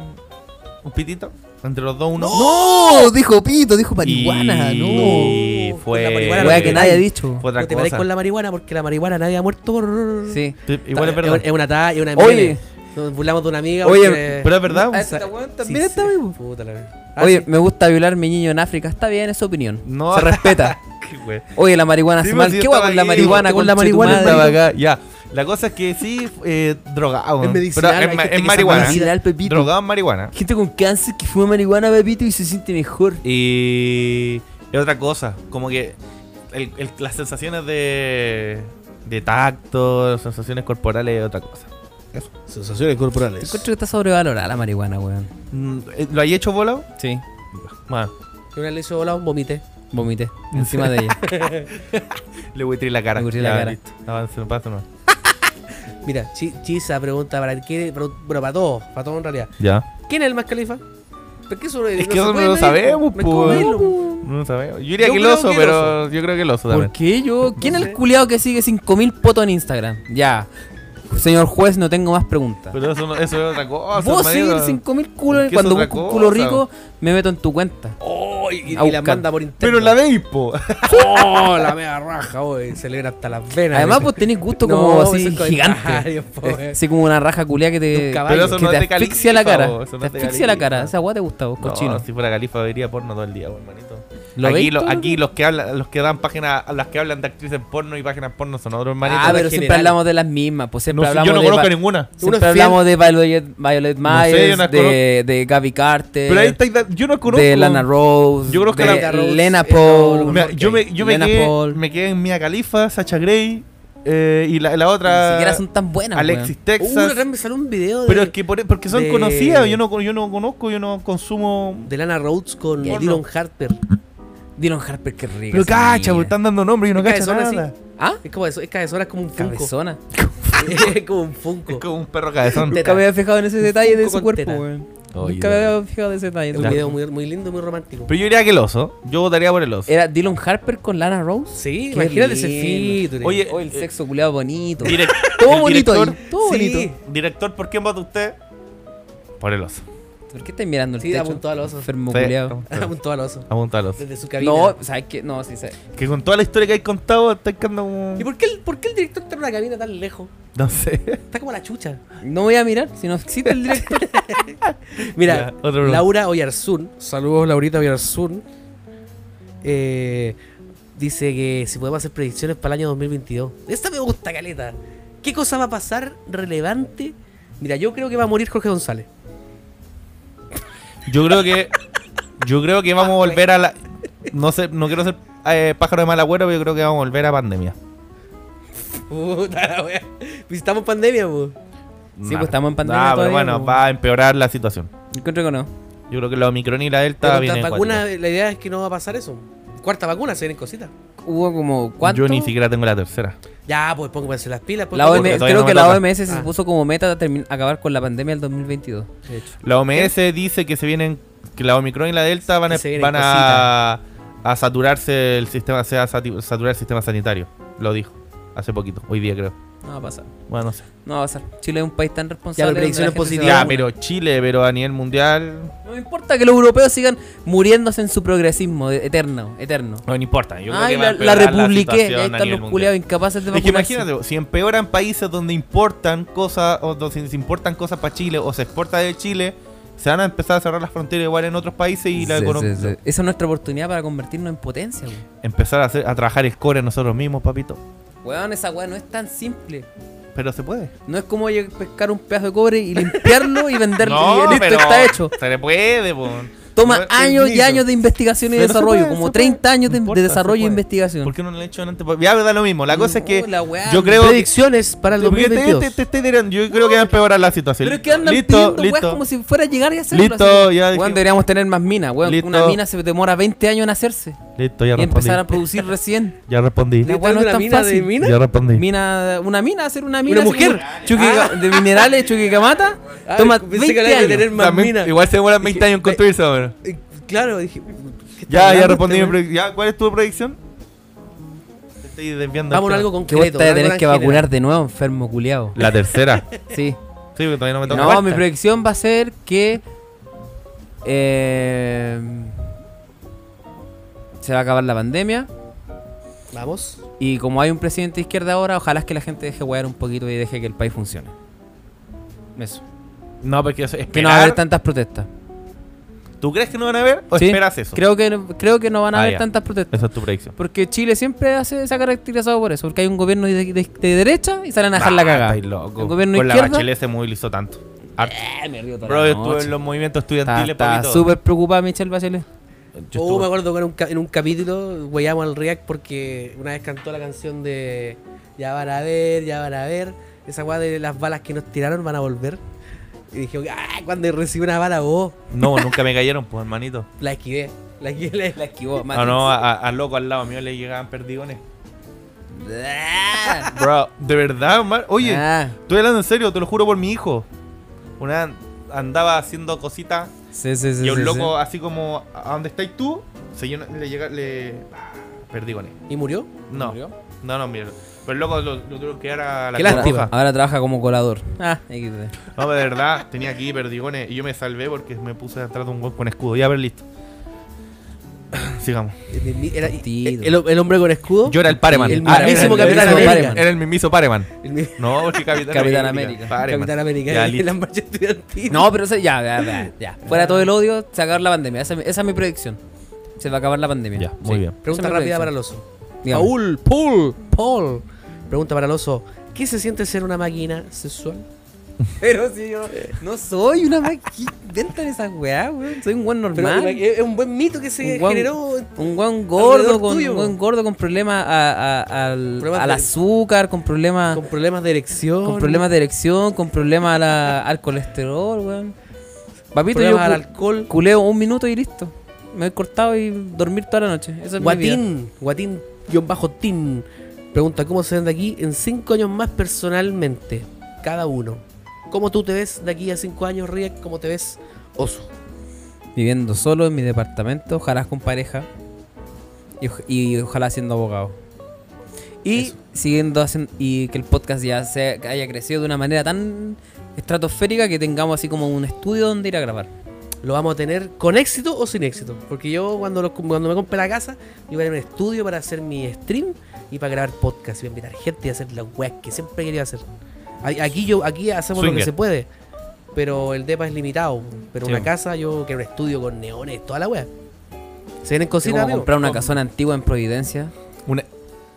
Speaker 3: Un pitito. Entre los dos uno.
Speaker 1: No, dijo Pito, dijo marihuana, no.
Speaker 3: Y
Speaker 2: No.
Speaker 3: fue.
Speaker 2: La marihuana
Speaker 1: Wea
Speaker 2: Weá
Speaker 1: que
Speaker 2: eh,
Speaker 1: nadie ha
Speaker 2: ay,
Speaker 1: dicho.
Speaker 3: Fue otra
Speaker 2: No te pares
Speaker 3: cosa.
Speaker 2: con la marihuana porque la marihuana nadie ha muerto por...
Speaker 1: Sí.
Speaker 3: Sí, Igual es verdad.
Speaker 2: Es una talla, es una
Speaker 1: Oye.
Speaker 2: meme. Nos burlamos de una amiga.
Speaker 1: Oye,
Speaker 2: porque-
Speaker 3: Pero es verdad.
Speaker 1: Ah,
Speaker 3: po.
Speaker 1: ese
Speaker 2: Sa-
Speaker 1: weón
Speaker 2: sí,
Speaker 1: también está
Speaker 2: sí.
Speaker 1: vivo.
Speaker 2: Puta la verdad. Ah,
Speaker 1: Oye,
Speaker 2: sí.
Speaker 1: me gusta violar mi niño en África. Está bien, es su opinión.
Speaker 3: No.
Speaker 1: Se respeta.
Speaker 3: Qué wea.
Speaker 1: Oye, la marihuana
Speaker 3: Sí,
Speaker 1: hace
Speaker 3: pues,
Speaker 1: mal.
Speaker 3: si yo
Speaker 1: ¿Qué va
Speaker 3: estaba
Speaker 1: con la
Speaker 3: ahí,
Speaker 1: marihuana?
Speaker 3: yo
Speaker 1: Con la
Speaker 3: conche tu
Speaker 1: marihuana.
Speaker 3: madre, estaba acá. Ya. La cosa es que sí, eh, drogado.
Speaker 2: Es
Speaker 3: ¿no?
Speaker 2: medicinal,
Speaker 3: Pero
Speaker 2: hay
Speaker 3: es, ma-
Speaker 2: gente
Speaker 3: es
Speaker 2: que se
Speaker 3: marihuana.
Speaker 2: medicinal.
Speaker 1: Medicinal, Pepito.
Speaker 3: Drogado en marihuana.
Speaker 1: Gente con cáncer que fuma marihuana, Pepito, y se siente mejor.
Speaker 3: Y, y otra cosa, como que el- el- las sensaciones de, de tacto, las sensaciones corporales es otra cosa.
Speaker 4: Sensaciones corporales.
Speaker 1: Encuentro que está sobrevalorada la marihuana, weón.
Speaker 3: Mm, eh, ¿Lo hay hecho volado?
Speaker 1: Sí.
Speaker 3: Bueno,
Speaker 2: Yo una le hizo volar un vomité.
Speaker 1: Vomité encima de ella.
Speaker 3: le voy a tirar la cara.
Speaker 1: Le voy a tirar la cara.
Speaker 3: listo. Avance, paso nomás.
Speaker 2: Mira, Chi- Chisa pregunta para qué, pero, pero para todos, para todos en realidad.
Speaker 3: Ya.
Speaker 2: ¿Quién es el más califa? Porque eso
Speaker 3: Es que eso no
Speaker 2: puede
Speaker 3: lo
Speaker 2: medir,
Speaker 3: sabemos, pues,
Speaker 2: no es como
Speaker 3: po.
Speaker 2: medirlo.
Speaker 3: No sabemos. Yo diría
Speaker 2: Yo
Speaker 3: que el
Speaker 2: creo
Speaker 3: oso,
Speaker 2: que el
Speaker 3: pero yo creo que el oso
Speaker 1: ¿Por
Speaker 3: también.
Speaker 1: qué yo? ¿Quién es
Speaker 2: sé.
Speaker 1: el culiado que sigue 5000 potos en Instagram? Ya. Señor juez, no tengo más preguntas.
Speaker 3: Pero eso, no- eso es otra cosa.
Speaker 1: Vos
Speaker 3: hermanito.
Speaker 1: seguir 5000 culos.
Speaker 3: ¿Qué es
Speaker 1: Cuando
Speaker 3: otra
Speaker 1: busco un culo
Speaker 3: cosa?
Speaker 1: rico, me meto en tu cuenta.
Speaker 2: Oh, y, y
Speaker 1: A
Speaker 2: la
Speaker 1: buscar.
Speaker 2: manda por internet.
Speaker 3: Pero la veis, po.
Speaker 2: Oh, la mega raja, oh, hoy. Celebra hasta las venas.
Speaker 1: Además,
Speaker 2: Ese-
Speaker 1: pues tenés gusto
Speaker 2: No,
Speaker 1: como así
Speaker 2: esos
Speaker 1: gigante.
Speaker 2: comentarios, po, eh.
Speaker 1: Así como una raja culia que
Speaker 2: De
Speaker 1: te,
Speaker 2: un caballo.
Speaker 3: Pero eso
Speaker 1: que
Speaker 3: no
Speaker 1: te
Speaker 3: es de
Speaker 1: asfixia la
Speaker 3: califa,
Speaker 1: cara.
Speaker 3: vos, eso no
Speaker 1: te
Speaker 3: es de
Speaker 1: asfixia la
Speaker 3: califa.
Speaker 1: cara. Esa guay te gusta, vos, cochino.
Speaker 3: No, si fuera califa vería porno todo el día, pues, hermanito.
Speaker 1: ¿Lo
Speaker 3: aquí,
Speaker 1: veis
Speaker 3: lo-
Speaker 1: tú?
Speaker 3: aquí los que hablan, los que dan páginas, a las que hablan de actrices porno y páginas porno son otros hermanitos.
Speaker 1: ah, pero
Speaker 2: general.
Speaker 1: siempre hablamos de las mismas. Pues siempre
Speaker 3: No sé,
Speaker 1: hablamos
Speaker 3: yo no
Speaker 1: de
Speaker 3: conozco
Speaker 1: Va-
Speaker 3: ninguna.
Speaker 2: Uno es
Speaker 1: Siempre
Speaker 2: fiel.
Speaker 1: hablamos de Violet, Violet
Speaker 3: No sé,
Speaker 1: Myers,
Speaker 3: yo no
Speaker 1: de, de Gaby Carter,
Speaker 3: Pero ahí está, yo no conozco.
Speaker 1: de Lana Rose,
Speaker 3: Yo creo que
Speaker 1: de
Speaker 3: la-
Speaker 1: Lena
Speaker 2: Rose es lo- lo
Speaker 1: Paul.
Speaker 2: mejor.
Speaker 3: eh, Mira, yo me, yo me
Speaker 1: Lena
Speaker 3: quedé,
Speaker 1: Paul.
Speaker 3: me quedé en Mia Khalifa, Sacha Grey eh, y la, la
Speaker 1: Ni
Speaker 3: otra.
Speaker 1: siquiera son tan buenas.
Speaker 3: Alexis
Speaker 2: Uh, la
Speaker 3: Texas.
Speaker 2: otra vez me salió un video de,
Speaker 3: pero es que por- e, porque son
Speaker 2: de-
Speaker 3: conocidas, yo no, yo no conozco, yo no consumo.
Speaker 2: de Lana Rhodes con
Speaker 1: Porno.
Speaker 2: Dylan Harper.
Speaker 1: weón. Dylan Harper, qué rica.
Speaker 3: Pero
Speaker 1: esa
Speaker 3: cacha,
Speaker 1: niña.
Speaker 3: porque están dando nombres y no
Speaker 2: Es
Speaker 3: cacha
Speaker 2: cabezona,
Speaker 3: nada.
Speaker 1: ¿Ah?
Speaker 2: Es como eso, es cabezona, es como un funko.
Speaker 1: Cabezona.
Speaker 2: es como un funko.
Speaker 3: Es como un perro cabezón.
Speaker 2: Teta.
Speaker 1: Nunca me había fijado en ese
Speaker 2: Un
Speaker 1: detalle de
Speaker 2: poco
Speaker 1: su
Speaker 2: con
Speaker 1: cuerpo,
Speaker 2: teta.
Speaker 1: weón.
Speaker 3: Oye,
Speaker 1: Nunca me había fijado en ese detalle.
Speaker 2: Es
Speaker 1: de
Speaker 2: un
Speaker 1: su
Speaker 2: video
Speaker 1: cuerpo.
Speaker 2: muy, muy lindo, muy romántico.
Speaker 3: Pero yo diría que el oso. Yo votaría por el oso.
Speaker 1: ¿Era Dylan Harper con Lana Rose?
Speaker 2: Sí,
Speaker 1: Qué
Speaker 2: imagínate ese
Speaker 1: lindo.
Speaker 2: featuring.
Speaker 3: Oye,
Speaker 1: Oh, el
Speaker 3: eh,
Speaker 1: sexo culeado bonito.
Speaker 3: Direc-
Speaker 1: Todo
Speaker 3: el
Speaker 1: bonito
Speaker 3: director,
Speaker 1: ahí. Todo
Speaker 2: Sí.
Speaker 1: bonito.
Speaker 3: Director, ¿por quién vota usted? Por el oso.
Speaker 1: ¿Por qué estás mirando el
Speaker 2: Sí,
Speaker 1: techo?
Speaker 2: apuntó al oso.
Speaker 1: Enfermo
Speaker 3: Sí,
Speaker 1: culeado.
Speaker 3: apuntó.
Speaker 2: Apuntó al oso.
Speaker 3: Apunta al oso.
Speaker 2: Desde su cabina.
Speaker 1: No, ¿sabes qué? No, sí, sé.
Speaker 3: Que con toda la historia que hay contado, está quedando como.
Speaker 2: ¿Y por qué, el, por qué el director está en una cabina tan lejos?
Speaker 3: No sé.
Speaker 2: Está como la chucha.
Speaker 1: No voy a mirar si no existe el director.
Speaker 2: Mira,
Speaker 3: Ya, otra pregunta.
Speaker 2: Laura Oyarzún. Saludos, Laurita Oyarzún. Eh, dice que si podemos hacer predicciones para el año 2022. Esta me gusta, caleta. ¿Qué cosa va a pasar relevante Mira, yo creo que va a morir Jorge González.
Speaker 3: Yo creo que. Yo creo que vamos a volver a la. No sé, no quiero ser eh, pájaro de mal agüero, pero yo creo que vamos a volver a pandemia.
Speaker 2: Puta la wea. Visitamos pandemia, po.
Speaker 1: Sí, pues, estamos en pandemia
Speaker 3: Ah, pero
Speaker 1: todavía,
Speaker 3: bueno,
Speaker 1: pues.
Speaker 3: va a empeorar la situación.
Speaker 1: Encuentro que no.
Speaker 3: Yo creo que la Omicron y la Delta
Speaker 2: Pero con
Speaker 3: vienen.
Speaker 2: las vacunas,
Speaker 3: cuáticas.
Speaker 2: la idea es que no va a pasar eso. Cuarta vacuna, se vienen cositas.
Speaker 1: Hubo como cuánto.
Speaker 3: Yo ni siquiera tengo la tercera.
Speaker 2: Ya, pues pónganse las pilas.
Speaker 1: La OMS,
Speaker 2: pónganse-
Speaker 3: Porque todavía
Speaker 1: creo
Speaker 3: no
Speaker 1: que
Speaker 3: me
Speaker 1: la
Speaker 3: toca.
Speaker 1: OMS se
Speaker 2: Ah.
Speaker 1: puso como meta de termin- acabar con la pandemia del 2022. De hecho.
Speaker 3: La OMS dice que se vienen. Que la Omicron y la Delta van a,
Speaker 2: Que se vienen
Speaker 3: van a, a saturarse el sistema, se va a sati- saturar el sistema sanitario. Lo dijo. Hace poquito, hoy día creo.
Speaker 1: No va a pasar.
Speaker 3: Bueno, no sé.
Speaker 1: No va a pasar. Chile es un país tan
Speaker 2: Ya,
Speaker 1: responsable.
Speaker 2: pero
Speaker 1: donde
Speaker 2: predicciones
Speaker 1: la gente se
Speaker 2: positivas.
Speaker 3: Ya,
Speaker 1: vacuna.
Speaker 3: pero Chile, pero a nivel mundial.
Speaker 1: No me importa que los europeos sigan muriéndose en su progresismo de- eterno, eterno.
Speaker 3: No, no importa. Yo creo
Speaker 1: Ay,
Speaker 3: que va a
Speaker 1: la, la
Speaker 3: empeorar
Speaker 1: republiqué.
Speaker 3: situación
Speaker 1: ahí
Speaker 3: a
Speaker 1: están
Speaker 3: nivel
Speaker 1: los
Speaker 3: mundial.
Speaker 1: culiados incapaces de
Speaker 3: Es que
Speaker 1: vacunarse.
Speaker 3: imagínate, si empeoran países donde importan cosas, o donde se importan cosas para Chile, o se exporta de Chile, se van a empezar a cerrar las fronteras igual en otros países y la
Speaker 1: Sí,
Speaker 3: economía.
Speaker 1: sí, sí. Esa es nuestra oportunidad para convertirnos en potencia, weón.
Speaker 3: Empezar a, hacer, a trabajar el core nosotros mismos, papito.
Speaker 1: Weón, esa weá no es tan simple.
Speaker 3: Pero se puede.
Speaker 1: No es como lleg- pescar un pedazo de cobre y limpiarlo y venderlo.
Speaker 3: No,
Speaker 1: y listo,
Speaker 3: pero
Speaker 1: está hecho.
Speaker 3: Se le puede, po.
Speaker 1: Toma
Speaker 3: No es
Speaker 1: años y
Speaker 3: técnico.
Speaker 1: años de investigación y
Speaker 3: Pero se
Speaker 1: desarrollo,
Speaker 3: puede,
Speaker 1: como
Speaker 3: se puede.
Speaker 1: 30 años
Speaker 3: No
Speaker 1: de,
Speaker 3: importa,
Speaker 1: de
Speaker 3: se
Speaker 1: desarrollo e
Speaker 3: puede.
Speaker 1: investigación.
Speaker 3: ¿Por qué no lo han hecho antes? Ya me da lo mismo. La cosa es que
Speaker 1: No, la weá.
Speaker 3: yo creo que.
Speaker 2: Predicciones para el
Speaker 3: Porque te-
Speaker 2: 2022.
Speaker 3: te- te- te dirán, Yo creo que va a empeorar la situación.
Speaker 1: Pero es que andan
Speaker 3: listo,
Speaker 1: pidiendo weas
Speaker 3: listo.
Speaker 1: como si fuera a llegar y hacerlo.
Speaker 3: Listo,
Speaker 1: así.
Speaker 3: ya dijimos.
Speaker 1: Weón, deberíamos tener más minas, weón.
Speaker 3: Listo.
Speaker 1: Una mina se demora 20 años en hacerse
Speaker 3: Listo, ya
Speaker 1: y
Speaker 3: respondí.
Speaker 1: empezar a producir recién.
Speaker 3: Ya respondí.
Speaker 1: La weá no es
Speaker 2: ¿Una
Speaker 1: tan
Speaker 2: mina de
Speaker 1: fácil.
Speaker 2: mina?
Speaker 3: Ya respondí.
Speaker 1: Mina, una mina, hacer una mina.
Speaker 2: ¿Una
Speaker 1: así como
Speaker 2: mujer?
Speaker 1: chuquica- De minerales, chuquicamata.
Speaker 2: Ah,
Speaker 1: toma
Speaker 2: pensé
Speaker 1: 20
Speaker 2: que había que
Speaker 1: años.
Speaker 2: tener más
Speaker 3: También-
Speaker 2: mina.
Speaker 3: Igual se demoran 20 años en construirse, más o menos.
Speaker 2: Eh, Claro, dije. ¿qué está
Speaker 3: Ya,
Speaker 2: hablando
Speaker 3: ya
Speaker 2: este
Speaker 3: respondí mi
Speaker 2: weón?
Speaker 3: predicción. Ya, ¿Cuál es tu predicción? Te estoy desviando.
Speaker 2: Vamos a
Speaker 3: Espera.
Speaker 2: algo
Speaker 1: Que vos
Speaker 2: concreto.
Speaker 1: te
Speaker 2: algo
Speaker 1: tenés que
Speaker 2: tan general.
Speaker 1: vacunar de nuevo, enfermo culiao.
Speaker 3: La tercera.
Speaker 1: Sí.
Speaker 3: Sí, porque todavía no me toca.
Speaker 1: No,
Speaker 3: Cuarta.
Speaker 1: mi proyección va a ser que. eh, se va a acabar la pandemia.
Speaker 2: Vamos.
Speaker 1: Y como hay un presidente de izquierda ahora, ojalá es que la gente deje huear un poquito y deje que el país funcione. Eso.
Speaker 3: No, porque eso-
Speaker 1: Que no va a haber
Speaker 3: esperar.
Speaker 1: tantas protestas.
Speaker 3: ¿Tú crees que no van a haber o
Speaker 1: Sí,
Speaker 3: esperas eso?
Speaker 1: Creo que, no- creo que no van a
Speaker 3: Ah,
Speaker 1: haber
Speaker 3: ya.
Speaker 1: tantas protestas.
Speaker 3: Esa es tu predicción.
Speaker 1: Porque Chile siempre hace, se ha caracterizado por eso. Porque hay un gobierno de, de- de derecha y salen a dejar la
Speaker 3: Ah,
Speaker 1: cagada.
Speaker 3: estáis loco.
Speaker 1: El gobierno
Speaker 3: Con la
Speaker 1: izquierda-
Speaker 3: Bachelet se movilizó tanto. Harto.
Speaker 1: Eh, me río toda
Speaker 3: Bro,
Speaker 1: la
Speaker 3: yo estuve
Speaker 1: noche.
Speaker 3: en los movimientos
Speaker 1: Está-
Speaker 3: estudiantiles,
Speaker 1: Está
Speaker 3: papito.
Speaker 1: súper preocupada Michelle Bachelet.
Speaker 3: Yo
Speaker 2: Oh, me
Speaker 3: estuve-
Speaker 2: acuerdo que en un, ca- en un capítulo weyamos al React porque una vez cantó la canción de Ya van a ver, ya van a ver. Esa weá de las balas que nos tiraron van a volver. Y dije, ah, cuando recibí una bala vos,
Speaker 3: No, nunca me cayeron, pues, hermanito.
Speaker 2: la esquivé. La esquivé. la-
Speaker 1: La esquivó.
Speaker 3: No, Ah, no, a- a- al loco al lado mío le llegaban perdigones. Bro, de verdad, Omar. Oye,
Speaker 1: Ah,
Speaker 3: Estoy hablando en serio, te lo juro por mi hijo. Una andaba haciendo cositas
Speaker 1: sí, sí, sí.
Speaker 3: y a un
Speaker 1: sí,
Speaker 3: loco así como a donde estáis tú, se llena- le llega le ah, perdí con él.
Speaker 2: ¿Y murió?
Speaker 3: No.
Speaker 1: ¿Murió?
Speaker 3: No, no, mira. Pero el loco lo, lo tuvo que dar a la
Speaker 1: sí.
Speaker 3: Cruz
Speaker 1: Ahora,
Speaker 3: Roja.
Speaker 1: ahora trabaja como colador. Ah, XD.
Speaker 3: No, pero de verdad, tenía aquí perdigones y yo me salvé porque me puse atrás de un gol con escudo. Ya, a ver, listo. Sigamos.
Speaker 2: Era-
Speaker 1: Partido.
Speaker 2: el, el hombre con escudo.
Speaker 3: Yo era el Pareman.
Speaker 1: El
Speaker 3: Ah, era
Speaker 1: mismísimo
Speaker 3: el-
Speaker 1: Capitán
Speaker 3: era el-
Speaker 1: América.
Speaker 3: Era el mismísimo Pareman.
Speaker 2: el mi-
Speaker 3: No, porque Capitán,
Speaker 1: Capitán América.
Speaker 3: Pareman.
Speaker 2: Capitán América
Speaker 3: Ya,
Speaker 2: de
Speaker 3: listo.
Speaker 2: la marcha estudiantil.
Speaker 1: No, pero eso- ya, ya, ya, ya. Fuera todo el odio, se va a acabar la pandemia. Esa, es mi- esa es mi predicción. Se va a acabar la pandemia.
Speaker 3: Ya, muy bien.
Speaker 1: Esa
Speaker 2: Pregunta
Speaker 1: es mi predicción.
Speaker 2: rápida para el oso.
Speaker 1: Dígame.
Speaker 2: Paul, Paul, Paul. Pregunta para el oso. ¿Qué se siente ser una máquina sexual?
Speaker 1: Pero si yo no soy una máquina. Inventan esas weá, weón. Soy un buen
Speaker 2: Pero
Speaker 1: normal.
Speaker 2: es es un buen mito que se
Speaker 1: Un guan-
Speaker 2: generó.
Speaker 1: un weón
Speaker 2: Alrededor
Speaker 1: gordo, con,
Speaker 2: tuyo,
Speaker 1: un weón
Speaker 2: weón.
Speaker 1: gordo con problemas a- a- al,
Speaker 2: Problemas
Speaker 1: al
Speaker 2: de-
Speaker 1: azúcar, con problemas
Speaker 2: Con problemas Ah. de erección.
Speaker 1: con problemas de erección, con problemas a la- al colesterol, weón. Papito, yo
Speaker 2: problemas al
Speaker 1: cu-
Speaker 2: alcohol.
Speaker 1: culeo un minuto y listo. Me he cortado y dormir toda la noche. Esa es mi vida.
Speaker 2: Guatín, guatín, guión bajo tin. Pregunta, ¿cómo se ven de aquí en cinco años más personalmente? Cada uno. ¿Cómo tú te ves de aquí a cinco años, Riek? ¿Cómo te ves, oso?
Speaker 1: Viviendo solo en mi departamento, ojalá con pareja. Y, oj- y ojalá siendo abogado. Y siguiendo haciendo. Y que el podcast ya se haya crecido de una manera tan estratosférica que tengamos así como un estudio donde ir a grabar.
Speaker 2: ¿Lo vamos a tener con éxito o sin éxito? Porque yo cuando, lo- cuando me compré la casa, yo voy a tener un estudio para hacer mi stream y para grabar podcast. Y voy a invitar gente y hacer las weas que siempre quería hacer. A- Aquí yo aquí hacemos lo
Speaker 3: Swinger.
Speaker 2: que se puede. Pero el depa es limitado. Pero
Speaker 3: Sí.
Speaker 2: una casa, yo quiero un estudio con neones, toda la wea. Se vienen
Speaker 1: Así
Speaker 2: cositas,
Speaker 1: como
Speaker 2: amigo?
Speaker 1: comprar una
Speaker 2: Con-
Speaker 1: casona antigua en Providencia.
Speaker 3: Una-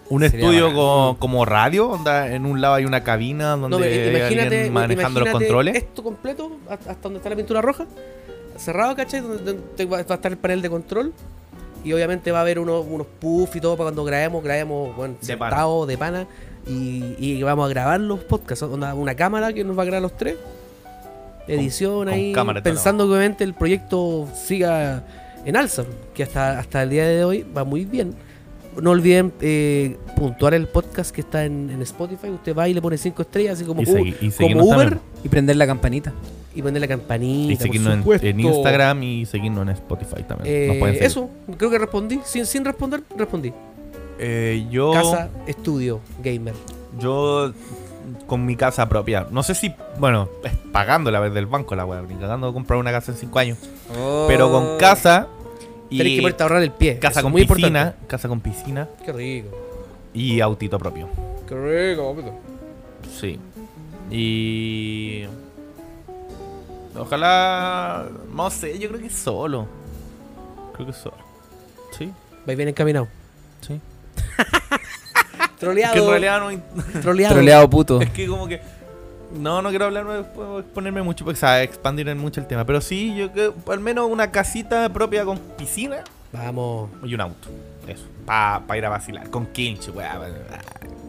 Speaker 3: Un
Speaker 1: Sería
Speaker 3: estudio
Speaker 1: bacán.
Speaker 3: co- como radio, onda, en un lado hay una cabina donde
Speaker 2: No, pero
Speaker 3: hay
Speaker 2: imagínate,
Speaker 3: alguien manejando los
Speaker 2: imagínate
Speaker 3: controles.
Speaker 2: Esto completo, hasta hasta donde está la pintura roja, cerrado, ¿cachai? Donde donde te va va a estar el panel de control. Y obviamente va a haber unos, unos puffs y todo para cuando grabemos, grabemos bueno,
Speaker 3: De pana.
Speaker 2: sentados, de pana. Y, y vamos a grabar los podcasts. Onda, una cámara que nos va a grabar los tres. Edición
Speaker 3: con
Speaker 2: ahí.
Speaker 3: cámara y todo,
Speaker 2: pensando que obviamente el proyecto siga en alza. Que hasta, hasta el día de hoy va muy bien. No olviden eh, puntuar el podcast que está en, en Spotify. Usted va y le pone 5 estrellas, así como,
Speaker 3: Y
Speaker 2: U-
Speaker 3: segui- y
Speaker 2: como
Speaker 3: seguirnos
Speaker 2: Uber.
Speaker 3: también.
Speaker 1: Y prender la campanita.
Speaker 2: Y prende la campanita.
Speaker 3: Y
Speaker 2: por
Speaker 3: seguirnos en- en,
Speaker 4: supuesto.
Speaker 3: Instagram y seguirnos en Spotify
Speaker 2: su-
Speaker 3: también. Nos
Speaker 2: Eh,
Speaker 3: pueden seguir.
Speaker 2: eso, creo que respondí. Sin, sin responder, respondí.
Speaker 3: Eh, yo,
Speaker 2: Casa, estudio, gamer.
Speaker 3: yo con mi casa propia. No sé si, bueno, es pagando la vez del banco la weá, ni cagando comprar una casa en 5 años. Pero con casa
Speaker 2: Tenés que
Speaker 3: y
Speaker 2: ponerte a ahorrar el pie. eso
Speaker 3: casa
Speaker 2: es
Speaker 3: con
Speaker 2: muy
Speaker 3: piscina,
Speaker 2: importante.
Speaker 3: casa con piscina
Speaker 2: Qué rico.
Speaker 3: y autito propio.
Speaker 4: Qué rico, papito.
Speaker 3: Sí. Y ojalá no sé, yo creo que solo. Creo que solo. Sí.
Speaker 2: Va bien encaminado.
Speaker 3: Sí.
Speaker 2: Troleado.
Speaker 3: Que en realidad no in-
Speaker 2: Troleado.
Speaker 1: Troleado puto.
Speaker 3: Es que como que. No, no quiero hablar, no puedo exponerme mucho, porque, o sea, expandir en mucho el tema. Pero sí, yo creo, al menos una casita propia con piscina
Speaker 2: Vamos.
Speaker 3: y un auto. Eso. Para ir a vacilar. Con quinche, weá.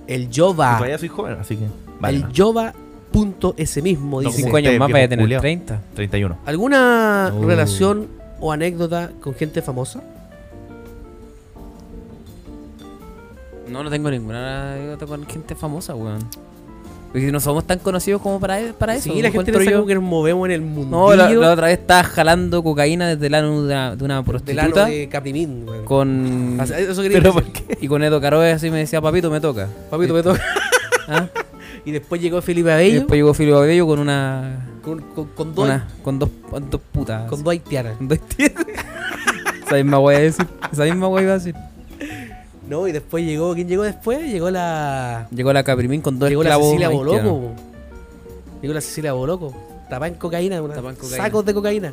Speaker 2: El
Speaker 3: Ah.
Speaker 2: Jova.
Speaker 3: Todavía soy joven, así que. Vale.
Speaker 2: El Jova punto ese mismo
Speaker 3: No,
Speaker 2: dice.
Speaker 3: como-
Speaker 1: Cinco años
Speaker 3: usted,
Speaker 1: más vaya a
Speaker 3: Este
Speaker 1: tener
Speaker 3: viejo culiao.
Speaker 1: 30.
Speaker 3: 31.
Speaker 2: ¿Alguna
Speaker 3: Oh.
Speaker 2: relación o anécdota con gente famosa?
Speaker 1: No, no tengo ninguna anécdota con gente famosa, weón. Porque no somos tan conocidos como para, e, para eso.
Speaker 2: sí, la gente
Speaker 1: encuentro
Speaker 2: piensa
Speaker 1: yo.
Speaker 2: como que nos movemos en el mundo.
Speaker 1: No, la, la otra vez estaba jalando cocaína desde el ano de una, de una
Speaker 2: del ano
Speaker 1: prostituta
Speaker 2: de Caprimín, güey.
Speaker 1: con...
Speaker 2: Ah, Eso quería
Speaker 1: Pero ¿por
Speaker 2: decir.
Speaker 1: qué? Y con Edo Caroe así me decía, papito, me toca.
Speaker 2: Papito, me toca.
Speaker 1: ¿Ah?
Speaker 2: Y después llegó Felipe
Speaker 1: Y
Speaker 2: Abello
Speaker 1: después llegó Filipe Bello con una...
Speaker 2: con, con, con dos,
Speaker 1: una- con dos, con dos putas.
Speaker 2: con dos haitianas.
Speaker 1: Con dos tías. Esa misma wea iba a decir. Esa misma wea iba a decir.
Speaker 2: No, y después llegó, ¿quién llegó después? Llegó la.
Speaker 1: Llegó la Caprimín con dos
Speaker 2: Llegó la
Speaker 1: esclavos
Speaker 2: Cecilia
Speaker 1: haitianos.
Speaker 2: Boloco. Llegó la Cecilia Boloco. Tapada en cocaína, una-
Speaker 1: Tapada en cocaína.
Speaker 2: sacos de cocaína.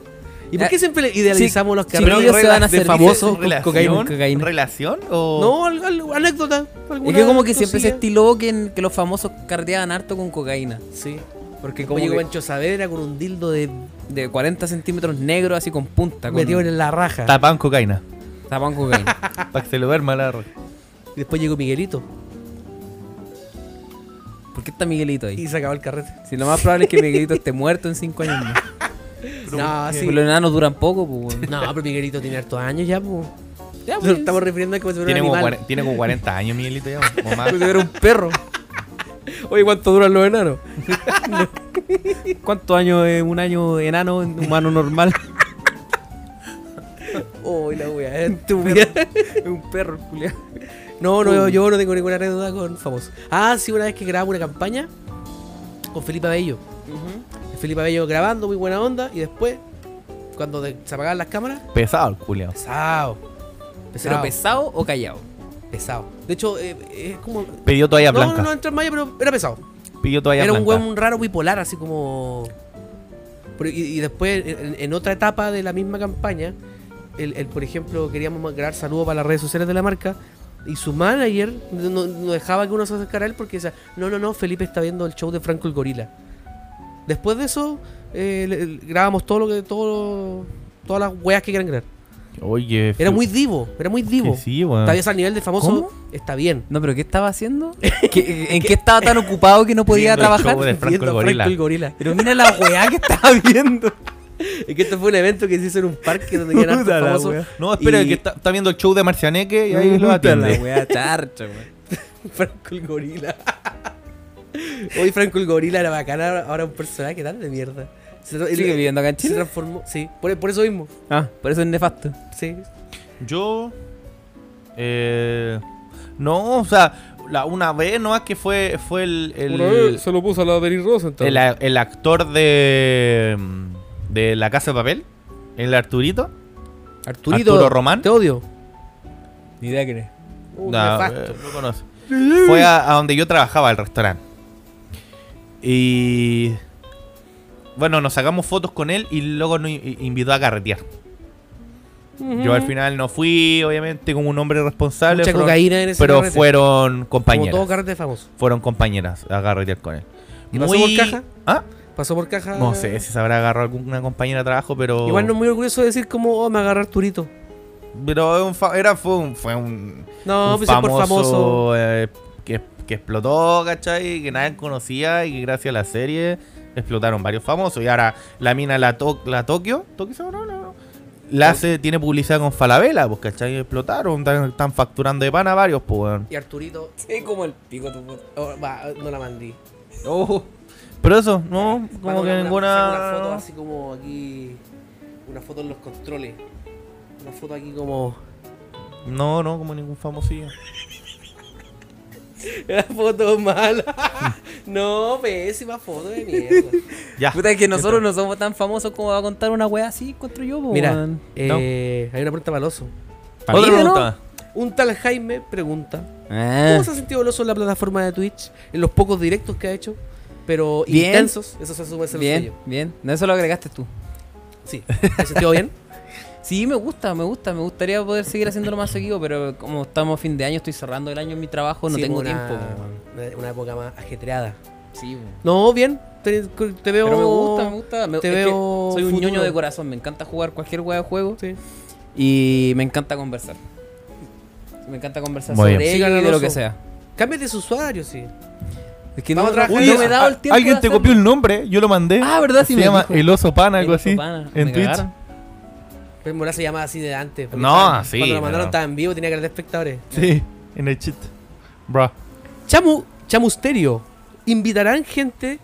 Speaker 2: ¿Y por
Speaker 1: Ah,
Speaker 2: qué siempre le idealizamos los
Speaker 1: sí,
Speaker 2: carreros?
Speaker 1: pero ellos se van a hacer
Speaker 3: famosos
Speaker 1: famosos con cocaína, con cocaína.
Speaker 3: ¿Relación? O...
Speaker 2: No, al- al- anécdota.
Speaker 1: Es
Speaker 2: alguna
Speaker 1: que como que siempre se
Speaker 2: cosilla.
Speaker 1: estiló que, en- que los famosos cardeaban harto con cocaína.
Speaker 2: Sí.
Speaker 1: Porque
Speaker 2: Que
Speaker 1: como
Speaker 2: como llegó
Speaker 1: que-
Speaker 2: Pancho Saavedra con un dildo de
Speaker 1: de 40 centímetros negro así con punta. Con,
Speaker 2: metido en la raja.
Speaker 3: Tapan cocaína.
Speaker 1: tapaban cocaína.
Speaker 3: Para que se lo duerma la roca.
Speaker 2: Y después llegó Miguelito
Speaker 1: ¿Por qué está Miguelito ahí?
Speaker 2: y se acabó el carrete.
Speaker 1: Si lo más probable es que Miguelito esté muerto en 5 años más.
Speaker 2: no,
Speaker 1: Porque los enanos duran poco, pues. weón.
Speaker 2: No, pero Miguelito tiene hartos años ya, pues.
Speaker 1: Ya,
Speaker 2: Nos
Speaker 1: pues.
Speaker 2: estamos refiriendo a como si fuera un
Speaker 3: Tiene como,
Speaker 2: animal.
Speaker 3: cuaren- tiene como 40 años, Miguelito, ya. o más.
Speaker 1: Como si fuera un perro.
Speaker 2: Oye, ¿cuánto duran los enanos?
Speaker 1: ¿Cuántos años es un año enano, un humano normal?
Speaker 2: Uy, la wea, eh.
Speaker 1: Es un perro, Julián.
Speaker 2: No, no, yo, yo no tengo ninguna anécdota con famosos. Ah, sí, una vez que grabamos una campaña con Felipe Abello. Felipe Abello grabando, muy buena onda, y después, cuando de- se apagaban las cámaras,
Speaker 3: Pesado el culiao.
Speaker 2: pesado.
Speaker 1: ¿Pero
Speaker 2: Pesado.
Speaker 1: pesado o callado?
Speaker 2: pesado. De hecho, eh, es como.
Speaker 3: Pidió toalla
Speaker 2: No, no,
Speaker 3: blanca.
Speaker 2: no entra en malla, pero era pesado.
Speaker 3: Pidió toalla
Speaker 2: Era un
Speaker 3: blanca.
Speaker 2: weón raro bipolar, así como. Pero, y, y después, en, en otra etapa de la misma campaña, el, el, por ejemplo, queríamos grabar saludos para las redes sociales de la marca. Y su manager no, no- no dejaba que uno se acercara a él porque decía: No, no, no, Felipe está viendo el show de Franco el Gorila. Después de eso, eh, le- le- grabamos todo lo que. Todo, todas las weas que quieran grabar.
Speaker 3: Oye.
Speaker 2: Era
Speaker 3: fu-
Speaker 2: muy divo, era muy divo.
Speaker 3: que Sí, weón.
Speaker 2: Está bien, al nivel de famoso,
Speaker 1: ¿Cómo?
Speaker 2: está bien.
Speaker 1: No, pero ¿qué estaba haciendo? ¿Qué- ¿En qué estaba tan ocupado que no podía
Speaker 3: Viendo el show
Speaker 1: trabajar?
Speaker 3: de Franco el
Speaker 2: Viendo a
Speaker 3: Gorila.
Speaker 2: Franco el Gorila.
Speaker 1: Pero mira la weá que estaba viendo.
Speaker 2: Es que este fue un evento que se hizo en un parque donde quedan hartos
Speaker 1: Puta la
Speaker 2: famosos.
Speaker 1: wea.
Speaker 3: No, espera,
Speaker 2: Y-
Speaker 3: que está, está viendo el show de Marcianeque y ahí lo
Speaker 1: Puta la
Speaker 3: atiende.
Speaker 1: weá charcha, weón.
Speaker 2: Franco el gorila. Hoy Franco el gorila era bacana, ahora un personaje tan de mierda. Se, tra-
Speaker 1: ¿Sigue
Speaker 2: él-
Speaker 1: viviendo acá en
Speaker 2: se
Speaker 1: Chile?
Speaker 2: transformó, sí, por, por eso mismo.
Speaker 1: Ah, por eso es nefasto.
Speaker 2: Sí.
Speaker 3: Yo. Eh, no, o sea, la, una vez nomás que fue, fue el.
Speaker 4: Una vez
Speaker 3: El,
Speaker 4: se lo puso a la Denis Rosenthal.
Speaker 3: el, a- el actor de. De La Casa de Papel. El Arturito.
Speaker 2: Arturito,
Speaker 3: Arturo Román.
Speaker 2: te odio.
Speaker 1: Ni idea que eres.
Speaker 2: Uh,
Speaker 3: No,
Speaker 2: nefasto.
Speaker 3: eh, lo conoce. Fue a, a donde yo trabajaba, al restaurante. Y. Bueno, nos sacamos fotos con él y luego nos i- invitó a carretear. Yo al final no fui, obviamente, como un hombre responsable.
Speaker 2: Mucha
Speaker 3: fueron-
Speaker 2: cocaína en ese
Speaker 3: pero
Speaker 2: carrete,
Speaker 3: fueron
Speaker 2: Como
Speaker 3: compañeras.
Speaker 2: todo carrete famoso.
Speaker 3: fueron compañeras a carretear con él.
Speaker 2: ¿Y pasó por caja?
Speaker 3: ¿Ah?
Speaker 2: Pasó por caja.
Speaker 3: No sé si se habrá agarrado alguna compañera de trabajo, pero.
Speaker 2: Igual no es muy orgulloso de decir como, oh, me agarrar turito.
Speaker 3: Pero es un fa- era, fue un. Fue un,
Speaker 2: No,
Speaker 3: un
Speaker 2: pues es por famoso.
Speaker 3: eh, que, que explotó, ¿cachai? Que nadie conocía y que gracias a la serie explotaron varios famosos. Y ahora la mina, la, to- la Tokio. ¿Tokio se llama? No, no, no. La hace, tiene publicidad con Falabella, pues, ¿cachai? Explotaron, están, están facturando de pan a varios, pues, weón.
Speaker 2: Y Arturito, sí, como el pico tu puta. Oh, va, no la mandí.
Speaker 3: Pero eso, no, como
Speaker 2: Mando
Speaker 3: que
Speaker 2: una-
Speaker 3: ninguna.
Speaker 2: saco Una foto así como aquí. Una foto en los controles. Una foto aquí como.
Speaker 3: No, no, como ningún famosillo.
Speaker 2: Una foto mala. no, pésima foto de mierda.
Speaker 3: Ya.
Speaker 1: Puta, es que nosotros no somos tan famosos como va a contar una wea así, encuentro yo, po,
Speaker 2: Mira,
Speaker 1: weón.
Speaker 2: eh, hay una pregunta para el oso.
Speaker 1: Pa' mí, ¿no?
Speaker 2: Un tal Jaime pregunta:
Speaker 1: Eh,
Speaker 2: ¿Cómo se ha sentido el oso en la plataforma de Twitch? En los pocos directos que ha hecho, pero
Speaker 1: Bien.
Speaker 2: intensos. Eso se asume ser
Speaker 1: bien,
Speaker 2: suyo.
Speaker 1: bien. No, eso lo agregaste tú.
Speaker 2: Sí. ¿Te has sentido bien?
Speaker 1: Sí, me gusta, me gusta. Me gustaría poder seguir haciéndolo más seguido, pero como estamos a fin de año, estoy cerrando el año en mi trabajo, Pues no
Speaker 2: Sí,
Speaker 1: tengo
Speaker 2: una-
Speaker 1: tiempo. po, weón.
Speaker 2: Una época más ajetreada.
Speaker 1: Sí, po.
Speaker 2: No, bien. Te, te veo.
Speaker 1: Pero me gusta, me gusta. Me,
Speaker 2: te
Speaker 1: es que
Speaker 2: veo
Speaker 1: soy un
Speaker 2: futuro.
Speaker 1: ñoño de corazón, me encanta jugar cualquier hueá de juego
Speaker 2: Sí.
Speaker 1: y me encanta conversar. Me encanta conversar
Speaker 3: Muy
Speaker 1: sobre
Speaker 2: bien.
Speaker 1: ello
Speaker 2: Sigan
Speaker 1: y
Speaker 2: al
Speaker 1: de lo
Speaker 2: oso.
Speaker 1: que sea.
Speaker 2: Cámbiate de usuario, sí.
Speaker 1: Es que
Speaker 2: Vamos
Speaker 1: no,
Speaker 2: a trabajar
Speaker 1: no
Speaker 2: en
Speaker 1: me he
Speaker 2: eso.
Speaker 1: dado el tiempo.
Speaker 3: Alguien
Speaker 1: de
Speaker 3: te
Speaker 1: hacerlo.
Speaker 3: copió el nombre, yo lo mandé.
Speaker 1: Ah, ¿verdad? Sí
Speaker 3: se
Speaker 1: me
Speaker 3: llama
Speaker 1: dijo.
Speaker 3: El Oso Pana, algo
Speaker 1: El
Speaker 3: así.
Speaker 1: Pana,
Speaker 3: En
Speaker 1: me
Speaker 3: Twitch.
Speaker 1: cagaron.
Speaker 2: Pero Morá Pues, se llamaba así de antes. porque
Speaker 3: No,
Speaker 2: estaba-
Speaker 3: así,
Speaker 2: Cuando lo
Speaker 3: pero-
Speaker 2: mandaron estaba en vivo, tenía que de espectadores.
Speaker 3: Sí, en el chat. Bro.
Speaker 2: Chamu, Chamusterio, ¿invitarán gente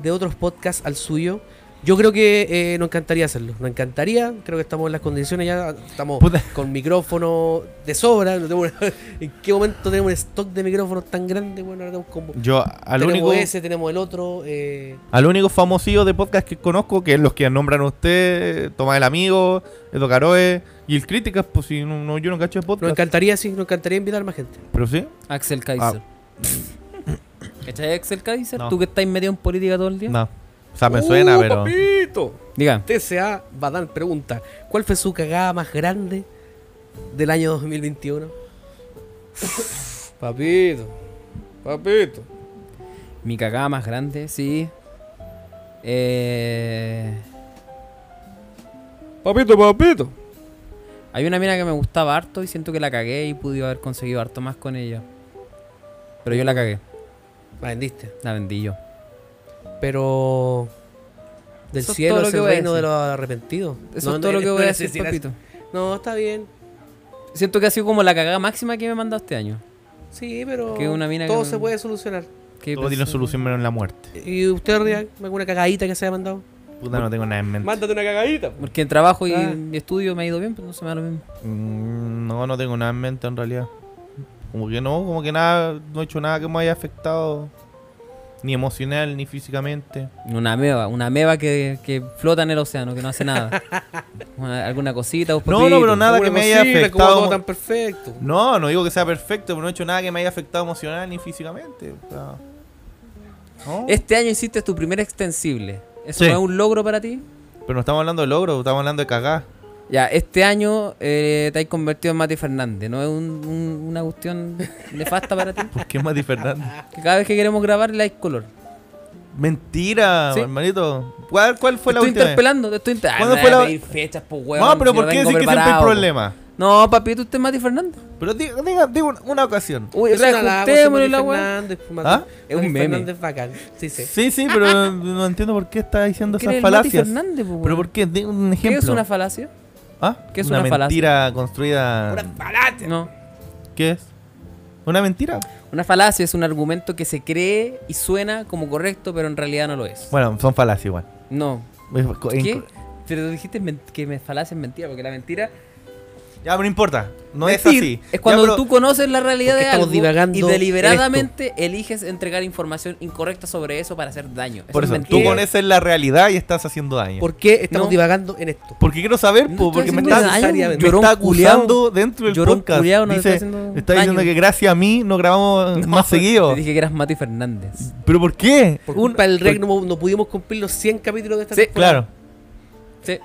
Speaker 2: de otros podcasts al suyo? Yo creo que eh, nos encantaría hacerlo. Nos encantaría. Creo que estamos en las condiciones ya. Estamos
Speaker 3: Puta.
Speaker 2: con micrófono de sobra. no tenemos- ¿En qué momento tenemos un stock de micrófonos tan grande? Bueno, ahora tenemos como.
Speaker 3: Yo al
Speaker 2: tenemos
Speaker 3: único,
Speaker 2: ese, tenemos el otro. eh,
Speaker 3: al único famosillo de podcast que conozco, que es los que nombran usted, Tomás el Amigo, Edo Caroe y el Críticas, pues si no, no- yo no cacho de
Speaker 2: nos
Speaker 3: podcast.
Speaker 2: encantaría, sí, nos encantaría invitar más gente.
Speaker 3: Pero sí.
Speaker 1: Axel Kaiser. ¿Cachai Axel Kaiser?
Speaker 3: No.
Speaker 1: ¿Tú que estás medio en política todo el día?
Speaker 3: No. O sea, me suena,
Speaker 2: ¡Uh,
Speaker 3: pero.
Speaker 2: papito!
Speaker 1: Diga.
Speaker 2: TCA Badán pregunta, ¿cuál fue su cagada más grande del año 2021?
Speaker 4: Papito. Papito.
Speaker 1: Mi cagada más grande, sí. Eh,
Speaker 4: Papito, papito.
Speaker 1: hay una mina que me gustaba harto y siento que la cagué y pude haber conseguido harto más con ella. Pero yo la cagué,
Speaker 2: La vendiste.
Speaker 1: la vendí yo.
Speaker 2: Pero del
Speaker 1: Eso es
Speaker 2: cielo
Speaker 1: todo lo
Speaker 2: es
Speaker 1: que
Speaker 2: el
Speaker 1: voy a
Speaker 2: reino de
Speaker 1: decir.
Speaker 2: los arrepentidos.
Speaker 1: Eso
Speaker 2: No,
Speaker 1: es
Speaker 2: no,
Speaker 1: todo lo que voy a
Speaker 2: no
Speaker 1: decir,
Speaker 2: necesitas-
Speaker 1: papito.
Speaker 2: No, está bien.
Speaker 1: Siento que ha sido como la cagada máxima que me he mandado este año.
Speaker 2: Sí, pero
Speaker 1: Que una mina que
Speaker 2: todo
Speaker 1: no-
Speaker 2: se puede solucionar.
Speaker 1: Que
Speaker 3: Todo tiene
Speaker 1: pensé-
Speaker 3: solución menos la muerte.
Speaker 2: ¿Y usted, Rian, alguna cagadita que se haya mandado?
Speaker 3: Puta, no tengo nada en mente.
Speaker 4: Mándate una cagadita.
Speaker 1: Porque en trabajo y,
Speaker 2: Ah.
Speaker 1: y estudio me ha ido bien, pero no se me da lo mismo.
Speaker 3: Mm, No, no tengo nada en mente en realidad. Como que no, como que nada, no he hecho nada que me haya afectado. Ni emocional, ni físicamente.
Speaker 1: Una meba, una meba que, que flota en el océano, que no hace nada. Una- alguna cosita, un
Speaker 3: No, no, pero nada que me haya afectado
Speaker 2: Como todo
Speaker 3: mo-
Speaker 2: tan perfecto.
Speaker 3: No, no digo que sea perfecto, pero no he hecho nada que me haya afectado emocional ni físicamente. o sea, ¿no?
Speaker 1: Este año hiciste tu primer extensible. ¿Eso
Speaker 3: Sí.
Speaker 1: no es un logro para ti?
Speaker 3: Pero no estamos hablando de logro, estamos hablando de cagar.
Speaker 1: Ya, este año eh, te has convertido en Mati Fernández, ¿no es un- un- una cuestión nefasta para ti?
Speaker 3: ¿Por qué Mati Fernández?
Speaker 1: Que cada vez que queremos grabar le dais color.
Speaker 3: Mentira,
Speaker 1: Sí.
Speaker 3: hermanito. ¿Cuál, cuál
Speaker 1: Te
Speaker 3: fue la
Speaker 1: estoy
Speaker 3: última? vez?
Speaker 1: interpelando, te estoy Ah, interpelando.
Speaker 3: ¿Cuándo fue la-
Speaker 1: fechas, po, huevón,
Speaker 3: No, pero
Speaker 1: pues, si
Speaker 3: ¿por qué
Speaker 1: vengo
Speaker 3: decir que siempre hay
Speaker 1: preparado, po.
Speaker 3: problemas?
Speaker 1: No, papi, tú estás Mati Fernández.
Speaker 3: Pero di- diga, diga una, una ocasión.
Speaker 1: Uy,
Speaker 2: Es un halago,
Speaker 1: rejuntémosle
Speaker 2: Mati
Speaker 1: la weá.
Speaker 2: Fernández,
Speaker 3: ¿Ah?
Speaker 1: Es un
Speaker 2: Mati
Speaker 1: meme.
Speaker 2: Fernández bacán. Sí, sí.
Speaker 3: Sí, sí, pero no entiendo por qué está diciendo
Speaker 1: ¿Qué eres
Speaker 3: esas
Speaker 1: el Mati
Speaker 3: falacias.
Speaker 1: Fernández, po,
Speaker 3: Pero
Speaker 1: weón?
Speaker 3: ¿por qué? Di un
Speaker 1: ¿Qué
Speaker 3: ejemplo.
Speaker 1: es una falacia?
Speaker 3: ¿Ah?
Speaker 1: ¿Qué es
Speaker 3: una,
Speaker 1: una falacia?
Speaker 3: mentira construida?
Speaker 1: No.
Speaker 3: ¿Qué es? ¿Una mentira?
Speaker 1: Una falacia es un argumento que se cree y suena como correcto, pero en realidad no lo es.
Speaker 3: Bueno, son falacias igual.
Speaker 1: No.
Speaker 3: Es co-
Speaker 1: ¿Qué?
Speaker 3: inco-
Speaker 1: Pero tú dijiste men- que me falacia es mentira, porque la mentira
Speaker 3: Ya, pero no importa. No es así.
Speaker 1: Mentir es cuando
Speaker 3: Ya, pero-
Speaker 1: tú conoces la realidad
Speaker 2: ¿Por qué
Speaker 1: de
Speaker 2: estamos
Speaker 1: algo
Speaker 2: divagando
Speaker 1: y
Speaker 2: en
Speaker 1: deliberadamente eliges entregar información incorrecta sobre eso para hacer daño.
Speaker 3: Por eso,
Speaker 1: es
Speaker 3: tú
Speaker 1: mentira.
Speaker 3: conoces la realidad y estás haciendo daño.
Speaker 2: ¿Por qué estamos
Speaker 1: No.
Speaker 2: divagando en esto?
Speaker 3: Porque quiero saber,
Speaker 1: No
Speaker 3: po,
Speaker 1: estoy
Speaker 3: porque me
Speaker 1: haciendo
Speaker 3: está,
Speaker 1: daño,
Speaker 3: me
Speaker 1: llorón
Speaker 3: está
Speaker 1: culiao.
Speaker 3: acusando dentro del
Speaker 1: Llorón
Speaker 3: podcast.
Speaker 1: culiao, no te
Speaker 3: Dice-
Speaker 1: está haciendo
Speaker 3: está diciendo
Speaker 1: daño.
Speaker 3: que gracias a mí no grabamos más seguido.
Speaker 1: Te dije que eras Mati Fernández.
Speaker 3: ¿Pero por qué?
Speaker 2: Por
Speaker 3: Un-
Speaker 2: culpa del rey no, no pudimos cumplir los 100 capítulos de esta
Speaker 1: Sí.
Speaker 2: temporada.
Speaker 3: Claro.
Speaker 1: Sí.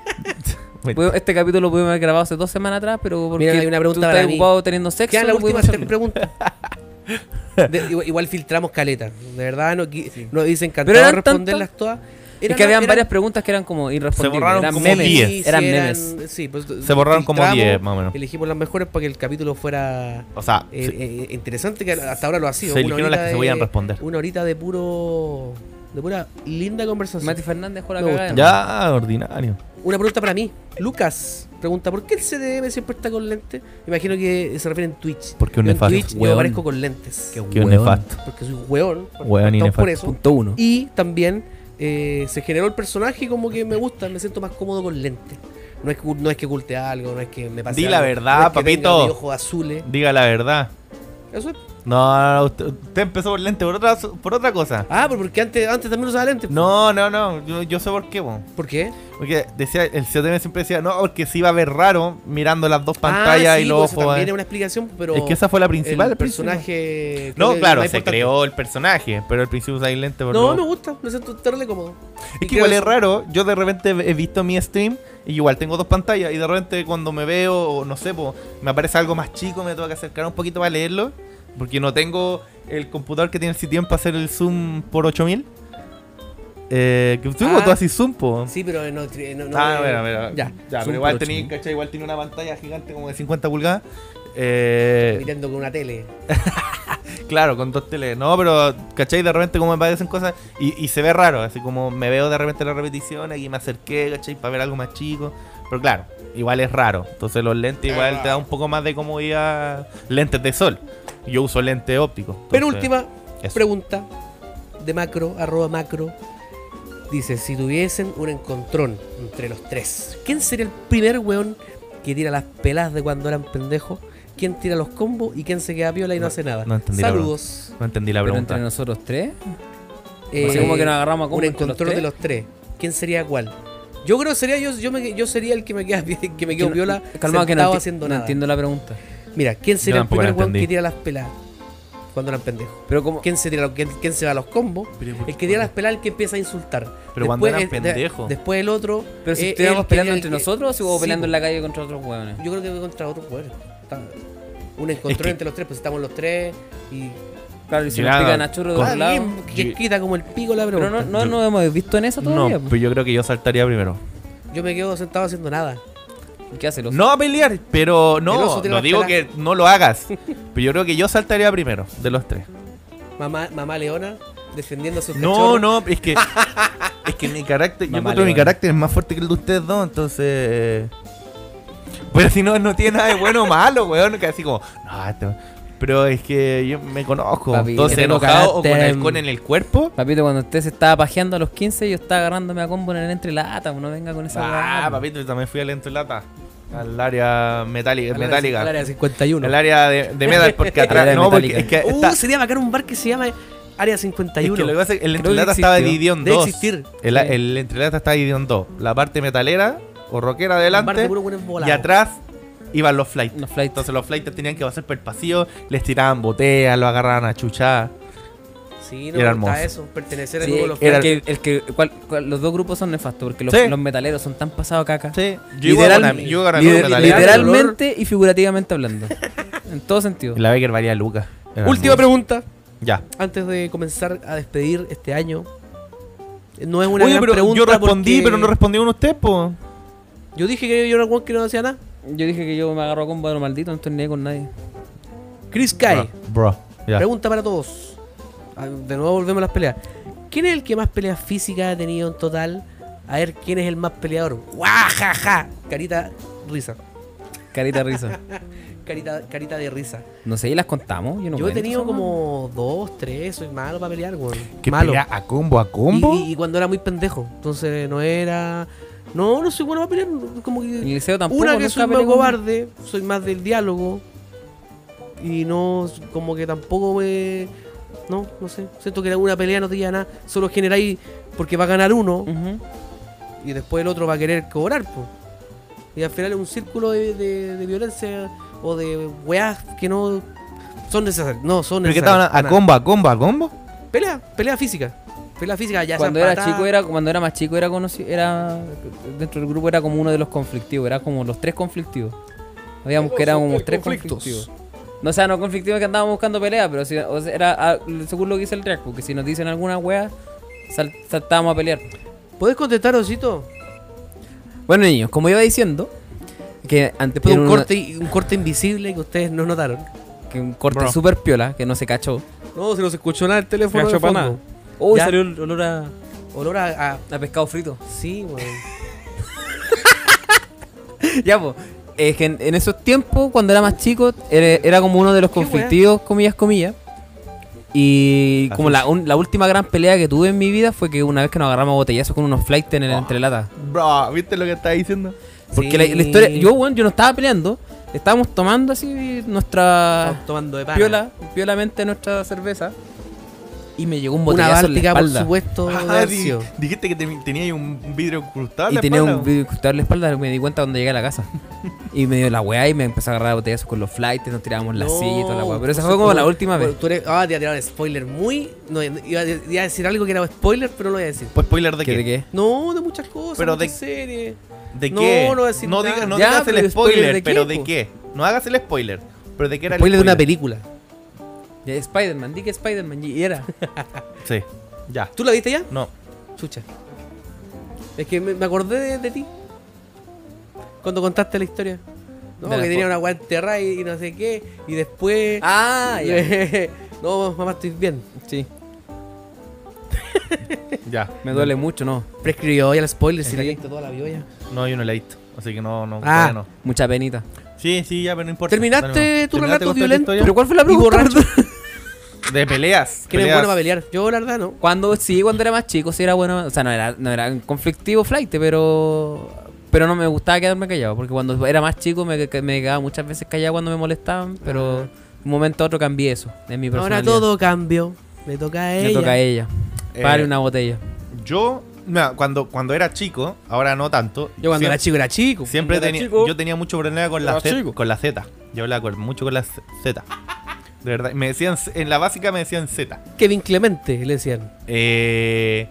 Speaker 1: Weón, Este capítulo lo pudimos haber grabado hace dos semanas atrás, pero porque
Speaker 2: Mira, hay una pregunta
Speaker 1: tú estás
Speaker 2: para mí.
Speaker 1: ocupado teniendo sexo.
Speaker 2: Quedan las
Speaker 1: no pudimos
Speaker 2: últimas tres
Speaker 1: hacerlo.
Speaker 2: preguntas. De- igual, igual filtramos caleta. De verdad, no, qui- nos dicen
Speaker 1: Pero
Speaker 2: encantado
Speaker 1: eran
Speaker 2: responderlas todas.
Speaker 1: es que habían varias preguntas que eran como irrespondibles.
Speaker 3: borraron
Speaker 1: eran
Speaker 3: como
Speaker 1: memes.
Speaker 3: diez.
Speaker 2: sí,
Speaker 1: Eran
Speaker 2: sí,
Speaker 1: memes.
Speaker 2: sí, pues,
Speaker 3: Se borraron como
Speaker 2: filtramos,
Speaker 3: 10 más o menos.
Speaker 2: Elegimos las mejores para que el capítulo fuera
Speaker 3: O sea,
Speaker 2: eh,
Speaker 3: sí.
Speaker 2: eh, interesante, que hasta ahora lo ha sido.
Speaker 3: Se
Speaker 2: Una
Speaker 3: eligieron
Speaker 2: horita
Speaker 3: las que se podían responder.
Speaker 2: Una horita de puro. de pura linda conversación.
Speaker 1: Mati Fernández dejó la
Speaker 2: Me
Speaker 1: cagada.
Speaker 2: gusta.
Speaker 1: eh, ¿no?
Speaker 3: ya, ordinario.
Speaker 2: Una pregunta para mí. Lucas pregunta, ¿por qué el CDM siempre está con lentes? Me imagino que se refiere en Twitch.
Speaker 3: Porque un
Speaker 2: Yo en
Speaker 3: nefasto.
Speaker 2: Twitch yo
Speaker 1: Hueón.
Speaker 2: aparezco con lentes.
Speaker 3: Qué
Speaker 1: Hueón.
Speaker 3: nefasto.
Speaker 2: Porque soy un hueón. por-
Speaker 3: Hueón y
Speaker 2: todos por
Speaker 3: nefasto.
Speaker 2: eso.
Speaker 1: Punto uno.
Speaker 2: Y también eh, se generó el personaje y como que me gusta, me siento más cómodo con lentes. No es, que, no es que oculte algo, no es que me pase
Speaker 3: Di
Speaker 2: algo,
Speaker 3: la verdad,
Speaker 2: no es que tenga
Speaker 3: papito.
Speaker 2: mis ojos azules.
Speaker 3: Diga la verdad.
Speaker 2: Eso es.
Speaker 3: No, no, usted, usted empezó por lente, por otra, por otra cosa.
Speaker 2: Ah, pero porque antes, antes también usaba lentes.
Speaker 3: No, no, no. Yo, yo sé por qué, po.
Speaker 2: ¿Por qué?
Speaker 3: Porque decía, el CTM siempre decía, no, porque se iba a ver raro mirando las dos pantallas
Speaker 2: Ah,
Speaker 3: y
Speaker 2: sí, pues
Speaker 3: los
Speaker 2: eso
Speaker 3: ojos.
Speaker 2: también
Speaker 3: eh.
Speaker 2: es una explicación, pero...
Speaker 3: Es que esa fue la principal.
Speaker 2: el
Speaker 3: al principio.
Speaker 2: personaje... creo que
Speaker 3: No,
Speaker 2: es
Speaker 3: claro,
Speaker 2: más
Speaker 3: se
Speaker 2: importante.
Speaker 3: creó el personaje, pero al principio usaba el lente por
Speaker 2: No,
Speaker 3: los-
Speaker 2: me gusta, me siento terrible cómodo.
Speaker 3: Es que igual es raro, yo de repente he visto mi stream y igual tengo dos pantallas y de repente cuando me veo, o no sé, po, me aparece algo más chico, me tengo que acercar un poquito para leerlo, porque no tengo el computador que tiene el CTM para hacer el zoom por 8000. Eh, que tú,
Speaker 2: Ah.
Speaker 3: tú haces zoom, po.
Speaker 2: Sí, pero no... tri- no, no-
Speaker 3: ah,
Speaker 2: eh,
Speaker 3: bueno, bueno.
Speaker 2: Ya.
Speaker 3: pero
Speaker 1: zoom
Speaker 3: igual
Speaker 1: por
Speaker 3: tenía,
Speaker 1: 8000.
Speaker 3: ¿cachai? Igual tiene una pantalla gigante como de 50 pulgadas. Eh,
Speaker 2: Mirando con una tele.
Speaker 3: Claro, con dos teles. No, pero, ¿cachai? De repente como me aparecen cosas y, y se ve raro. Así como me veo de repente la repetición, aquí me acerqué, ¿cachai? Para ver algo más chico. Pero claro, igual es raro. Entonces los lentes igual te da un poco más de comodidad. Lentes de sol. Yo uso lente óptico.
Speaker 2: Penúltima
Speaker 3: eso.
Speaker 2: pregunta de macro, arroba macro. Dice, si tuviesen un encontrón entre los tres, ¿quién sería el primer weón que tira las pelas de cuando eran pendejos? ¿Quién tira los combos y quién se queda piola y no,
Speaker 3: No,
Speaker 2: hace nada?
Speaker 3: no entendí la
Speaker 2: Saludos.
Speaker 3: No entendí la
Speaker 1: Pero entre
Speaker 3: pregunta.
Speaker 1: nosotros tres.
Speaker 2: Eh,
Speaker 1: así como que nos agarramos a
Speaker 2: un
Speaker 1: combos entre los
Speaker 2: encontrón de
Speaker 1: tres.
Speaker 2: los tres. ¿Quién sería cuál? Yo creo que sería yo, yo, me, yo sería el que me queda que me
Speaker 1: Que
Speaker 2: quedo
Speaker 1: no-
Speaker 2: piola
Speaker 1: Calmado, que no,
Speaker 2: sentado
Speaker 1: enti-
Speaker 2: haciendo
Speaker 1: no
Speaker 2: nada.
Speaker 1: entiendo la pregunta.
Speaker 2: Mira, ¿quién sería el
Speaker 3: tampoco
Speaker 2: primer
Speaker 3: la
Speaker 2: weón que
Speaker 3: entendí.
Speaker 2: tira las pelas cuando eran pendejos?
Speaker 1: Pero como.
Speaker 2: ¿Quién se, tira lo- quién- quién se va a los combos? El que tira las pelas, el que empieza a insultar.
Speaker 3: Pero cuando eran
Speaker 2: el- de-
Speaker 3: pendejos.
Speaker 2: después el otro.
Speaker 1: Pero si
Speaker 2: eh,
Speaker 1: estuviéramos
Speaker 2: el que-
Speaker 1: peleando
Speaker 2: el
Speaker 1: entre
Speaker 2: que-
Speaker 1: nosotros o si hubo
Speaker 2: sí,
Speaker 1: peleando
Speaker 2: po.
Speaker 1: en la calle contra otros huevones.
Speaker 2: Yo creo que contra otro jugador. Un encontrón
Speaker 3: Es que-
Speaker 2: entre los tres, pues estamos los tres. Y.
Speaker 1: Claro, y si nos
Speaker 3: Llegaba
Speaker 1: pican a churro de
Speaker 3: con-
Speaker 1: los
Speaker 2: Ah,
Speaker 1: lados.
Speaker 2: bien, que quita como el pico la
Speaker 1: Pero
Speaker 2: pregunta.
Speaker 1: no, no nos hemos visto en eso
Speaker 3: No,
Speaker 1: todavía. po.
Speaker 2: pues?
Speaker 3: pero yo creo que yo saltaría primero.
Speaker 2: Yo me quedo sentado haciendo nada.
Speaker 1: ¿Qué hace los
Speaker 3: No a pelear, pero
Speaker 2: El
Speaker 3: no.
Speaker 2: oso tiene
Speaker 3: No
Speaker 2: las
Speaker 3: digo que
Speaker 2: pelas.
Speaker 3: no lo hagas. Pero yo creo que yo saltaría primero de los tres.
Speaker 2: Mamá, mamá Leona defendiendo a sus
Speaker 3: No,
Speaker 2: cachorros.
Speaker 3: no, es que. es que mi carácter. Yo
Speaker 1: Mamá
Speaker 3: encuentro mi
Speaker 1: leona.
Speaker 3: carácter es más fuerte que el de ustedes dos, entonces. eh, Pero si no, no tiene nada de bueno o malo, weón. Que así como. No, este- Pero es que yo me conozco.
Speaker 1: Papi,
Speaker 3: entonces,
Speaker 1: tengo
Speaker 3: enojado o con
Speaker 1: carácter.
Speaker 3: halcón en el cuerpo.
Speaker 1: Papito, cuando usted se estaba pajeando a los 15, yo estaba agarrándome a combo en el entrelata. po, No venga con esa
Speaker 3: Ah,
Speaker 1: weá, po.
Speaker 3: papito, yo también fui al entrelata. Al área metálica.
Speaker 2: Al área-
Speaker 3: metálica.
Speaker 2: al área 51.
Speaker 3: El área de, de metal, porque atrás.
Speaker 1: área
Speaker 3: No, porque
Speaker 1: metálica.
Speaker 3: es que.
Speaker 2: Uh,
Speaker 3: Está,
Speaker 2: sería bacán un bar que se llama Área
Speaker 3: es
Speaker 2: 51.
Speaker 3: que lo que pasa es que
Speaker 1: Creo
Speaker 3: el
Speaker 1: que
Speaker 3: entrelata estaba
Speaker 1: existió.
Speaker 3: dividido en
Speaker 2: Debe
Speaker 3: dos.
Speaker 2: existir.
Speaker 3: El,
Speaker 1: Sí.
Speaker 3: el entrelata estaba dividido en dos. La parte metalera o rockera
Speaker 2: Un bar de
Speaker 3: adelante.
Speaker 2: puro buenos volados.
Speaker 3: Y atrás iban los flights.
Speaker 1: Los flights.
Speaker 3: Entonces los flights tenían que pasar por el pasillo, les tiraban botellas, lo agarraban a chuchar.
Speaker 2: Sí, no
Speaker 3: Era
Speaker 2: me gustaba
Speaker 3: hermoso.
Speaker 2: eso, pertenecer al
Speaker 1: Sí,
Speaker 2: grupo de los
Speaker 1: el
Speaker 3: era-
Speaker 1: que, el que- cual- cual- los dos grupos son nefastos porque los,
Speaker 3: Sí.
Speaker 1: los metaleros son tan pasados caca.
Speaker 3: Sí. Yo
Speaker 1: Literal-
Speaker 3: igual, yo agarré
Speaker 1: Lider-
Speaker 3: metalera.
Speaker 1: literalmente y figurativamente hablando. en todo sentido.
Speaker 3: Y La Becker valía Lucas. Era
Speaker 2: Última
Speaker 3: hermoso.
Speaker 2: pregunta.
Speaker 3: Ya.
Speaker 2: Antes de comenzar a despedir este año. No es una
Speaker 3: Oye,
Speaker 2: gran
Speaker 3: pero
Speaker 2: pregunta
Speaker 3: yo respondí,
Speaker 2: porque
Speaker 3: pero no respondieron ustedes, po.
Speaker 2: Yo dije que yo era el one que no hacía nada.
Speaker 1: Yo dije que yo me agarro a combo de lo maldito, no estoy ni ahí con nadie.
Speaker 2: Chris Kai.
Speaker 3: Bro. bro, Ya.
Speaker 2: Pregunta para todos. Ah, De nuevo volvemos a las peleas. ¿Quién es el que más peleas físicas ha tenido en total? A ver, ¿quién es el más peleador? ¡Guajaja! Carita risa.
Speaker 1: Carita risa.
Speaker 2: Carita, carita de risa.
Speaker 1: No sé, ¿y las contamos? Yo, no
Speaker 2: yo he
Speaker 1: cuento
Speaker 2: tenido
Speaker 1: esa weá.
Speaker 2: como dos, tres. Soy malo para pelear, weón.
Speaker 3: ¿Qué
Speaker 2: Malo.
Speaker 3: pelea a combo a combo?
Speaker 2: Y, y cuando era muy pendejo. Entonces no era. No, no soy bueno para pelear. Como que.
Speaker 1: En el liceo tampoco.
Speaker 2: Una que
Speaker 1: nunca
Speaker 2: soy más
Speaker 1: peleé con-
Speaker 2: cobarde, soy más del diálogo. Y no, como que tampoco me. No, no sé. Siento que una pelea no te lleva a nada. Solo generáis porque va a ganar uno
Speaker 1: Ujú. Mm.
Speaker 2: y después el otro va a querer cobrar, po. Y al final es un círculo de, de- de violencia o de weas que no son necesarias. No, son
Speaker 3: ¿Pero qué
Speaker 2: necesarias.
Speaker 3: estaban a
Speaker 2: Nada.
Speaker 3: combo a combo a combo?
Speaker 2: Pelea, pelea física. Fila física ya
Speaker 1: cuando
Speaker 2: sean
Speaker 1: era
Speaker 2: patadas.
Speaker 1: chico era cuando era más chico era conocido era dentro del grupo era como uno de los conflictivos era como los tres conflictivos digamos que éramos
Speaker 4: Los
Speaker 1: tres conflictivos no o sea no conflictivos que andábamos buscando pelea pero si o sea, era ah, según lo que dice el track porque si nos dicen alguna wea sal- saltábamos a pelear
Speaker 2: ¿Puedes contestar, Osito?
Speaker 1: bueno niños como iba diciendo que antes
Speaker 2: Después de un corte, y- un corte invisible que ustedes no notaron.
Speaker 1: que un corte
Speaker 3: Bro.
Speaker 1: super piola que no se cachó
Speaker 2: No, se nos escuchó nada el teléfono.
Speaker 4: Cacho
Speaker 2: de
Speaker 4: pa'
Speaker 2: fondo.
Speaker 4: nada.
Speaker 1: uy
Speaker 2: Ya.
Speaker 1: salió el olor a,
Speaker 2: Olor a, a-
Speaker 1: a pescado frito
Speaker 2: Sí, weón.
Speaker 1: Ya, pues. Es que en, en esos tiempos, cuando era más chico, era, era como uno de los
Speaker 2: ¿Qué weá?
Speaker 1: conflictivos, comillas, comillas. Y como la, un- la última gran pelea que tuve en mi vida fue que una vez que nos agarramos a botellazos con unos flights en el
Speaker 2: Ah,
Speaker 3: Oh.
Speaker 1: entrelata.
Speaker 3: Bro, ¿viste lo que estaba diciendo?
Speaker 1: Porque la, la historia. Yo, bueno, yo no estaba peleando. Estábamos tomando así nuestra.
Speaker 2: Estamos tomando de pana.
Speaker 1: Piola, piolamente nuestra cerveza. Y me llegó un
Speaker 2: Una
Speaker 1: botellazo en la
Speaker 2: báltica, por
Speaker 1: espalda.
Speaker 2: supuesto.
Speaker 3: Ah, di-
Speaker 2: Darcio.
Speaker 3: dijiste que te- tenía ahí un vidrio incrustado.
Speaker 1: Y
Speaker 3: en Ah, la
Speaker 1: tenía
Speaker 3: espalda.
Speaker 1: un vidrio incrustado en la espalda, me di cuenta cuando llegué a la casa. y me dio la weá y me empezó a agarrar botellazos con los flights, nos tirábamos la
Speaker 2: No,
Speaker 1: silla y toda la weá. Pero esa
Speaker 2: por
Speaker 1: fue como la
Speaker 2: supuesto.
Speaker 1: última vez.
Speaker 2: Bueno, tú eres- ah, te iba a tirar un spoiler muy. No, iba, a- iba a decir algo que era spoiler, pero no lo voy a decir.
Speaker 3: Pues spoiler de
Speaker 1: ¿Qué,
Speaker 3: qué?
Speaker 1: de qué?
Speaker 2: No, de muchas cosas.
Speaker 3: Pero de-
Speaker 2: muchas series.
Speaker 3: ¿De
Speaker 2: No,
Speaker 3: qué?
Speaker 2: no voy a decir
Speaker 3: no
Speaker 2: nada.
Speaker 3: diga- no
Speaker 1: Ya,
Speaker 3: digas
Speaker 1: pero
Speaker 3: el
Speaker 1: spoiler,
Speaker 3: spoiler,
Speaker 1: ¿de qué,
Speaker 3: pero
Speaker 1: po?
Speaker 3: ¿de qué? No hagas el spoiler. ¿Pero de qué era
Speaker 1: Spoiler
Speaker 3: el
Speaker 1: de una
Speaker 3: spoiler?
Speaker 1: película. De Spider-Man, di que Spider-Man y era.
Speaker 3: Sí, ya.
Speaker 2: ¿Tú la viste ya?
Speaker 3: No.
Speaker 2: Chucha. Es que me, me acordé de, de ti. Cuando contaste la historia. No,
Speaker 1: De la
Speaker 2: que tenía
Speaker 1: fo-
Speaker 2: una guanterra y, y no sé qué. Y después.
Speaker 1: ah, ya.
Speaker 2: no, mamá, estoy bien.
Speaker 1: Sí,
Speaker 3: Ya.
Speaker 1: me duele mucho, ¿no?
Speaker 2: Prescribió ya el spoiler, si
Speaker 1: Sí.
Speaker 2: la gente toda la vio ya.
Speaker 3: No, yo no la he visto. Así que no, no.
Speaker 2: Ah.
Speaker 3: todavía no.
Speaker 1: Mucha penita.
Speaker 3: Sí, sí, ya, pero no importa.
Speaker 2: ¿Terminaste
Speaker 3: Dale, no.
Speaker 2: tu
Speaker 3: ¿Terminaste
Speaker 2: relato
Speaker 3: con tu
Speaker 2: violento?
Speaker 3: historia?
Speaker 1: ¿Pero cuál fue la
Speaker 2: Y
Speaker 1: pregunta?
Speaker 2: borracho.
Speaker 1: perdón?
Speaker 3: De peleas.
Speaker 2: Que eres
Speaker 3: peleas.
Speaker 2: bueno para pelear. Yo, la verdad, no.
Speaker 1: Cuando, sí, cuando era más chico, sí era bueno. O sea, no era, no era conflictivo flight, pero. Pero no me gustaba quedarme callado. Porque cuando era más chico me, me quedaba muchas veces callado cuando me molestaban. Pero de un momento a otro cambié eso. En mi personalidad.
Speaker 2: Ahora todo cambió. Me toca a
Speaker 1: Me
Speaker 2: ella.
Speaker 1: toca a ella.
Speaker 3: Eh,
Speaker 1: Pare una botella.
Speaker 3: Yo, mira, cuando, cuando era chico, ahora no tanto.
Speaker 2: Yo cuando era
Speaker 3: siempre,
Speaker 2: chico era chico.
Speaker 3: Siempre
Speaker 4: cuando era
Speaker 3: tenía,
Speaker 4: chico,
Speaker 3: yo tenía mucho problema con
Speaker 4: era
Speaker 3: la, Z,
Speaker 4: chico.
Speaker 3: con la Z. Yo hablaba con- mucho con la Z. De verdad, me decían, en la básica me decían Z.
Speaker 2: Kevin Clemente, le decían.
Speaker 3: Eh,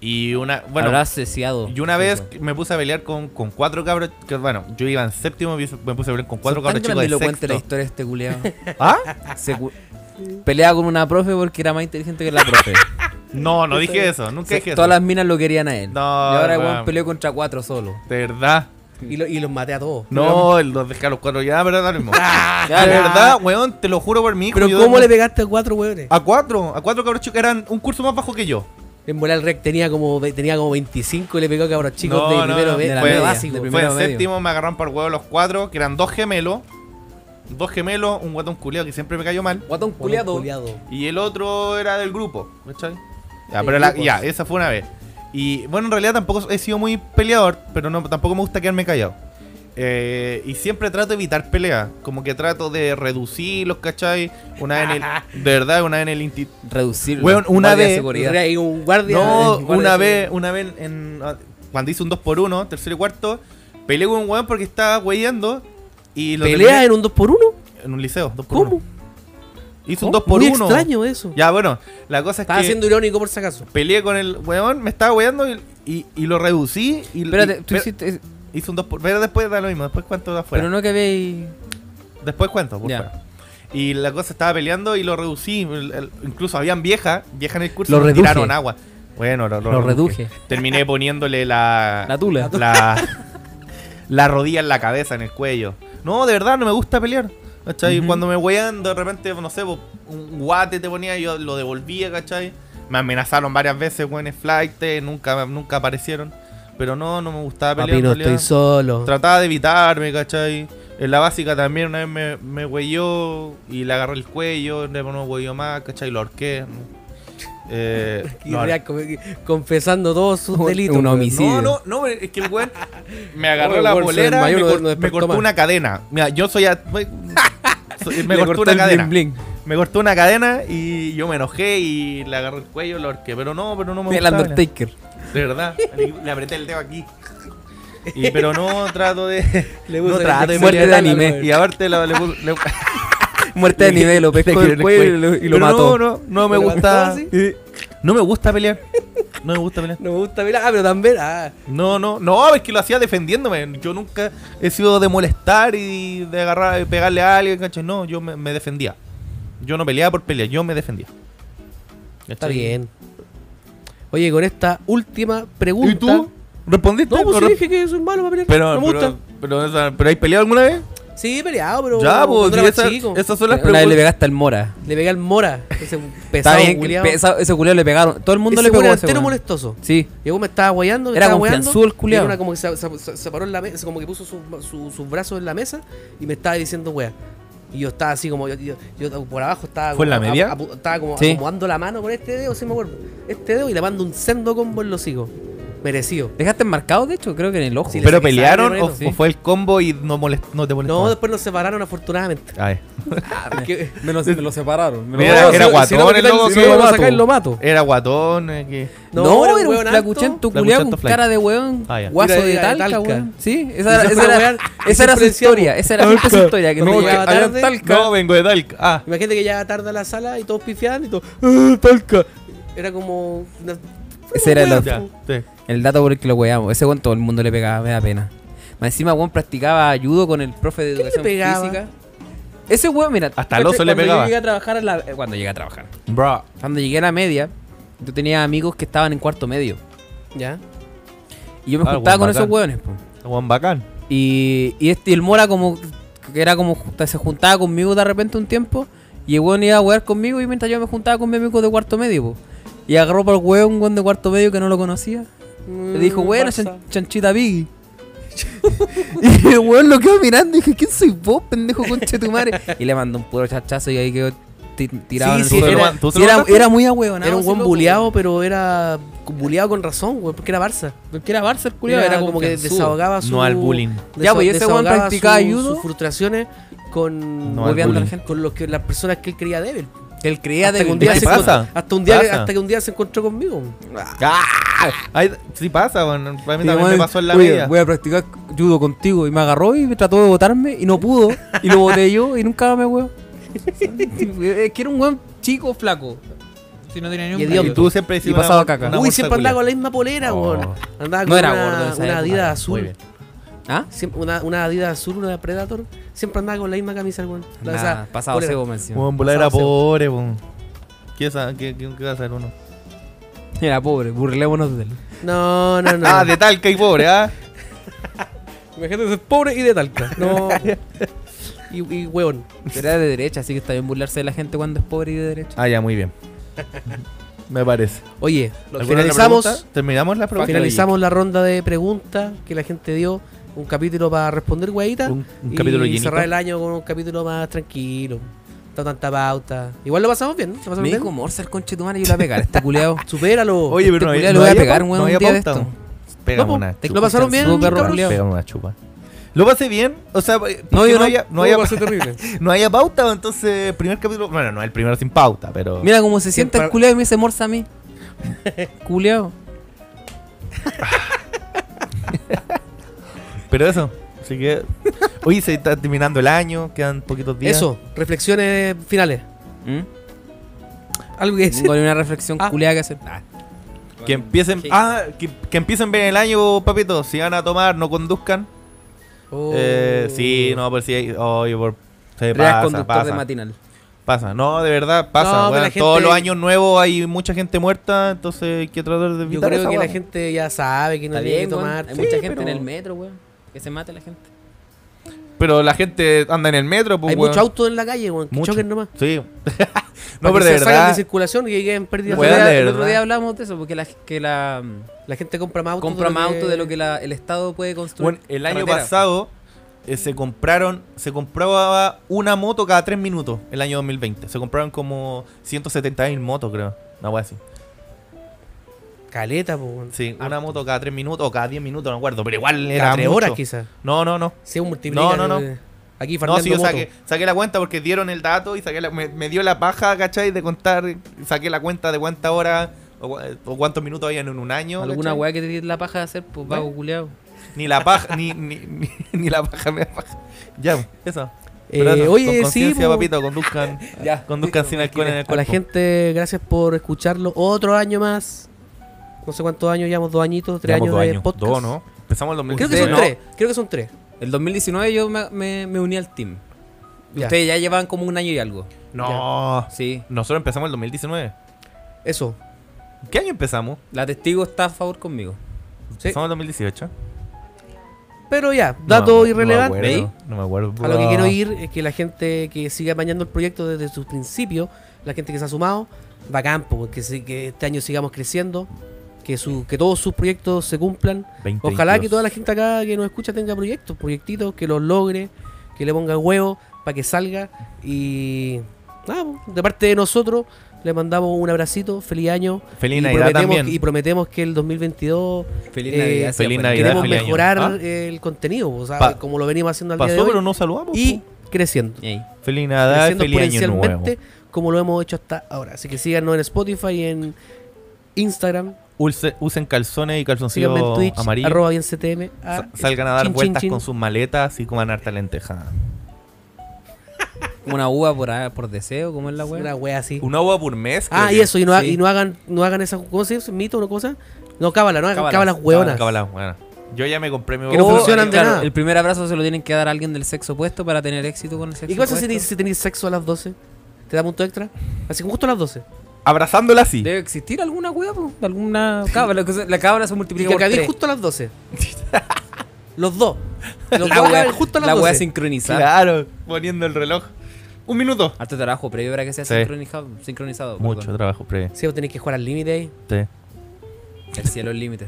Speaker 3: y una, bueno,
Speaker 1: Habrás ceciado.
Speaker 3: y una vez
Speaker 2: pues.
Speaker 3: me puse a pelear con, con cuatro cabros, que, bueno, yo iba en séptimo, me puse a pelear con cuatro cabros chicos de
Speaker 1: cuente la
Speaker 3: sexto.
Speaker 1: historia de este culeado.
Speaker 3: ¿Ah?
Speaker 1: Se cu- Peleaba con una profe porque era más inteligente que la profe.
Speaker 3: No, no dije eso, nunca
Speaker 1: Se-
Speaker 3: dije eso.
Speaker 1: Todas las minas lo querían a él.
Speaker 3: No,
Speaker 1: y ahora el
Speaker 3: weón.
Speaker 1: weón peleó contra cuatro solo.
Speaker 3: De verdad.
Speaker 2: Y, lo- y los maté a todos.
Speaker 3: No, los dejé a los cuatro ya, pero da lo mismo.
Speaker 1: ya,
Speaker 3: de
Speaker 1: ya.
Speaker 3: verdad, weón, te lo juro por mi hijo.
Speaker 2: Pero
Speaker 3: yo- Ah.
Speaker 2: ¿cómo le pegaste a cuatro hueones?
Speaker 3: A cuatro, a cuatro cabros chicos que eran un curso más bajo que yo.
Speaker 2: En volar el rec tenía como, ve- tenía como 25 y le pegó a cabros chicos
Speaker 3: No,
Speaker 2: de
Speaker 3: no,
Speaker 2: primero
Speaker 3: no,
Speaker 2: B-
Speaker 1: de la
Speaker 2: B
Speaker 1: media,
Speaker 2: básico.
Speaker 1: de
Speaker 3: Fue
Speaker 1: primero
Speaker 3: en
Speaker 1: medio.
Speaker 3: séptimo, me agarraron para el huevo los cuatro, que eran dos gemelos. Dos gemelos, un guatón culiado que siempre me cayó mal.
Speaker 1: Guatón
Speaker 2: Hueón
Speaker 1: culiado.
Speaker 2: culiado.
Speaker 3: Y el otro era del grupo, ¿cachai? Ya,
Speaker 2: Del
Speaker 3: pero la-
Speaker 2: grupo.
Speaker 3: ya, esa fue una vez. Y bueno, en realidad tampoco he sido muy peleador, pero no, tampoco me gusta quedarme callado. Eh, y siempre trato de evitar peleas. Como que trato de reducirlos, ¿cachai? Una vez en el. De verdad, una vez en el instituto.
Speaker 1: Reducirlo.
Speaker 3: Weón, una
Speaker 1: Guardia de
Speaker 3: vez-
Speaker 1: seguridad.
Speaker 2: Era ahí un guardia.
Speaker 3: No,
Speaker 2: un guardia
Speaker 3: una
Speaker 2: así.
Speaker 3: vez, una vez en, ah, cuando hice un 2 por 1 tercero y cuarto, peleé con un weón porque estaba weyando y lo
Speaker 2: ¿Pelea
Speaker 3: terminé-
Speaker 2: en un 2x1?
Speaker 3: en un liceo, 2 por 1
Speaker 2: ¿Cómo?
Speaker 3: Hice un 2 por
Speaker 2: Muy
Speaker 3: 1
Speaker 2: extraño eso.
Speaker 3: Ya, bueno, la cosa es
Speaker 2: Estaba
Speaker 3: que
Speaker 2: siendo irónico por si acaso.
Speaker 3: peleé con el weón, me estaba weyando y, y- y lo reducí y
Speaker 1: Espérate,
Speaker 3: y-
Speaker 1: tú
Speaker 3: pero-
Speaker 1: hiciste. es-
Speaker 3: hice un 2 por pero después da lo mismo, después cuánto da afuera.
Speaker 1: Pero no que veis.
Speaker 3: Después cuento, por
Speaker 1: Ya.
Speaker 3: fuera. Y la cosa estaba peleando y lo reducí. El- el- incluso habían viejas, viejas en el curso,
Speaker 1: Lo
Speaker 3: me
Speaker 1: reduje.
Speaker 3: tiraron agua. Bueno, lo,
Speaker 1: Lo reduje.
Speaker 3: Terminé poniéndole la.
Speaker 1: La tula.
Speaker 3: La, la rodilla en la cabeza, en el cuello. No, de verdad, no me gusta pelear. ¿Cachai?
Speaker 1: Ujú.
Speaker 3: Cuando me wean, de repente, no sé, po, un guate te ponía y yo lo devolvía, ¿cachai? Me amenazaron varias veces, weones flight, nunca, nunca aparecieron. Pero no, no me gustaba
Speaker 1: Ah,
Speaker 3: pelear.
Speaker 2: Papi,
Speaker 3: en
Speaker 2: no
Speaker 3: realidad.
Speaker 2: estoy solo.
Speaker 3: Trataba de evitarme, ¿cachai? En la básica también una vez me, me huelló y le agarré el cuello, después no huelló más, ¿cachai? Lo ahorqué. Eh,
Speaker 2: Y
Speaker 3: lo ahor-
Speaker 2: ya como que confesando todos sus
Speaker 1: Un-
Speaker 2: delitos.
Speaker 1: un
Speaker 2: weón.
Speaker 1: homicidio.
Speaker 3: no, no, no, es que el weón me agarró
Speaker 2: Oh,
Speaker 3: la
Speaker 2: weón, se
Speaker 3: polera, me,
Speaker 2: desmayó, no-
Speaker 3: cor-
Speaker 2: no
Speaker 3: me
Speaker 2: despertó
Speaker 3: cortó
Speaker 2: más.
Speaker 3: una cadena. Mira, yo soy... a- soy- soy- me
Speaker 1: Le
Speaker 3: cortó
Speaker 1: cortó
Speaker 3: una
Speaker 1: el
Speaker 3: cadena.
Speaker 1: bling bling.
Speaker 3: Me cortó una cadena y yo me enojé y le agarré el cuello, lo ahorqué. Pero no, pero no me
Speaker 1: El
Speaker 3: gustaba,
Speaker 1: Undertaker.
Speaker 3: De verdad, le apreté el dedo aquí. Y, pero no trato de...
Speaker 2: Le
Speaker 3: no
Speaker 2: puso
Speaker 3: trato de...
Speaker 2: el-
Speaker 1: muerte de
Speaker 2: el-
Speaker 1: anime.
Speaker 2: el-
Speaker 3: Y aparte la- le puse- le-
Speaker 1: Muerte de nivel, lo pescó
Speaker 3: Pero
Speaker 1: del cuello y lo- y lo
Speaker 3: no,
Speaker 1: mató.
Speaker 3: no, no me
Speaker 2: ¿Lo levantó
Speaker 3: gusta.
Speaker 2: así?
Speaker 3: Eh, No me gusta pelear. No me gusta pelear.
Speaker 2: No me gusta pelear. Ah, pero también. Ah,
Speaker 3: No, no, no, es que lo hacía defendiéndome. Yo nunca he sido de molestar y de agarrar, de pegarle a alguien, ¿cachai? No, yo me, me defendía. Yo no peleaba por pelear, yo me defendía.
Speaker 2: está
Speaker 3: ¿Cachai?
Speaker 2: bien. Oye, con esta última pregunta.
Speaker 3: ¿Y tú? ¿Respondiste?
Speaker 2: No, pues sí,
Speaker 3: Corre-
Speaker 2: dije que soy malo para pelear.
Speaker 3: pero,
Speaker 2: no me
Speaker 3: pero,
Speaker 2: gusta.
Speaker 3: pero esa- ¿pero hay peleado alguna vez?
Speaker 2: Sí, he peleado, pero.
Speaker 3: ya,
Speaker 2: cuando
Speaker 3: pues,
Speaker 2: era
Speaker 3: si
Speaker 2: más
Speaker 3: esa-
Speaker 2: chico.
Speaker 3: esas son
Speaker 1: Una
Speaker 3: las
Speaker 1: vez le
Speaker 3: preguntas.
Speaker 1: pegaste al Mora.
Speaker 2: Le pegué al Mora. Ese
Speaker 1: Está
Speaker 2: pesado
Speaker 1: bien, que
Speaker 2: culiao.
Speaker 1: pesa- ese culiao le pegaron. Todo el mundo
Speaker 2: Ese
Speaker 1: le pegó a ese
Speaker 2: delantero
Speaker 1: weón.
Speaker 2: molestoso.
Speaker 1: Sí.
Speaker 2: Llegó, me estaba guayando, me
Speaker 1: Era
Speaker 2: estaba
Speaker 1: confianzudo el culiao.
Speaker 2: y era una como que se, se- se- se paró en la mesa, como que puso sus su- sus brazos en la mesa y me estaba diciendo, wea. Y yo estaba así como, yo, yo- yo por abajo estaba
Speaker 3: ¿Fue en la
Speaker 2: como-
Speaker 3: media?
Speaker 2: apu- estaba como
Speaker 1: Sí.
Speaker 2: acomodando la mano con este dedo, si me acuerdo. Este dedo y le mando un sendo combo en los hocicos. Merecido.
Speaker 1: ¿Dejaste marcado, de hecho? Creo que en el ojo.
Speaker 2: Sí, le
Speaker 3: ¿Pero
Speaker 2: saqué sangre,
Speaker 3: pelearon o,
Speaker 2: Loreto.
Speaker 3: o fue el combo y no, molest- no te molestó?
Speaker 2: No, después nos separaron afortunadamente. Que-
Speaker 1: Ah,
Speaker 4: Me lo, me lo separaron. Me lo
Speaker 3: Mira,
Speaker 4: separaron.
Speaker 3: era
Speaker 4: Si-
Speaker 3: guatón
Speaker 4: si no me
Speaker 3: el
Speaker 4: quitan-
Speaker 3: loco,
Speaker 4: si
Speaker 3: sí,
Speaker 4: no me lo
Speaker 3: guapo.
Speaker 4: sacan, lo mato.
Speaker 3: Era guatón. eh, que-
Speaker 1: No, era un
Speaker 2: weón alto.
Speaker 1: flacuchento culiao con
Speaker 3: Flacuchento fly.
Speaker 1: cara de weón.
Speaker 3: Ah, ya.
Speaker 1: Guaso
Speaker 2: Mira,
Speaker 1: de
Speaker 2: era de
Speaker 1: talca,
Speaker 2: Talca.
Speaker 1: weón. Sí, esa,
Speaker 2: Y
Speaker 1: era-
Speaker 2: siempre
Speaker 1: esa era,
Speaker 2: weón, y
Speaker 1: esa era su
Speaker 2: siempre decíamos,
Speaker 1: historia. Esa era siempre su historia. Que
Speaker 2: No,
Speaker 1: no
Speaker 2: que-
Speaker 1: llegaba
Speaker 2: allá en
Speaker 1: tarde.
Speaker 2: Talca.
Speaker 3: No, vengo de Talca. Ah,
Speaker 2: Imagínate que ya tarda la sala y todos pifiando y todo. "Ah, Talca! Era como. una-
Speaker 1: Ese era el
Speaker 2: weón,
Speaker 1: otro.
Speaker 3: ya, sí.
Speaker 1: El dato por el que lo weamos. Ese weón todo el mundo le pegaba, me da pena. Más encima, weón practicaba judo con el profe de
Speaker 2: le
Speaker 1: educación
Speaker 2: pegaba?
Speaker 1: física. Ese weón, mira.
Speaker 3: Hasta al oso le
Speaker 1: cuando yo
Speaker 3: pegaba.
Speaker 1: llegué a trabajar a la- eh, Cuando llegué a trabajar.
Speaker 3: Bro.
Speaker 1: Cuando llegué a la media, yo tenía amigos que estaban en cuarto medio.
Speaker 2: Ya.
Speaker 1: Y yo me
Speaker 3: Ah,
Speaker 1: juntaba con
Speaker 3: weón,
Speaker 1: esos
Speaker 3: bacán.
Speaker 1: weones, po.
Speaker 3: Juan Bacán.
Speaker 1: Y, y este, y el Mora como que era como justa- se juntaba conmigo de repente un tiempo y el weón iba a jugar conmigo y mientras yo me juntaba con mi amigo de cuarto medio, po. Y agarró por el weón un weón de cuarto medio que no lo conocía. Le dijo,
Speaker 2: Mm,
Speaker 1: bueno, chan- chanchita Biggie. y el weón lo quedó mirando y dije, ¿quién soy vos, pendejo conche tu madre? Y le mandó un puro chachazo y ahí quedó ti- tirado
Speaker 2: Sí,
Speaker 1: en el
Speaker 2: sí,
Speaker 1: suelo.
Speaker 2: era-
Speaker 3: ¿tú se
Speaker 1: Sí,
Speaker 3: lo
Speaker 1: era,
Speaker 3: mandaste?
Speaker 1: era muy ahueonado.
Speaker 2: Era un
Speaker 1: ese
Speaker 2: buen
Speaker 1: loco,
Speaker 2: buleado, pero era buleado con razón, güey, porque era Barça.
Speaker 1: weón. Que era Barça el culiao,
Speaker 2: era, como que
Speaker 1: confianzudo.
Speaker 2: desahogaba su.
Speaker 3: No al bullying.
Speaker 1: Ya, pues, y ese weón
Speaker 2: desahogaba
Speaker 1: practicaba
Speaker 2: su-
Speaker 1: judo.
Speaker 2: Sus frustraciones con.
Speaker 3: No al
Speaker 2: golpeando a la
Speaker 3: bullying.
Speaker 2: gente, Con los que, las personas que él creía débil.
Speaker 1: Que él creía
Speaker 2: Hasta
Speaker 1: de
Speaker 2: que un día
Speaker 3: ¿Qué
Speaker 2: se
Speaker 3: pasa?
Speaker 2: encontró- Hasta un día,
Speaker 3: Pasa.
Speaker 2: hasta que un día se encontró conmigo.
Speaker 3: ¡Ah! Ay, sí pasa, bueno, para mí
Speaker 1: Y
Speaker 3: también
Speaker 1: además,
Speaker 3: me pasó en la
Speaker 1: "Oye,
Speaker 3: media.
Speaker 1: Voy a practicar judo contigo. Y me agarró y me trató de botarme y no pudo. Y lo boté yo y nunca me weón. es que era un weón chico flaco. Si no tenía ni
Speaker 2: Y
Speaker 1: un
Speaker 2: hediondo.
Speaker 1: callo.
Speaker 3: Y tú siempre
Speaker 1: Y
Speaker 3: decías una-
Speaker 1: pasaba caca.
Speaker 3: una
Speaker 2: Uy,
Speaker 3: bolsa
Speaker 2: siempre
Speaker 3: culia.
Speaker 2: andaba con la misma polera,
Speaker 3: Oh.
Speaker 2: güey. Andaba con
Speaker 1: No era
Speaker 2: una,
Speaker 1: gordo en esa
Speaker 2: una
Speaker 1: época.
Speaker 2: Adidas
Speaker 3: Muy
Speaker 2: azul.
Speaker 3: bien.
Speaker 1: ¿Ah?
Speaker 2: Siempre- una, una Adidas azul, una Predator. Siempre andaba con la misma camisa, güey. La-
Speaker 1: Nah,
Speaker 2: esa
Speaker 1: pasado
Speaker 2: polera.
Speaker 1: cebo me encima.
Speaker 3: Bueno, en volar era
Speaker 2: Pasaba, sí.
Speaker 3: pobre, bueno. ¿Qué, sa- qué, qué, qué va a hacer uno?
Speaker 1: Era pobre, burlémonos de él.
Speaker 2: No, no, no.
Speaker 3: Ah, de Talca y pobre, ¿ah?
Speaker 2: Imagínate ser pobre y de talca. No. y, y hueón.
Speaker 1: Pero era de derecha, así que está bien burlarse de la gente cuando es pobre y de derecha.
Speaker 3: Ah, ya, muy bien. Me parece.
Speaker 2: Oye,
Speaker 3: ¿Alguna otra
Speaker 2: finalizamos,
Speaker 3: pregunta? ¿Terminamos la pregunta?
Speaker 2: finalizamos la ronda de preguntas que la gente dio. Un capítulo para responder, hueita.
Speaker 3: Un- un capítulo
Speaker 2: y
Speaker 3: llenito.
Speaker 2: cerrar el año con un capítulo más tranquilo. No tanta pauta. Igual lo pasamos bien, ¿no? ¿Lo pasamos
Speaker 1: Me
Speaker 2: bien?
Speaker 1: dijo morsa el conche de tu madre y yo la pegar, este culeado.
Speaker 2: Supéralo.
Speaker 3: Oye, pero no,
Speaker 1: Este culiao
Speaker 3: había- no
Speaker 1: lo voy a
Speaker 3: había
Speaker 1: pegar,
Speaker 3: pau-
Speaker 1: weón,
Speaker 3: no
Speaker 1: un
Speaker 3: había
Speaker 1: día de
Speaker 3: pauta.
Speaker 1: esto.
Speaker 3: Pégame
Speaker 2: No, po,
Speaker 3: una
Speaker 2: te-
Speaker 3: chupa.
Speaker 2: ¿Lo pasaron bien,
Speaker 1: Súper
Speaker 2: cabros?
Speaker 1: raro.
Speaker 3: Pégame una chupa. ¿Lo pasé bien? O sea, no,
Speaker 1: yo
Speaker 3: no
Speaker 1: no.
Speaker 3: haya, no
Speaker 2: No,
Speaker 3: haya-
Speaker 2: va a ser terrible.
Speaker 3: no haya pauta, entonces, primer capítulo. Bueno, no, el primero sin pauta, pero.
Speaker 1: Mira cómo se siente el
Speaker 2: Siempre-
Speaker 1: culeado y me dice morsa a mí. culeado.
Speaker 3: Pero eso, así que. Oye, se está terminando el año, quedan poquitos días.
Speaker 2: Eso, reflexiones finales.
Speaker 1: ¿Mm?
Speaker 2: Algo que decir.
Speaker 1: Tengo una reflexión
Speaker 2: Ah.
Speaker 1: culeada que hacer. Ah.
Speaker 3: Que empiecen.
Speaker 1: Sí.
Speaker 3: Ah, que, que empiecen bien el año, papito. Si van a tomar, no conduzcan.
Speaker 2: Oh.
Speaker 3: Eh, sí, no, por si hay. Oye, por. Se
Speaker 1: Real
Speaker 3: pasa,
Speaker 1: conductor de
Speaker 3: pasa,
Speaker 1: matinal.
Speaker 3: pasa. No, de verdad, pasa.
Speaker 2: No, pero
Speaker 3: weón.
Speaker 2: la gente-
Speaker 3: Todos los años nuevos hay mucha gente muerta, entonces hay que tratar de
Speaker 2: Yo
Speaker 3: evitar
Speaker 2: creo
Speaker 3: esa
Speaker 2: que la
Speaker 3: weá.
Speaker 2: gente ya sabe que no
Speaker 1: Está
Speaker 2: tiene que
Speaker 1: bien,
Speaker 2: tomar.
Speaker 1: weón. Hay
Speaker 2: Sí,
Speaker 1: mucha gente
Speaker 2: pero
Speaker 1: en el metro, weón. Que se mate la gente.
Speaker 3: Pero la gente anda en el metro, pues.
Speaker 2: Hay
Speaker 3: weón.
Speaker 2: mucho auto en la calle, weón. Que
Speaker 3: Mucho.
Speaker 2: choquen nomás.
Speaker 3: Sí. no,
Speaker 2: Para
Speaker 3: pero
Speaker 2: que
Speaker 3: de
Speaker 2: se salgan de
Speaker 3: verdad.
Speaker 2: circulación y que queden pérdidas.
Speaker 1: El
Speaker 3: Weón,
Speaker 1: otro,
Speaker 3: de
Speaker 1: día, el
Speaker 3: verdad.
Speaker 1: otro día hablamos de eso, porque la, que la mm,
Speaker 2: La gente compra más autos.
Speaker 1: compra
Speaker 2: de lo
Speaker 1: más
Speaker 2: que-
Speaker 1: auto de lo que la- el Estado puede construir.
Speaker 3: Bueno, el año
Speaker 1: Carretera.
Speaker 3: pasado eh, se compraron, se compraba una moto cada tres minutos el año 2020. Se compraron como 170.000 motos, creo. Una wea así.
Speaker 2: Caleta, po, weón.
Speaker 3: Sí, una moto cada tres minutos o cada 10 minutos, no me acuerdo. Pero igual era
Speaker 2: Cada tres
Speaker 3: mucho.
Speaker 2: horas, quizás.
Speaker 3: No, no, no.
Speaker 2: Sí, un multiplicador.
Speaker 3: No, no, no.
Speaker 2: Aquí
Speaker 3: No,
Speaker 2: farmeando
Speaker 3: sí, yo
Speaker 2: moto.
Speaker 3: saqué, saqué la cuenta porque dieron el dato y saqué la- me, me dio la paja, ¿cachai? De contar, saqué la cuenta de cuántas horas o, cua- o cuántos minutos habían en un año.
Speaker 1: Alguna
Speaker 3: ¿cachai?
Speaker 1: weá que te dé la paja de hacer, pues vago culeado.
Speaker 3: Ni la paja, ni, ni, ni, ni la paja me da paja. Ya, eso.
Speaker 2: Eh,
Speaker 3: Pero eso,
Speaker 2: oye,
Speaker 3: con
Speaker 2: sí.
Speaker 3: conciencia,
Speaker 2: po.
Speaker 3: papito, conduzcan,
Speaker 2: Ya.
Speaker 3: conduzcan sin alcohol en el
Speaker 2: A la
Speaker 3: cuerpo.
Speaker 2: gente, gracias por escucharlo. Otro año más. No sé cuántos años llevamos, dos añitos, tres
Speaker 3: Llevamos
Speaker 2: años
Speaker 3: dos
Speaker 2: de
Speaker 3: años.
Speaker 2: podcast.
Speaker 3: Dos, ¿no? Empezamos el 2016.
Speaker 2: Creo que son
Speaker 1: ¿no?
Speaker 2: tres. Creo que son tres.
Speaker 1: El 2019 yo me, me- me uní al team. Y
Speaker 2: Ya.
Speaker 1: Ustedes ya llevan como un año y algo.
Speaker 3: No.
Speaker 1: Sí.
Speaker 3: Nosotros empezamos el 2019.
Speaker 2: Eso.
Speaker 3: ¿Qué año empezamos?
Speaker 1: La testigo está a favor conmigo.
Speaker 2: Sí.
Speaker 3: Empezamos el 2018.
Speaker 2: Pero ya,
Speaker 3: No,
Speaker 2: dato
Speaker 3: no
Speaker 2: irrelevante.
Speaker 3: me
Speaker 1: ¿eh?
Speaker 3: acuerdo, No me acuerdo.
Speaker 2: A lo que quiero ir es que la gente que sigue apañando el proyecto desde sus principios, la gente que se ha sumado, va a campo, que, sí- que este año sigamos creciendo, que, su, que todos sus proyectos se cumplan.
Speaker 3: 20,
Speaker 2: Ojalá que
Speaker 3: 22.
Speaker 2: toda la gente acá que nos escucha tenga proyectos, proyectitos, que los logre, que le ponga huevo para que salga. Y nada, pues, de parte de nosotros, le mandamos un abracito, feliz año.
Speaker 3: Feliz
Speaker 2: y
Speaker 3: Navidad
Speaker 2: prometemos,
Speaker 3: también.
Speaker 2: y prometemos que el 2022
Speaker 1: Feliz
Speaker 2: Eh,
Speaker 1: Navidad. sí,
Speaker 3: feliz
Speaker 1: afuera.
Speaker 3: Navidad,
Speaker 2: queremos
Speaker 3: feliz año.
Speaker 2: mejorar
Speaker 3: ¿Ah?
Speaker 2: el contenido, o sea,
Speaker 3: Pa-
Speaker 2: como lo venimos haciendo al día de
Speaker 3: Pasó,
Speaker 2: hoy
Speaker 3: pero no saludamos.
Speaker 2: y
Speaker 3: po.
Speaker 2: creciendo.
Speaker 1: Ey.
Speaker 3: Feliz Navidad, y
Speaker 2: creciendo
Speaker 3: feliz año nuevo.
Speaker 2: exponencialmente como lo hemos hecho hasta ahora. Así que síganos en Spotify, en Instagram,
Speaker 3: Ulce- usen calzones y
Speaker 2: síganme en
Speaker 3: calzoncillos
Speaker 2: Twitch,
Speaker 3: amarillos.
Speaker 2: arroba bien CTM.
Speaker 3: Sa-
Speaker 2: Ah,
Speaker 3: Salgan a dar
Speaker 2: chin, chin,
Speaker 3: vueltas
Speaker 2: chin.
Speaker 3: con sus maletas y coman harta lenteja.
Speaker 1: Una uva por, a- por deseo, ¿cómo es la
Speaker 2: Una
Speaker 1: weá?
Speaker 2: wea así.
Speaker 3: Una uva por mes.
Speaker 2: Ah, y
Speaker 3: creo que-
Speaker 2: eso, y no, ha-
Speaker 1: sí.
Speaker 2: y no hagan, no hagan esa ¿cómo se dice? mito o cosa. No, cábala, no hagan
Speaker 1: Cábalas,
Speaker 2: cábalas hueonas.
Speaker 3: Ah, Cábala, bueno. Yo ya me compré mi
Speaker 2: Que no
Speaker 3: uva.
Speaker 2: funcionan de nada.
Speaker 1: El primer abrazo se lo tienen que dar a alguien del sexo opuesto para tener éxito con el sexo
Speaker 2: ¿Y qué pasa si,
Speaker 1: opuesto.
Speaker 2: tenéis- si tenéis sexo a las 12? ¿Te da punto extra? Así que justo a las 12.
Speaker 3: Abrazándola así.
Speaker 1: Debe existir alguna weá, po, alguna cábala. que se- La cábala se
Speaker 2: Y
Speaker 1: multiplica
Speaker 2: que
Speaker 1: por
Speaker 2: acabéis
Speaker 1: tres.
Speaker 2: justo a las 12. Los dos.
Speaker 1: La
Speaker 2: Los dos
Speaker 1: weá-
Speaker 2: acaben justo a las
Speaker 1: la
Speaker 2: 12.
Speaker 1: weá sincronizada.
Speaker 3: Claro, poniendo el reloj. Un minuto.
Speaker 1: Harto trabajo previo para que sea
Speaker 3: Sí.
Speaker 1: sincronizado. sincronizado
Speaker 3: Mucho
Speaker 1: perdón.
Speaker 3: trabajo pre.
Speaker 2: Sí, vos tenéis que jugar al límite ahí.
Speaker 3: Sí.
Speaker 1: El cielo es el límite.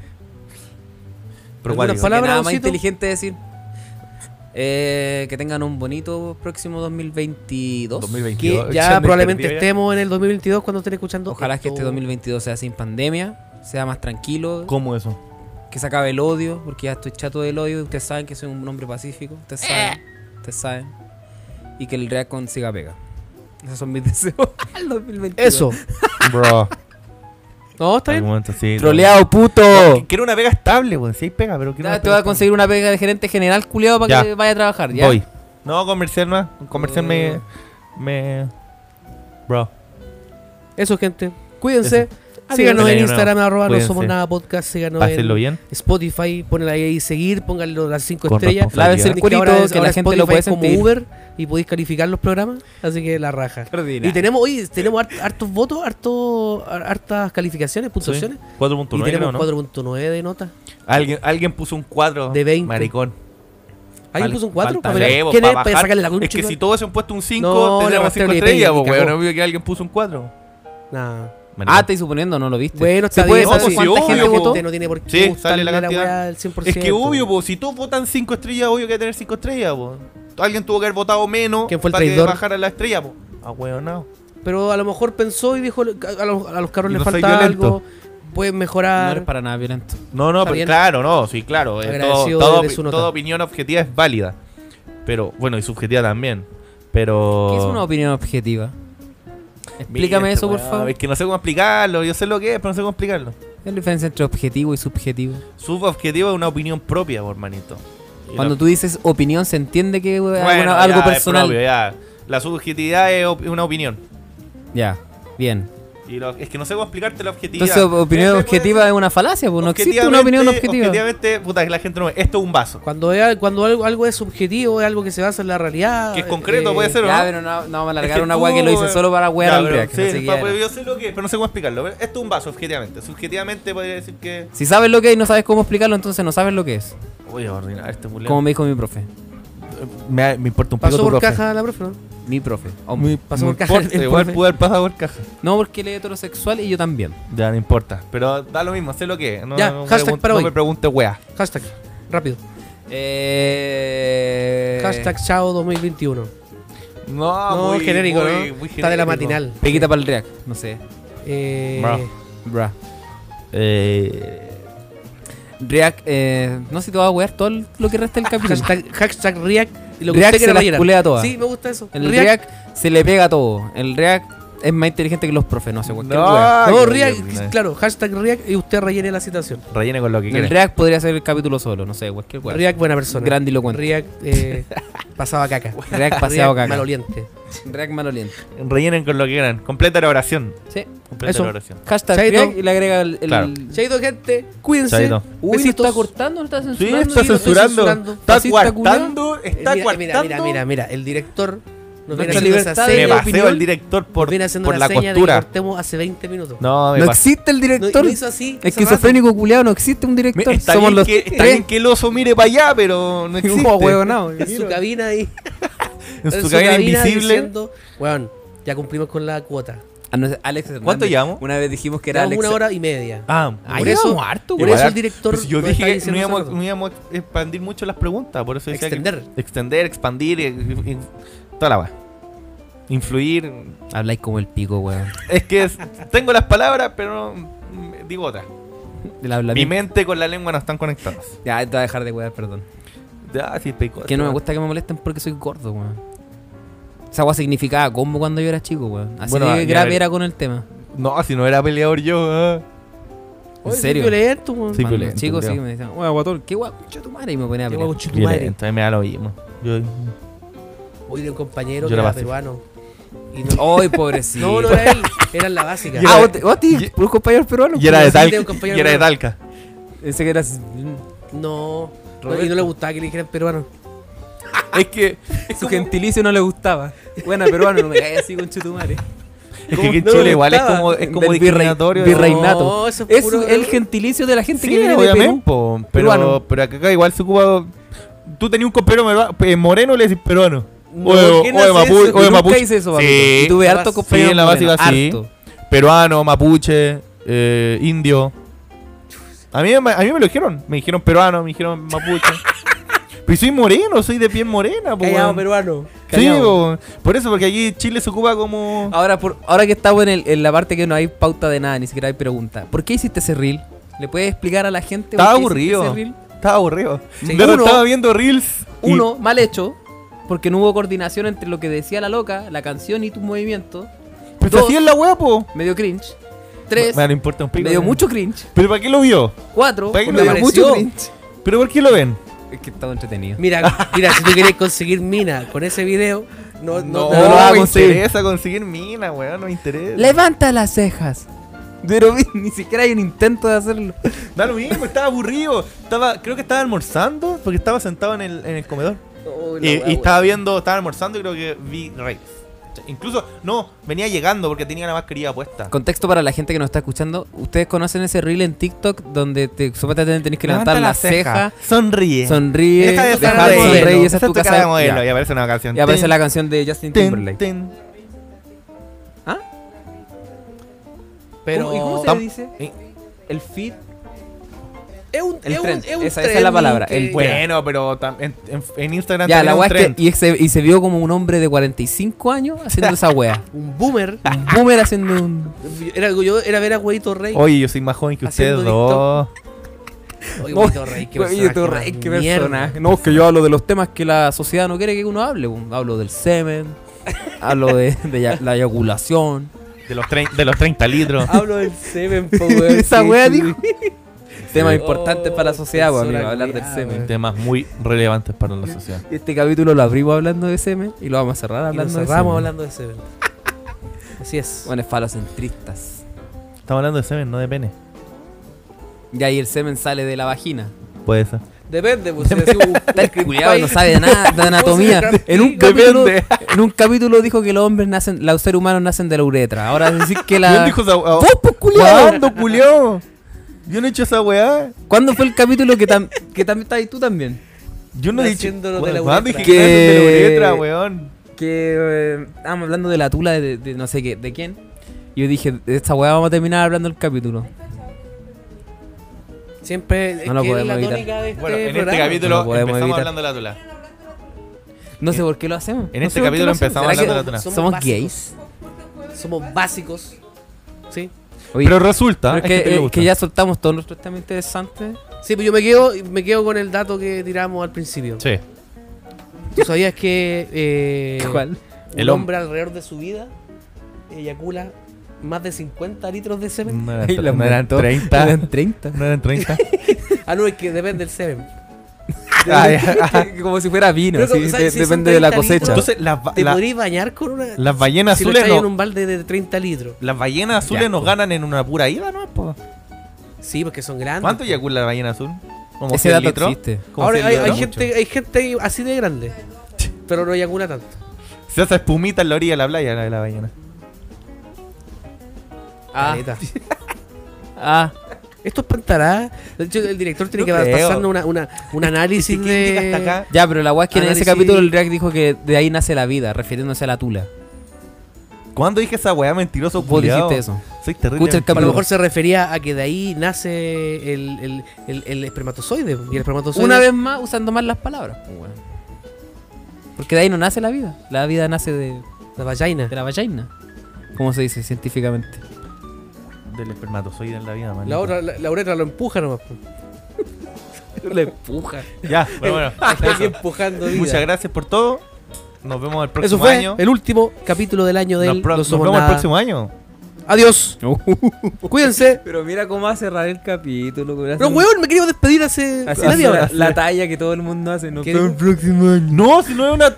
Speaker 3: Pero
Speaker 2: ¿Alguna
Speaker 3: cuál es?
Speaker 1: Que
Speaker 2: Palabra,
Speaker 1: nada más
Speaker 2: Osito.
Speaker 1: inteligente decir. Eh, que tengan un bonito próximo 2022.
Speaker 3: 2022.
Speaker 2: Que ya
Speaker 3: Echando
Speaker 2: probablemente
Speaker 3: perdido ya.
Speaker 2: estemos en el 2022 cuando estén escuchando.
Speaker 1: Ojalá que este
Speaker 2: esto.
Speaker 1: 2022 sea sin pandemia, sea más tranquilo,
Speaker 3: ¿Cómo eso?
Speaker 1: que se acabe el odio, porque ya estoy chato del odio. Ustedes saben que soy un hombre pacífico, ustedes saben, ustedes saben. Y que el Real consiga pega. Esos son mis deseos al 2022.
Speaker 2: Eso.
Speaker 3: Bro.
Speaker 2: No, está
Speaker 3: Algún
Speaker 2: bien.
Speaker 3: momento sí.
Speaker 1: Troleado, puto.
Speaker 3: No, quiero una pega estable, weón. Si hay pega, pero quiero
Speaker 1: Ya
Speaker 3: una
Speaker 1: te
Speaker 3: pega
Speaker 1: voy a conseguir una pega de gerente general, culiado, para
Speaker 3: Ya.
Speaker 1: que vaya a trabajar.
Speaker 3: estable.
Speaker 1: ¿ya?
Speaker 3: Voy. No, comercial más. Comercial me.
Speaker 1: Eh.
Speaker 2: Uh.
Speaker 3: Me. Bro.
Speaker 2: Eso, gente. Cuídense.
Speaker 3: Eso.
Speaker 2: Síganos
Speaker 3: Feliz
Speaker 2: en
Speaker 3: año
Speaker 2: Instagram,
Speaker 3: nuevo.
Speaker 2: arroba no
Speaker 3: Cuídense.
Speaker 2: somos nada podcast. Síganos
Speaker 3: Pásenlo
Speaker 2: en
Speaker 3: bien.
Speaker 2: Spotify. Pónganle ahí seguir, pónganlo las 5
Speaker 3: Con
Speaker 2: estrellas.
Speaker 3: responsabilidad. Lávese el
Speaker 2: Es
Speaker 1: cuerito,
Speaker 2: ahora es-
Speaker 1: que
Speaker 2: ahora
Speaker 1: la gente lo
Speaker 2: Spotify
Speaker 1: puede
Speaker 2: es como
Speaker 1: sentir.
Speaker 2: Uber y podéis calificar los programas. Así que la raja.
Speaker 1: Ordinario.
Speaker 2: Y tenemos, oye, tenemos hart- hartos votos, harto, har- hartas calificaciones, puntuaciones. Y
Speaker 3: 4.9
Speaker 2: tenemos
Speaker 3: ¿no?
Speaker 2: 4.9 de nota.
Speaker 3: Alguien, alguien puso un 4
Speaker 2: De 20.
Speaker 3: Maricón.
Speaker 2: ¿Alguien
Speaker 3: Fal-
Speaker 2: puso un 4?
Speaker 3: falta rebo,
Speaker 2: ¿Quién
Speaker 3: pa'
Speaker 2: es para
Speaker 3: bajar.
Speaker 2: sacarle la concha?
Speaker 3: Es que
Speaker 2: weón?
Speaker 3: si todos se han puesto un 5,
Speaker 2: No, le
Speaker 3: tendríamos
Speaker 2: bajaste
Speaker 3: 5
Speaker 2: el
Speaker 3: estrellas,
Speaker 2: rating,
Speaker 3: po, weón.
Speaker 2: cagó.
Speaker 3: No veo que alguien puso un 4.
Speaker 2: Nah.
Speaker 1: Ah, estoy suponiendo, no lo viste.
Speaker 2: Bueno,
Speaker 1: ¿Se
Speaker 2: está
Speaker 1: puede
Speaker 2: bien,
Speaker 1: saber
Speaker 3: pues, sí,
Speaker 1: cuánta
Speaker 3: obvio,
Speaker 1: gente
Speaker 3: po.
Speaker 1: votó?
Speaker 2: no tiene por qué
Speaker 3: Sí, sale
Speaker 2: gustarle
Speaker 3: la cantidad.
Speaker 2: weá al 100%.
Speaker 3: Es que obvio, po, si todos votan 5 estrellas, obvio que va a tener 5 estrellas, po. Alguien tuvo que haber votado menos
Speaker 2: ¿Quién fue el
Speaker 3: para que
Speaker 2: traidor?
Speaker 3: bajara la estrella, po. Ah, weón, no.
Speaker 2: Pero a lo mejor pensó y dijo, a los, a los
Speaker 3: Y
Speaker 2: cabros les
Speaker 3: no soy
Speaker 2: falta
Speaker 3: violento.
Speaker 2: algo, pueden
Speaker 1: No eres
Speaker 2: mejorar.
Speaker 1: para nada violento.
Speaker 3: No, no,
Speaker 2: Está
Speaker 3: pero
Speaker 2: bien.
Speaker 3: claro, no, sí, claro. eh, todo-
Speaker 2: Agradecido
Speaker 3: todo-
Speaker 2: de su nota.
Speaker 3: toda opinión objetiva es válida. Pero, bueno, y subjetiva también. Pero.
Speaker 1: ¿Qué es una opinión objetiva? Explícame
Speaker 3: Mira, este
Speaker 1: eso, por
Speaker 3: weón,
Speaker 1: favor.
Speaker 3: Es que no sé cómo explicarlo. Yo sé lo que es, pero no sé cómo explicarlo.
Speaker 1: ¿Qué es la diferencia entre objetivo y subjetivo?
Speaker 3: Subobjetivo es una opinión propia, por manito. Y
Speaker 1: Cuando
Speaker 3: la-
Speaker 1: tú dices opinión, se entiende que weón,
Speaker 3: Bueno,
Speaker 1: alguna-
Speaker 3: ya,
Speaker 1: algo
Speaker 3: es
Speaker 1: personal.
Speaker 3: propio, eh. ya. La subjetividad es op- una opinión.
Speaker 1: ya, bien.
Speaker 3: Y lo- es que no sé cómo explicarte la objetividad.
Speaker 1: Entonces, op- opinión
Speaker 3: Este,
Speaker 1: objetiva es una falacia, pues no existe una
Speaker 3: objetivamente-
Speaker 1: opinión objetiva.
Speaker 3: Objetivamente, puta, que la gente no ve. Esto es un vaso.
Speaker 2: Cuando, es- cuando algo, algo es subjetivo, es algo que se basa en la realidad. eh,
Speaker 3: Que es concreto, puede ser,
Speaker 1: Ya,
Speaker 3: ¿no?
Speaker 1: pero no, no vamos a
Speaker 3: Es
Speaker 1: alargar
Speaker 3: que
Speaker 1: una
Speaker 3: tú,
Speaker 1: weá que lo hice
Speaker 3: weón.
Speaker 1: solo para wear
Speaker 3: Ya,
Speaker 1: al
Speaker 3: pero
Speaker 1: React.
Speaker 3: sí,
Speaker 1: así que
Speaker 3: papá,
Speaker 1: ya.
Speaker 3: yo sé lo que es, pero no sé cómo explicarlo. Pero Esto es un vaso, objetivamente. Subjetivamente podría decir que.
Speaker 1: Si sabes lo que es y no sabes cómo explicarlo, entonces no sabes lo que es.
Speaker 3: Voy a ordenar este mulero.
Speaker 1: Como me dijo mi profe.
Speaker 3: Me, me importa un
Speaker 2: Pasó por caja la profe, ¿no?
Speaker 1: Mi profe. hombre.
Speaker 3: Mi,
Speaker 2: pasó
Speaker 3: me
Speaker 2: por caja el
Speaker 3: importa, Igual
Speaker 2: profe.
Speaker 3: pude haber pasado por caja.
Speaker 1: No porque él es heterosexual y yo también.
Speaker 3: Ya, no importa. Pero da lo mismo, sé lo que es. No,
Speaker 2: Ya,
Speaker 3: no me
Speaker 2: hashtag
Speaker 3: pregun-
Speaker 2: para
Speaker 3: no
Speaker 2: hoy.
Speaker 3: me pregunte, wea.
Speaker 2: Hashtag, rápido.
Speaker 1: Eh...
Speaker 2: Hashtag chao 2021.
Speaker 3: No,
Speaker 2: no,
Speaker 3: Ah, muy,
Speaker 2: genérico,
Speaker 3: muy-
Speaker 2: ¿no?
Speaker 3: muy
Speaker 2: Está de la
Speaker 3: genérico.
Speaker 2: matinal.
Speaker 1: Peguita para el React, no sé.
Speaker 2: Eh,
Speaker 3: Bra.
Speaker 1: Bra.
Speaker 3: Eh,
Speaker 1: React, eh, no sé si te vas a wear todo el- lo que resta del capítulo.
Speaker 2: hashtag, hashtag React. y lo que
Speaker 1: React
Speaker 2: usted quiera
Speaker 1: se las
Speaker 2: rellenar.
Speaker 1: culea todas.
Speaker 2: Sí, me gusta eso.
Speaker 1: el React. se le pega todo. El React es más inteligente que los profes, no hace cualquier
Speaker 3: No.
Speaker 1: wea.
Speaker 3: Ay,
Speaker 2: no,
Speaker 3: Ah, qué eh.
Speaker 2: React,
Speaker 3: horrible.
Speaker 2: claro, hashtag React y usted rellene la citación.
Speaker 3: Rellene con lo que
Speaker 1: El
Speaker 3: quieras.
Speaker 1: React podría ser el capítulo solo, no sé, cualquier wea.
Speaker 2: React, buena persona.
Speaker 1: Grandilocuente.
Speaker 2: React, eh, pasaba caca.
Speaker 1: React paseado caca.
Speaker 2: React, maloliente.
Speaker 1: React maloliente.
Speaker 3: Rellenen con lo que quieran. Completa la oración.
Speaker 1: Sí.
Speaker 3: Completa
Speaker 2: Eso.
Speaker 3: la oración.
Speaker 1: Hashtag
Speaker 2: Chaito.
Speaker 1: React y le agrega el. el-
Speaker 3: Claro.
Speaker 2: Chaito, gente, cuídense.
Speaker 3: Chaito.
Speaker 1: Uy, ¿no
Speaker 2: Besitos.
Speaker 1: está cortando, no está
Speaker 3: Sí,
Speaker 1: censurando.
Speaker 3: está
Speaker 2: sí, lo estoy
Speaker 3: censurando.
Speaker 2: censurando.
Speaker 3: Está
Speaker 1: Fascista
Speaker 3: coartando. Está
Speaker 2: eh, mira, mira, mira,
Speaker 3: coartando.
Speaker 2: mira, mira, el director nos viene
Speaker 1: Nuestra
Speaker 2: haciendo esa
Speaker 1: libertad de
Speaker 3: Me
Speaker 2: seña,
Speaker 1: opinión.
Speaker 3: paseo el director por,
Speaker 2: nos viene haciendo
Speaker 3: por
Speaker 2: la,
Speaker 3: la
Speaker 2: seña de que
Speaker 3: costura.
Speaker 2: cortemos hace 20 minutos.
Speaker 3: No, me
Speaker 1: No
Speaker 3: paseo.
Speaker 1: existe el
Speaker 2: No, y
Speaker 1: director.
Speaker 2: lo hizo así. esa
Speaker 1: Esquizofrénico culiado, no existe un director.
Speaker 3: Está,
Speaker 1: Somos
Speaker 3: bien
Speaker 1: los
Speaker 3: que, está bien que el oso mire para allá, pero no existe.
Speaker 1: Como huevonao.
Speaker 2: raza, En su cabina ahí.
Speaker 3: En su cabina invisible.
Speaker 2: diciendo, Weón, ya cumplimos con la cuota.
Speaker 1: Ah, no, es Alex Hernández.
Speaker 3: ¿Cuánto llevamos?
Speaker 1: Una vez dijimos que era
Speaker 2: Era
Speaker 1: Alex.
Speaker 2: una hora y media.
Speaker 3: Ah,
Speaker 1: Ah,
Speaker 2: por
Speaker 1: ya
Speaker 2: eso-
Speaker 1: llevamos harto,
Speaker 2: por
Speaker 1: güey.
Speaker 2: eso el director
Speaker 3: Pues yo
Speaker 2: nos
Speaker 3: dije
Speaker 2: está
Speaker 3: que no
Speaker 2: diciendo
Speaker 3: íbamos,
Speaker 2: esa cosa.
Speaker 3: no íbamos a expandir mucho las preguntas, por eso decía que-
Speaker 2: Extender.
Speaker 3: extender, expandir, y- y- y- toda la weá. Influir.
Speaker 1: Habláis como el pico, weón.
Speaker 3: Es que es- tengo las palabras, pero no- mm, digo otras.
Speaker 1: El habla
Speaker 3: Mi
Speaker 1: bien.
Speaker 3: mente con la lengua no están conectadas.
Speaker 1: Ya, te voy a dejar de weón, perdón.
Speaker 3: Ah, sí, pico.
Speaker 1: Que no me gusta que me molesten porque soy gordo, weón. Esa agua significaba combo cuando yo era chico, weón. Así
Speaker 3: Bueno,
Speaker 1: de
Speaker 3: ya
Speaker 1: grave
Speaker 3: ver-
Speaker 1: era con el tema.
Speaker 3: No, si no era peleador yo. ah.
Speaker 1: En
Speaker 2: Oye, soy
Speaker 1: serio.
Speaker 2: violento, weón.
Speaker 3: Sí,
Speaker 1: Cuando
Speaker 3: violento,
Speaker 1: chico sí
Speaker 3: culiao.
Speaker 1: me decían, weón, guatón, qué guapo, tu madre. Y me ponía a
Speaker 2: Qué
Speaker 1: pelear.
Speaker 2: guapo, chucha tu madre.
Speaker 3: Entonces me da lo mismo. Yo-
Speaker 2: Oye, era un compañero
Speaker 3: Yo
Speaker 2: que
Speaker 3: la
Speaker 2: era
Speaker 3: básica.
Speaker 2: peruano. Y no,
Speaker 1: Ay, pobrecito.
Speaker 2: no, no era él, era la básica.
Speaker 3: Yo-
Speaker 1: Ah, vos, te- vos te- por un compañero peruano. pues,
Speaker 3: Y era de
Speaker 2: sí, tengo
Speaker 3: Talca.
Speaker 2: compañero
Speaker 3: Y era de
Speaker 2: peruano.
Speaker 3: Talca.
Speaker 1: Ese que eras.
Speaker 2: No, no,
Speaker 1: Roberto.
Speaker 2: y no le gustaba que le dijeran peruano.
Speaker 3: Es que.
Speaker 1: Su gentilicio no le gustaba. Buena, peruano, no me caes así con chutumare.
Speaker 3: Es que
Speaker 1: ¿Cómo
Speaker 3: aquí en
Speaker 1: no le
Speaker 3: Chile igual es
Speaker 1: gustaba?
Speaker 3: como, es como
Speaker 1: Del virrey-
Speaker 3: discriminatorio.
Speaker 1: virrey-
Speaker 3: ¿no?
Speaker 1: Reinato.
Speaker 2: No, eso es
Speaker 1: Es
Speaker 2: puro.
Speaker 1: el gentilicio de la gente
Speaker 3: Sí,
Speaker 1: que viene de
Speaker 3: obviamente,
Speaker 1: Perú.
Speaker 3: po, pero,
Speaker 1: Peruano.
Speaker 3: pero acá igual se ocupa. Tú tenías un compañero merua- eh, moreno, le decís peruano.
Speaker 2: No,
Speaker 3: o
Speaker 2: ¿quién
Speaker 3: o de
Speaker 2: hace
Speaker 3: Mapu-
Speaker 2: eso?
Speaker 3: o de
Speaker 1: Yo nunca
Speaker 3: mapuche.
Speaker 1: hice eso,
Speaker 3: Sí.
Speaker 1: papito. Y tuve
Speaker 2: La
Speaker 1: harto
Speaker 2: base-
Speaker 1: compañero.
Speaker 3: sí, en la básica sí.
Speaker 1: harto.
Speaker 3: Peruano, mapuche, eh, indio. A mí, me- a mí me lo dijeron. Me dijeron peruano, me dijeron mapuche. pero soy moreno, soy de piel morena. Po,
Speaker 2: Callado
Speaker 3: weón.
Speaker 2: peruano.
Speaker 3: sí,
Speaker 2: Callao.
Speaker 3: po. por eso, porque aquí Chile se ocupa como.
Speaker 1: Ahora, por, ahora que estamos en, el- en la parte que no hay pauta de nada, ni siquiera hay pregunta. ¿Por qué hiciste ese reel? ¿Le puedes explicar a la gente? por
Speaker 3: Estaba
Speaker 1: qué hiciste
Speaker 3: aburrido.
Speaker 1: ese reel?
Speaker 3: Estaba aburrido.
Speaker 2: Sí.
Speaker 3: Pero
Speaker 1: Uno-
Speaker 3: estaba viendo reels. y-
Speaker 1: Uno, mal hecho, porque no hubo coordinación entre lo que decía la loca, la canción y tus movimientos. dos.
Speaker 3: Pero pues, así es la weá, po.
Speaker 1: Medio cringe. Tres,
Speaker 3: Me no importa un pico.
Speaker 1: medio
Speaker 3: ¿no?
Speaker 1: mucho cringe.
Speaker 3: ¿Pero para qué lo vio?
Speaker 1: Cuatro,
Speaker 3: ¿Para qué
Speaker 1: medio
Speaker 3: lo vio?
Speaker 1: mucho
Speaker 2: apareció?
Speaker 1: cringe.
Speaker 3: ¿Pero por qué lo ven?
Speaker 1: Es que estaba entretenido.
Speaker 2: Mira, mira, si tú querés conseguir mina con ese video, no,
Speaker 1: No,
Speaker 2: no,
Speaker 1: lo vas a
Speaker 3: me
Speaker 1: conseguir.
Speaker 3: interesa conseguir mina, weón, no me interesa.
Speaker 1: Levanta las cejas. Pero ni siquiera hay un intento de hacerlo.
Speaker 3: Da lo mismo, estaba aburrido. Estaba, creo que estaba almorzando porque estaba sentado en el, en el comedor.
Speaker 1: Oh, la
Speaker 3: Y,
Speaker 1: wea,
Speaker 3: y estaba viendo, estaba almorzando y creo que vi Reyes. Incluso, no, venía llegando porque tenía la mascarilla puesta.
Speaker 1: Contexto para la gente que nos está escuchando. Ustedes conocen ese reel en TikTok donde te, supuestamente tenés que levantar
Speaker 3: Levanta
Speaker 1: la ceja,
Speaker 3: Sonríe.
Speaker 1: sonríe,
Speaker 3: Deja de
Speaker 1: dejar
Speaker 3: estar
Speaker 1: de
Speaker 3: de
Speaker 1: sonreír,
Speaker 3: modelo.
Speaker 1: esa es tu
Speaker 3: cara de
Speaker 1: casa.
Speaker 3: modelo.
Speaker 1: Ya.
Speaker 3: Y aparece una canción.
Speaker 1: Y aparece
Speaker 3: Tin,
Speaker 1: la canción de Justin
Speaker 3: tin,
Speaker 1: Timberlake.
Speaker 3: tin.
Speaker 1: ¿Ah?
Speaker 2: pero
Speaker 1: ¿Y cómo se
Speaker 3: Tam-
Speaker 1: le dice?
Speaker 3: Eh,
Speaker 1: El feed.
Speaker 2: es un,
Speaker 1: el
Speaker 2: es un-
Speaker 1: tren.
Speaker 2: es un
Speaker 1: Esa- esa es
Speaker 2: tren
Speaker 1: la palabra,
Speaker 2: que-
Speaker 1: el-
Speaker 3: Bueno, pero tam- en, en- en Instagram
Speaker 1: Ya,
Speaker 3: también
Speaker 1: la
Speaker 3: un
Speaker 1: wea es
Speaker 3: trend.
Speaker 1: que. Y se, y se vio como un hombre de 45 años haciendo esa wea.
Speaker 2: un boomer.
Speaker 1: Un boomer haciendo un.
Speaker 2: Era, yo, era ver a Huevito Rey.
Speaker 3: Oye, yo soy más joven que ustedes
Speaker 2: Haciendo
Speaker 3: dos.
Speaker 2: Oye, Huevito Rey, qué personaje.
Speaker 1: Oye, tu
Speaker 2: más
Speaker 1: rey, qué
Speaker 2: mierda.
Speaker 1: personaje. No, es que yo hablo de los temas que la sociedad no quiere que uno hable. boom. Hablo del semen, hablo de, de ya- la eyaculación.
Speaker 3: De los, trein- de los 30 litros.
Speaker 2: Hablo del Seven, po, weón.
Speaker 1: Esa
Speaker 2: Sí,
Speaker 1: wea
Speaker 2: sí.
Speaker 1: dijo. Temas
Speaker 2: Oh,
Speaker 1: importantes para la sociedad, pues, amigo,
Speaker 2: persona
Speaker 1: hablar del
Speaker 2: culiada,
Speaker 1: semen.
Speaker 2: weón.
Speaker 3: Temas muy relevantes para la sociedad.
Speaker 1: Este capítulo lo abrimos hablando de semen y lo vamos a cerrar
Speaker 2: Y nos
Speaker 1: hablando de
Speaker 2: cerramos
Speaker 1: semen.
Speaker 2: hablando de Seven. Así es.
Speaker 1: Bueno, es falocentristas.
Speaker 3: Estamos hablando de semen, no de pene.
Speaker 1: Y ahí el semen sale de la vagina.
Speaker 3: Puede ser.
Speaker 2: Depende, pues. si decís un-
Speaker 1: Está el
Speaker 2: un
Speaker 1: culiao, no
Speaker 2: creepy-
Speaker 1: sabe de nada, de anatomía.
Speaker 2: Depende.
Speaker 1: En un, capítulo, en un capítulo dijo que los hombres nacen, los seres humanos nacen de la uretra. Ahora decir que la.
Speaker 3: ¿Quién dijo esa weá?
Speaker 1: ¡Vos, pues, culiao!
Speaker 3: ¿Cuándo, culiao? Yo no he hecho esa weá.
Speaker 1: ¿Cuándo fue el capítulo que, tam- que también está ahí tú también?
Speaker 3: Yo no he dicho.
Speaker 2: Haciéndolo de la
Speaker 3: ¿Cuándo dije
Speaker 2: uretra.
Speaker 3: que era de la
Speaker 1: Que-
Speaker 3: uretra, weón?
Speaker 1: Que eh, estábamos hablando de la tula de, de no sé qué, de quién. Y yo dije, de esta weá vamos a terminar hablando el capítulo.
Speaker 2: Siempre es
Speaker 1: No lo
Speaker 2: que es
Speaker 1: podemos
Speaker 2: la
Speaker 1: evitar.
Speaker 2: tónica de este
Speaker 3: Bueno, en este
Speaker 2: programa.
Speaker 1: No
Speaker 3: capítulo
Speaker 1: lo podemos
Speaker 3: empezamos
Speaker 1: evitar.
Speaker 3: hablando de la tula.
Speaker 1: No sé por qué lo hacemos.
Speaker 3: En
Speaker 1: No
Speaker 3: este
Speaker 1: sé por qué
Speaker 3: capítulo
Speaker 1: lo hacemos.
Speaker 3: empezamos
Speaker 1: ¿Será
Speaker 3: hablando de la
Speaker 1: que
Speaker 3: tula.
Speaker 2: Somos
Speaker 1: ¿Somos
Speaker 2: básicos.
Speaker 1: gays?
Speaker 2: Somos básicos. ¿Sí?
Speaker 1: Oye,
Speaker 3: Pero resulta
Speaker 1: pero es
Speaker 3: hay gente
Speaker 1: que,
Speaker 3: le
Speaker 1: eh,
Speaker 3: gusta.
Speaker 1: que ya soltamos todos nuestros temas interesantes.
Speaker 2: Sí, pues yo me quedo, me quedo con el dato que tiramos al principio.
Speaker 3: Sí.
Speaker 2: ¿Tú sabías que eh,
Speaker 1: ¿Cuál?
Speaker 2: un
Speaker 3: El
Speaker 2: hombre alrededor de su vida eyacula más de 50 litros de semen.
Speaker 3: No
Speaker 1: Y las
Speaker 3: eran, no
Speaker 1: mujeres
Speaker 3: eran
Speaker 1: todas-
Speaker 3: 30.
Speaker 1: Eran 30.
Speaker 3: No eran 30.
Speaker 2: Ah, no, es que depende del semen.
Speaker 3: Ah, ya.
Speaker 1: Como si fuera vino,
Speaker 2: Pero
Speaker 1: así,
Speaker 2: como, o sea,
Speaker 1: de-
Speaker 2: si son
Speaker 1: depende de la
Speaker 2: 30
Speaker 1: cosecha.
Speaker 2: litros,
Speaker 3: Entonces, las, ba-
Speaker 2: ¿Te
Speaker 3: la-
Speaker 2: podrías bañar con una.?
Speaker 3: las ballenas
Speaker 2: si lo
Speaker 3: azules
Speaker 2: echáis en
Speaker 3: no-
Speaker 2: un balde de 30 litros.
Speaker 3: Las ballenas azules
Speaker 1: Ya,
Speaker 3: nos
Speaker 1: po.
Speaker 3: ganan en una pura ida, ¿no? Po?
Speaker 2: Sí, porque son grandes.
Speaker 3: ¿Cuánto eyacula la ballena azul? ¿Como
Speaker 1: Ese
Speaker 3: 100
Speaker 1: dato
Speaker 3: litros?
Speaker 1: existe.
Speaker 3: ¿Como
Speaker 2: Ahora
Speaker 3: 100
Speaker 2: hay, hay
Speaker 3: litros?
Speaker 2: gente, hay gente así de grande, pero no eyacula tanto.
Speaker 3: Se hace espumita en la orilla de la playa la de la ballena.
Speaker 1: Ah,
Speaker 2: Caleta.
Speaker 1: ah,
Speaker 2: Esto es pantará. De hecho, el director tiene
Speaker 3: No
Speaker 2: que
Speaker 3: creo.
Speaker 2: pasarnos una, una- un análisis
Speaker 3: Llega
Speaker 2: de.
Speaker 3: hasta acá.
Speaker 1: ya, pero la weá es que en
Speaker 2: Análisis-
Speaker 1: ese capítulo el React dijo que de ahí nace la vida, refiriéndose a la tula.
Speaker 3: ¿Cuándo dije esa weá mentiroso?
Speaker 1: Vos
Speaker 3: culiao?
Speaker 1: dijiste eso.
Speaker 3: Soy terrible.
Speaker 1: Escucha el
Speaker 2: A
Speaker 3: mentiroso.
Speaker 2: lo mejor se refería a que de ahí nace el, el- el- el espermatozoide. Y el espermatozoide.
Speaker 1: Una vez más usando mal las palabras. pues, weón. Porque de ahí no nace la vida. La vida nace de,
Speaker 2: La vagina.
Speaker 1: de la vagina. ¿Cómo se dice científicamente?
Speaker 3: Del espermatozoide en la vida, man.
Speaker 2: La, otra, la, la uretra lo empuja nomás. po.
Speaker 1: La empuja.
Speaker 3: Ya, pero bueno.
Speaker 2: Está aquí empujando vida.
Speaker 3: Muchas gracias por todo. Nos vemos el próximo
Speaker 2: Eso fue
Speaker 3: año.
Speaker 2: el último capítulo del año del
Speaker 3: Nos, pro-
Speaker 2: No
Speaker 3: nos
Speaker 2: Somos
Speaker 3: vemos el
Speaker 2: Nada.
Speaker 3: próximo año.
Speaker 2: Adiós. Cuídense.
Speaker 1: Pero mira cómo va a cerrar el capítulo. weón.
Speaker 2: Pero, weón, me quería despedir hace
Speaker 1: Así
Speaker 2: media
Speaker 1: la-
Speaker 2: hora.
Speaker 1: La talla que todo el mundo hace. No
Speaker 2: ¿Qué dijo?
Speaker 1: próximo año.
Speaker 3: No, si no es una,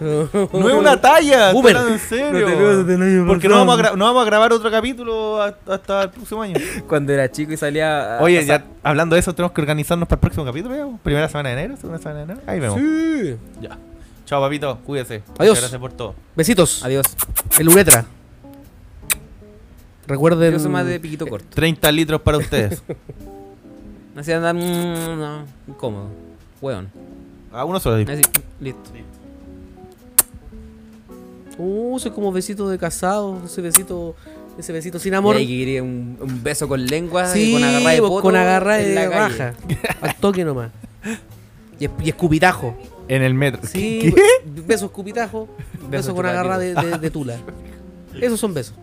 Speaker 3: no es una talla.
Speaker 2: Boomer.
Speaker 3: tan en serio.
Speaker 1: No te veo desde el año
Speaker 3: Porque no
Speaker 1: pasado.
Speaker 3: vamos, a gra- no vamos a grabar otro capítulo a- hasta el próximo año.
Speaker 1: Cuando era chico y salía. a-
Speaker 3: Oye,
Speaker 1: a-
Speaker 3: ya hablando de eso, tenemos que organizarnos para el próximo capítulo. ¿ya? Primera semana de enero, segunda semana de enero. Ahí vemos.
Speaker 2: Sí.
Speaker 3: Ya. Chao, papito. Cuídese. Muchas
Speaker 2: Adiós.
Speaker 3: Gracias por todo.
Speaker 2: Besitos.
Speaker 1: Adiós.
Speaker 2: El uretra. Recuerden.
Speaker 1: Yo soy más de piquito corto.
Speaker 3: 30 litros para ustedes.
Speaker 1: No hacía andar. mm, no, incómodo. Weón.
Speaker 3: A uno solo.
Speaker 1: Así, listo.
Speaker 2: Uh, soy como besito de casado. Ese besito. Ese besito sin amor.
Speaker 1: Y ahí que quería un, un beso con lengua. y
Speaker 2: Sí,
Speaker 1: con agarra de
Speaker 2: pues,
Speaker 1: poto
Speaker 2: con agarra
Speaker 1: en la
Speaker 2: de
Speaker 1: calle.
Speaker 2: raja. Al toque nomás. Y, es- y escupitajo.
Speaker 3: En el metro.
Speaker 2: Sí,
Speaker 3: ¿Qué?
Speaker 2: beso escupitajo. Beso,
Speaker 1: Beso
Speaker 2: con agarra de, de- de tula. Esos son besos.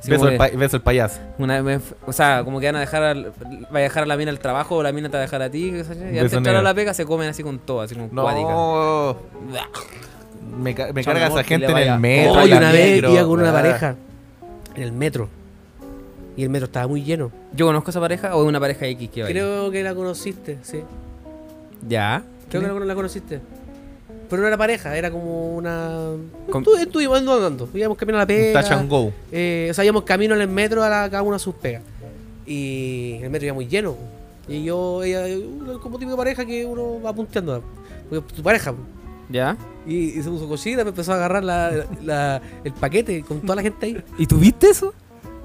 Speaker 1: Sí,
Speaker 3: beso,
Speaker 1: como
Speaker 3: el
Speaker 1: que-
Speaker 3: pa- beso el payaso.
Speaker 1: Una vez me fu- o sea, como que van a dejar al- va a dejar a la mina al trabajo o la mina te va a dejar a ti, qué sé yo, y antes
Speaker 3: Beso
Speaker 1: de entrar a
Speaker 3: negro.
Speaker 1: la pega se comen así con todo, así como cuática.
Speaker 3: No. Me, ca- me
Speaker 1: Chao,
Speaker 3: carga
Speaker 1: amor,
Speaker 3: esa
Speaker 1: que
Speaker 3: gente
Speaker 1: le
Speaker 3: en el
Speaker 1: vaya.
Speaker 3: metro.
Speaker 2: Oh,
Speaker 3: en
Speaker 2: y
Speaker 3: la Ah,
Speaker 2: una vez
Speaker 3: micro,
Speaker 2: iba con una
Speaker 3: ¿verdad?
Speaker 2: pareja en el metro. Y el metro estaba muy lleno.
Speaker 1: Yo conozco esa pareja o es una pareja X que va ahí?
Speaker 2: Creo que la conociste, sí.
Speaker 1: Ya.
Speaker 2: Creo que no la conociste. Pero no era pareja, era como una.
Speaker 1: Com-
Speaker 2: Estu- Estuvimos andando, andando. Íbamos camino a la
Speaker 3: Un
Speaker 2: pega.
Speaker 3: Touch and go.
Speaker 2: eh, o sea, íbamos camino en el metro a la- cada uno a sus pegas. Y el metro iba muy lleno. Y yo, ella, uno como típico pareja que uno va punteando. Porque tu pareja. pues.
Speaker 1: ¿Ya?
Speaker 2: Y, y se puso cochina, me empezó a agarrar la, la- el paquete con toda la gente ahí.
Speaker 1: ¿Y tuviste eso?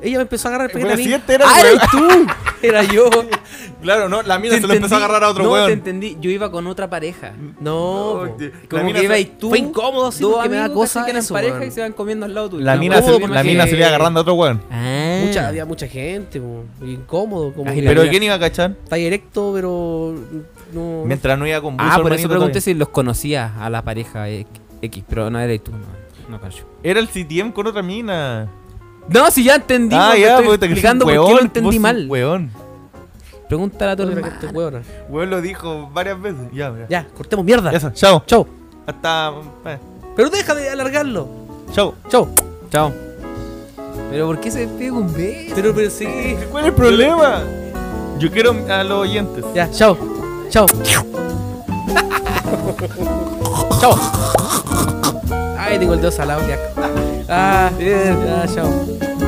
Speaker 2: Ella me empezó a agarrar el paquete
Speaker 3: La
Speaker 2: a mí.
Speaker 3: siguiente era el
Speaker 2: ¡Ah,
Speaker 3: huevón.
Speaker 2: eres tú! Era yo.
Speaker 3: Claro, no, la mina
Speaker 1: Te
Speaker 3: se lo empezó a
Speaker 1: entendí.
Speaker 3: agarrar a otro
Speaker 1: No, te
Speaker 3: weón.
Speaker 1: entendí. Yo iba con otra pareja.
Speaker 2: No. po.
Speaker 3: La
Speaker 1: Como
Speaker 3: mina
Speaker 1: que iba
Speaker 3: se-
Speaker 1: y tú.
Speaker 2: fue incómodo, sí,
Speaker 1: dos
Speaker 2: porque me da
Speaker 1: amigos,
Speaker 2: cosa
Speaker 1: así que eran
Speaker 2: eso,
Speaker 1: pareja
Speaker 2: weón.
Speaker 1: y se van comiendo al lado tuyo.
Speaker 3: La
Speaker 1: No,
Speaker 3: mina
Speaker 1: ¿cómo?
Speaker 3: se-
Speaker 2: porque-
Speaker 3: la mina se iba agarrando a otro weón.
Speaker 1: Ah.
Speaker 2: Mucha, había mucha gente, po. incómodo, como
Speaker 1: Ah,
Speaker 2: que
Speaker 1: y la
Speaker 3: Pero
Speaker 1: mira.
Speaker 3: ¿quién iba a cachar?
Speaker 2: está directo, pero no.
Speaker 3: Mientras no iba con buzo,
Speaker 1: Ah, por eso
Speaker 3: hermanito,
Speaker 1: pregunté
Speaker 3: todavía.
Speaker 1: si los conocías a la pareja X, pero no eres tú, no. No, cacho.
Speaker 3: Era el CTM con otra mina.
Speaker 1: No, si ya entendí.
Speaker 3: ah,
Speaker 1: te
Speaker 3: ya,
Speaker 1: estoy
Speaker 3: pues, te-
Speaker 1: explicando por qué
Speaker 3: weón,
Speaker 1: lo
Speaker 3: vos
Speaker 1: entendí
Speaker 3: sos
Speaker 1: mal.
Speaker 3: Weón.
Speaker 1: Pregúntale a tu
Speaker 2: Otra que
Speaker 1: hermano.
Speaker 2: esté hueona.
Speaker 3: Weón lo dijo varias veces. Ya, ya.
Speaker 2: Ya, cortemos mierda.
Speaker 3: Eso, chao.
Speaker 2: Chau.
Speaker 3: Hasta. eh,
Speaker 2: Pero deja de alargarlo.
Speaker 3: Chao.
Speaker 2: Chau.
Speaker 1: Chao. Pero ¿por qué se pega un beso?
Speaker 2: Pero, pero sí.
Speaker 3: ¿Cuál es el problema? Yo quiero a los oyentes.
Speaker 2: Ya, chau. Chau. chau. Ay, tengo el dedo salado, qué asco. Ah, ya, chau.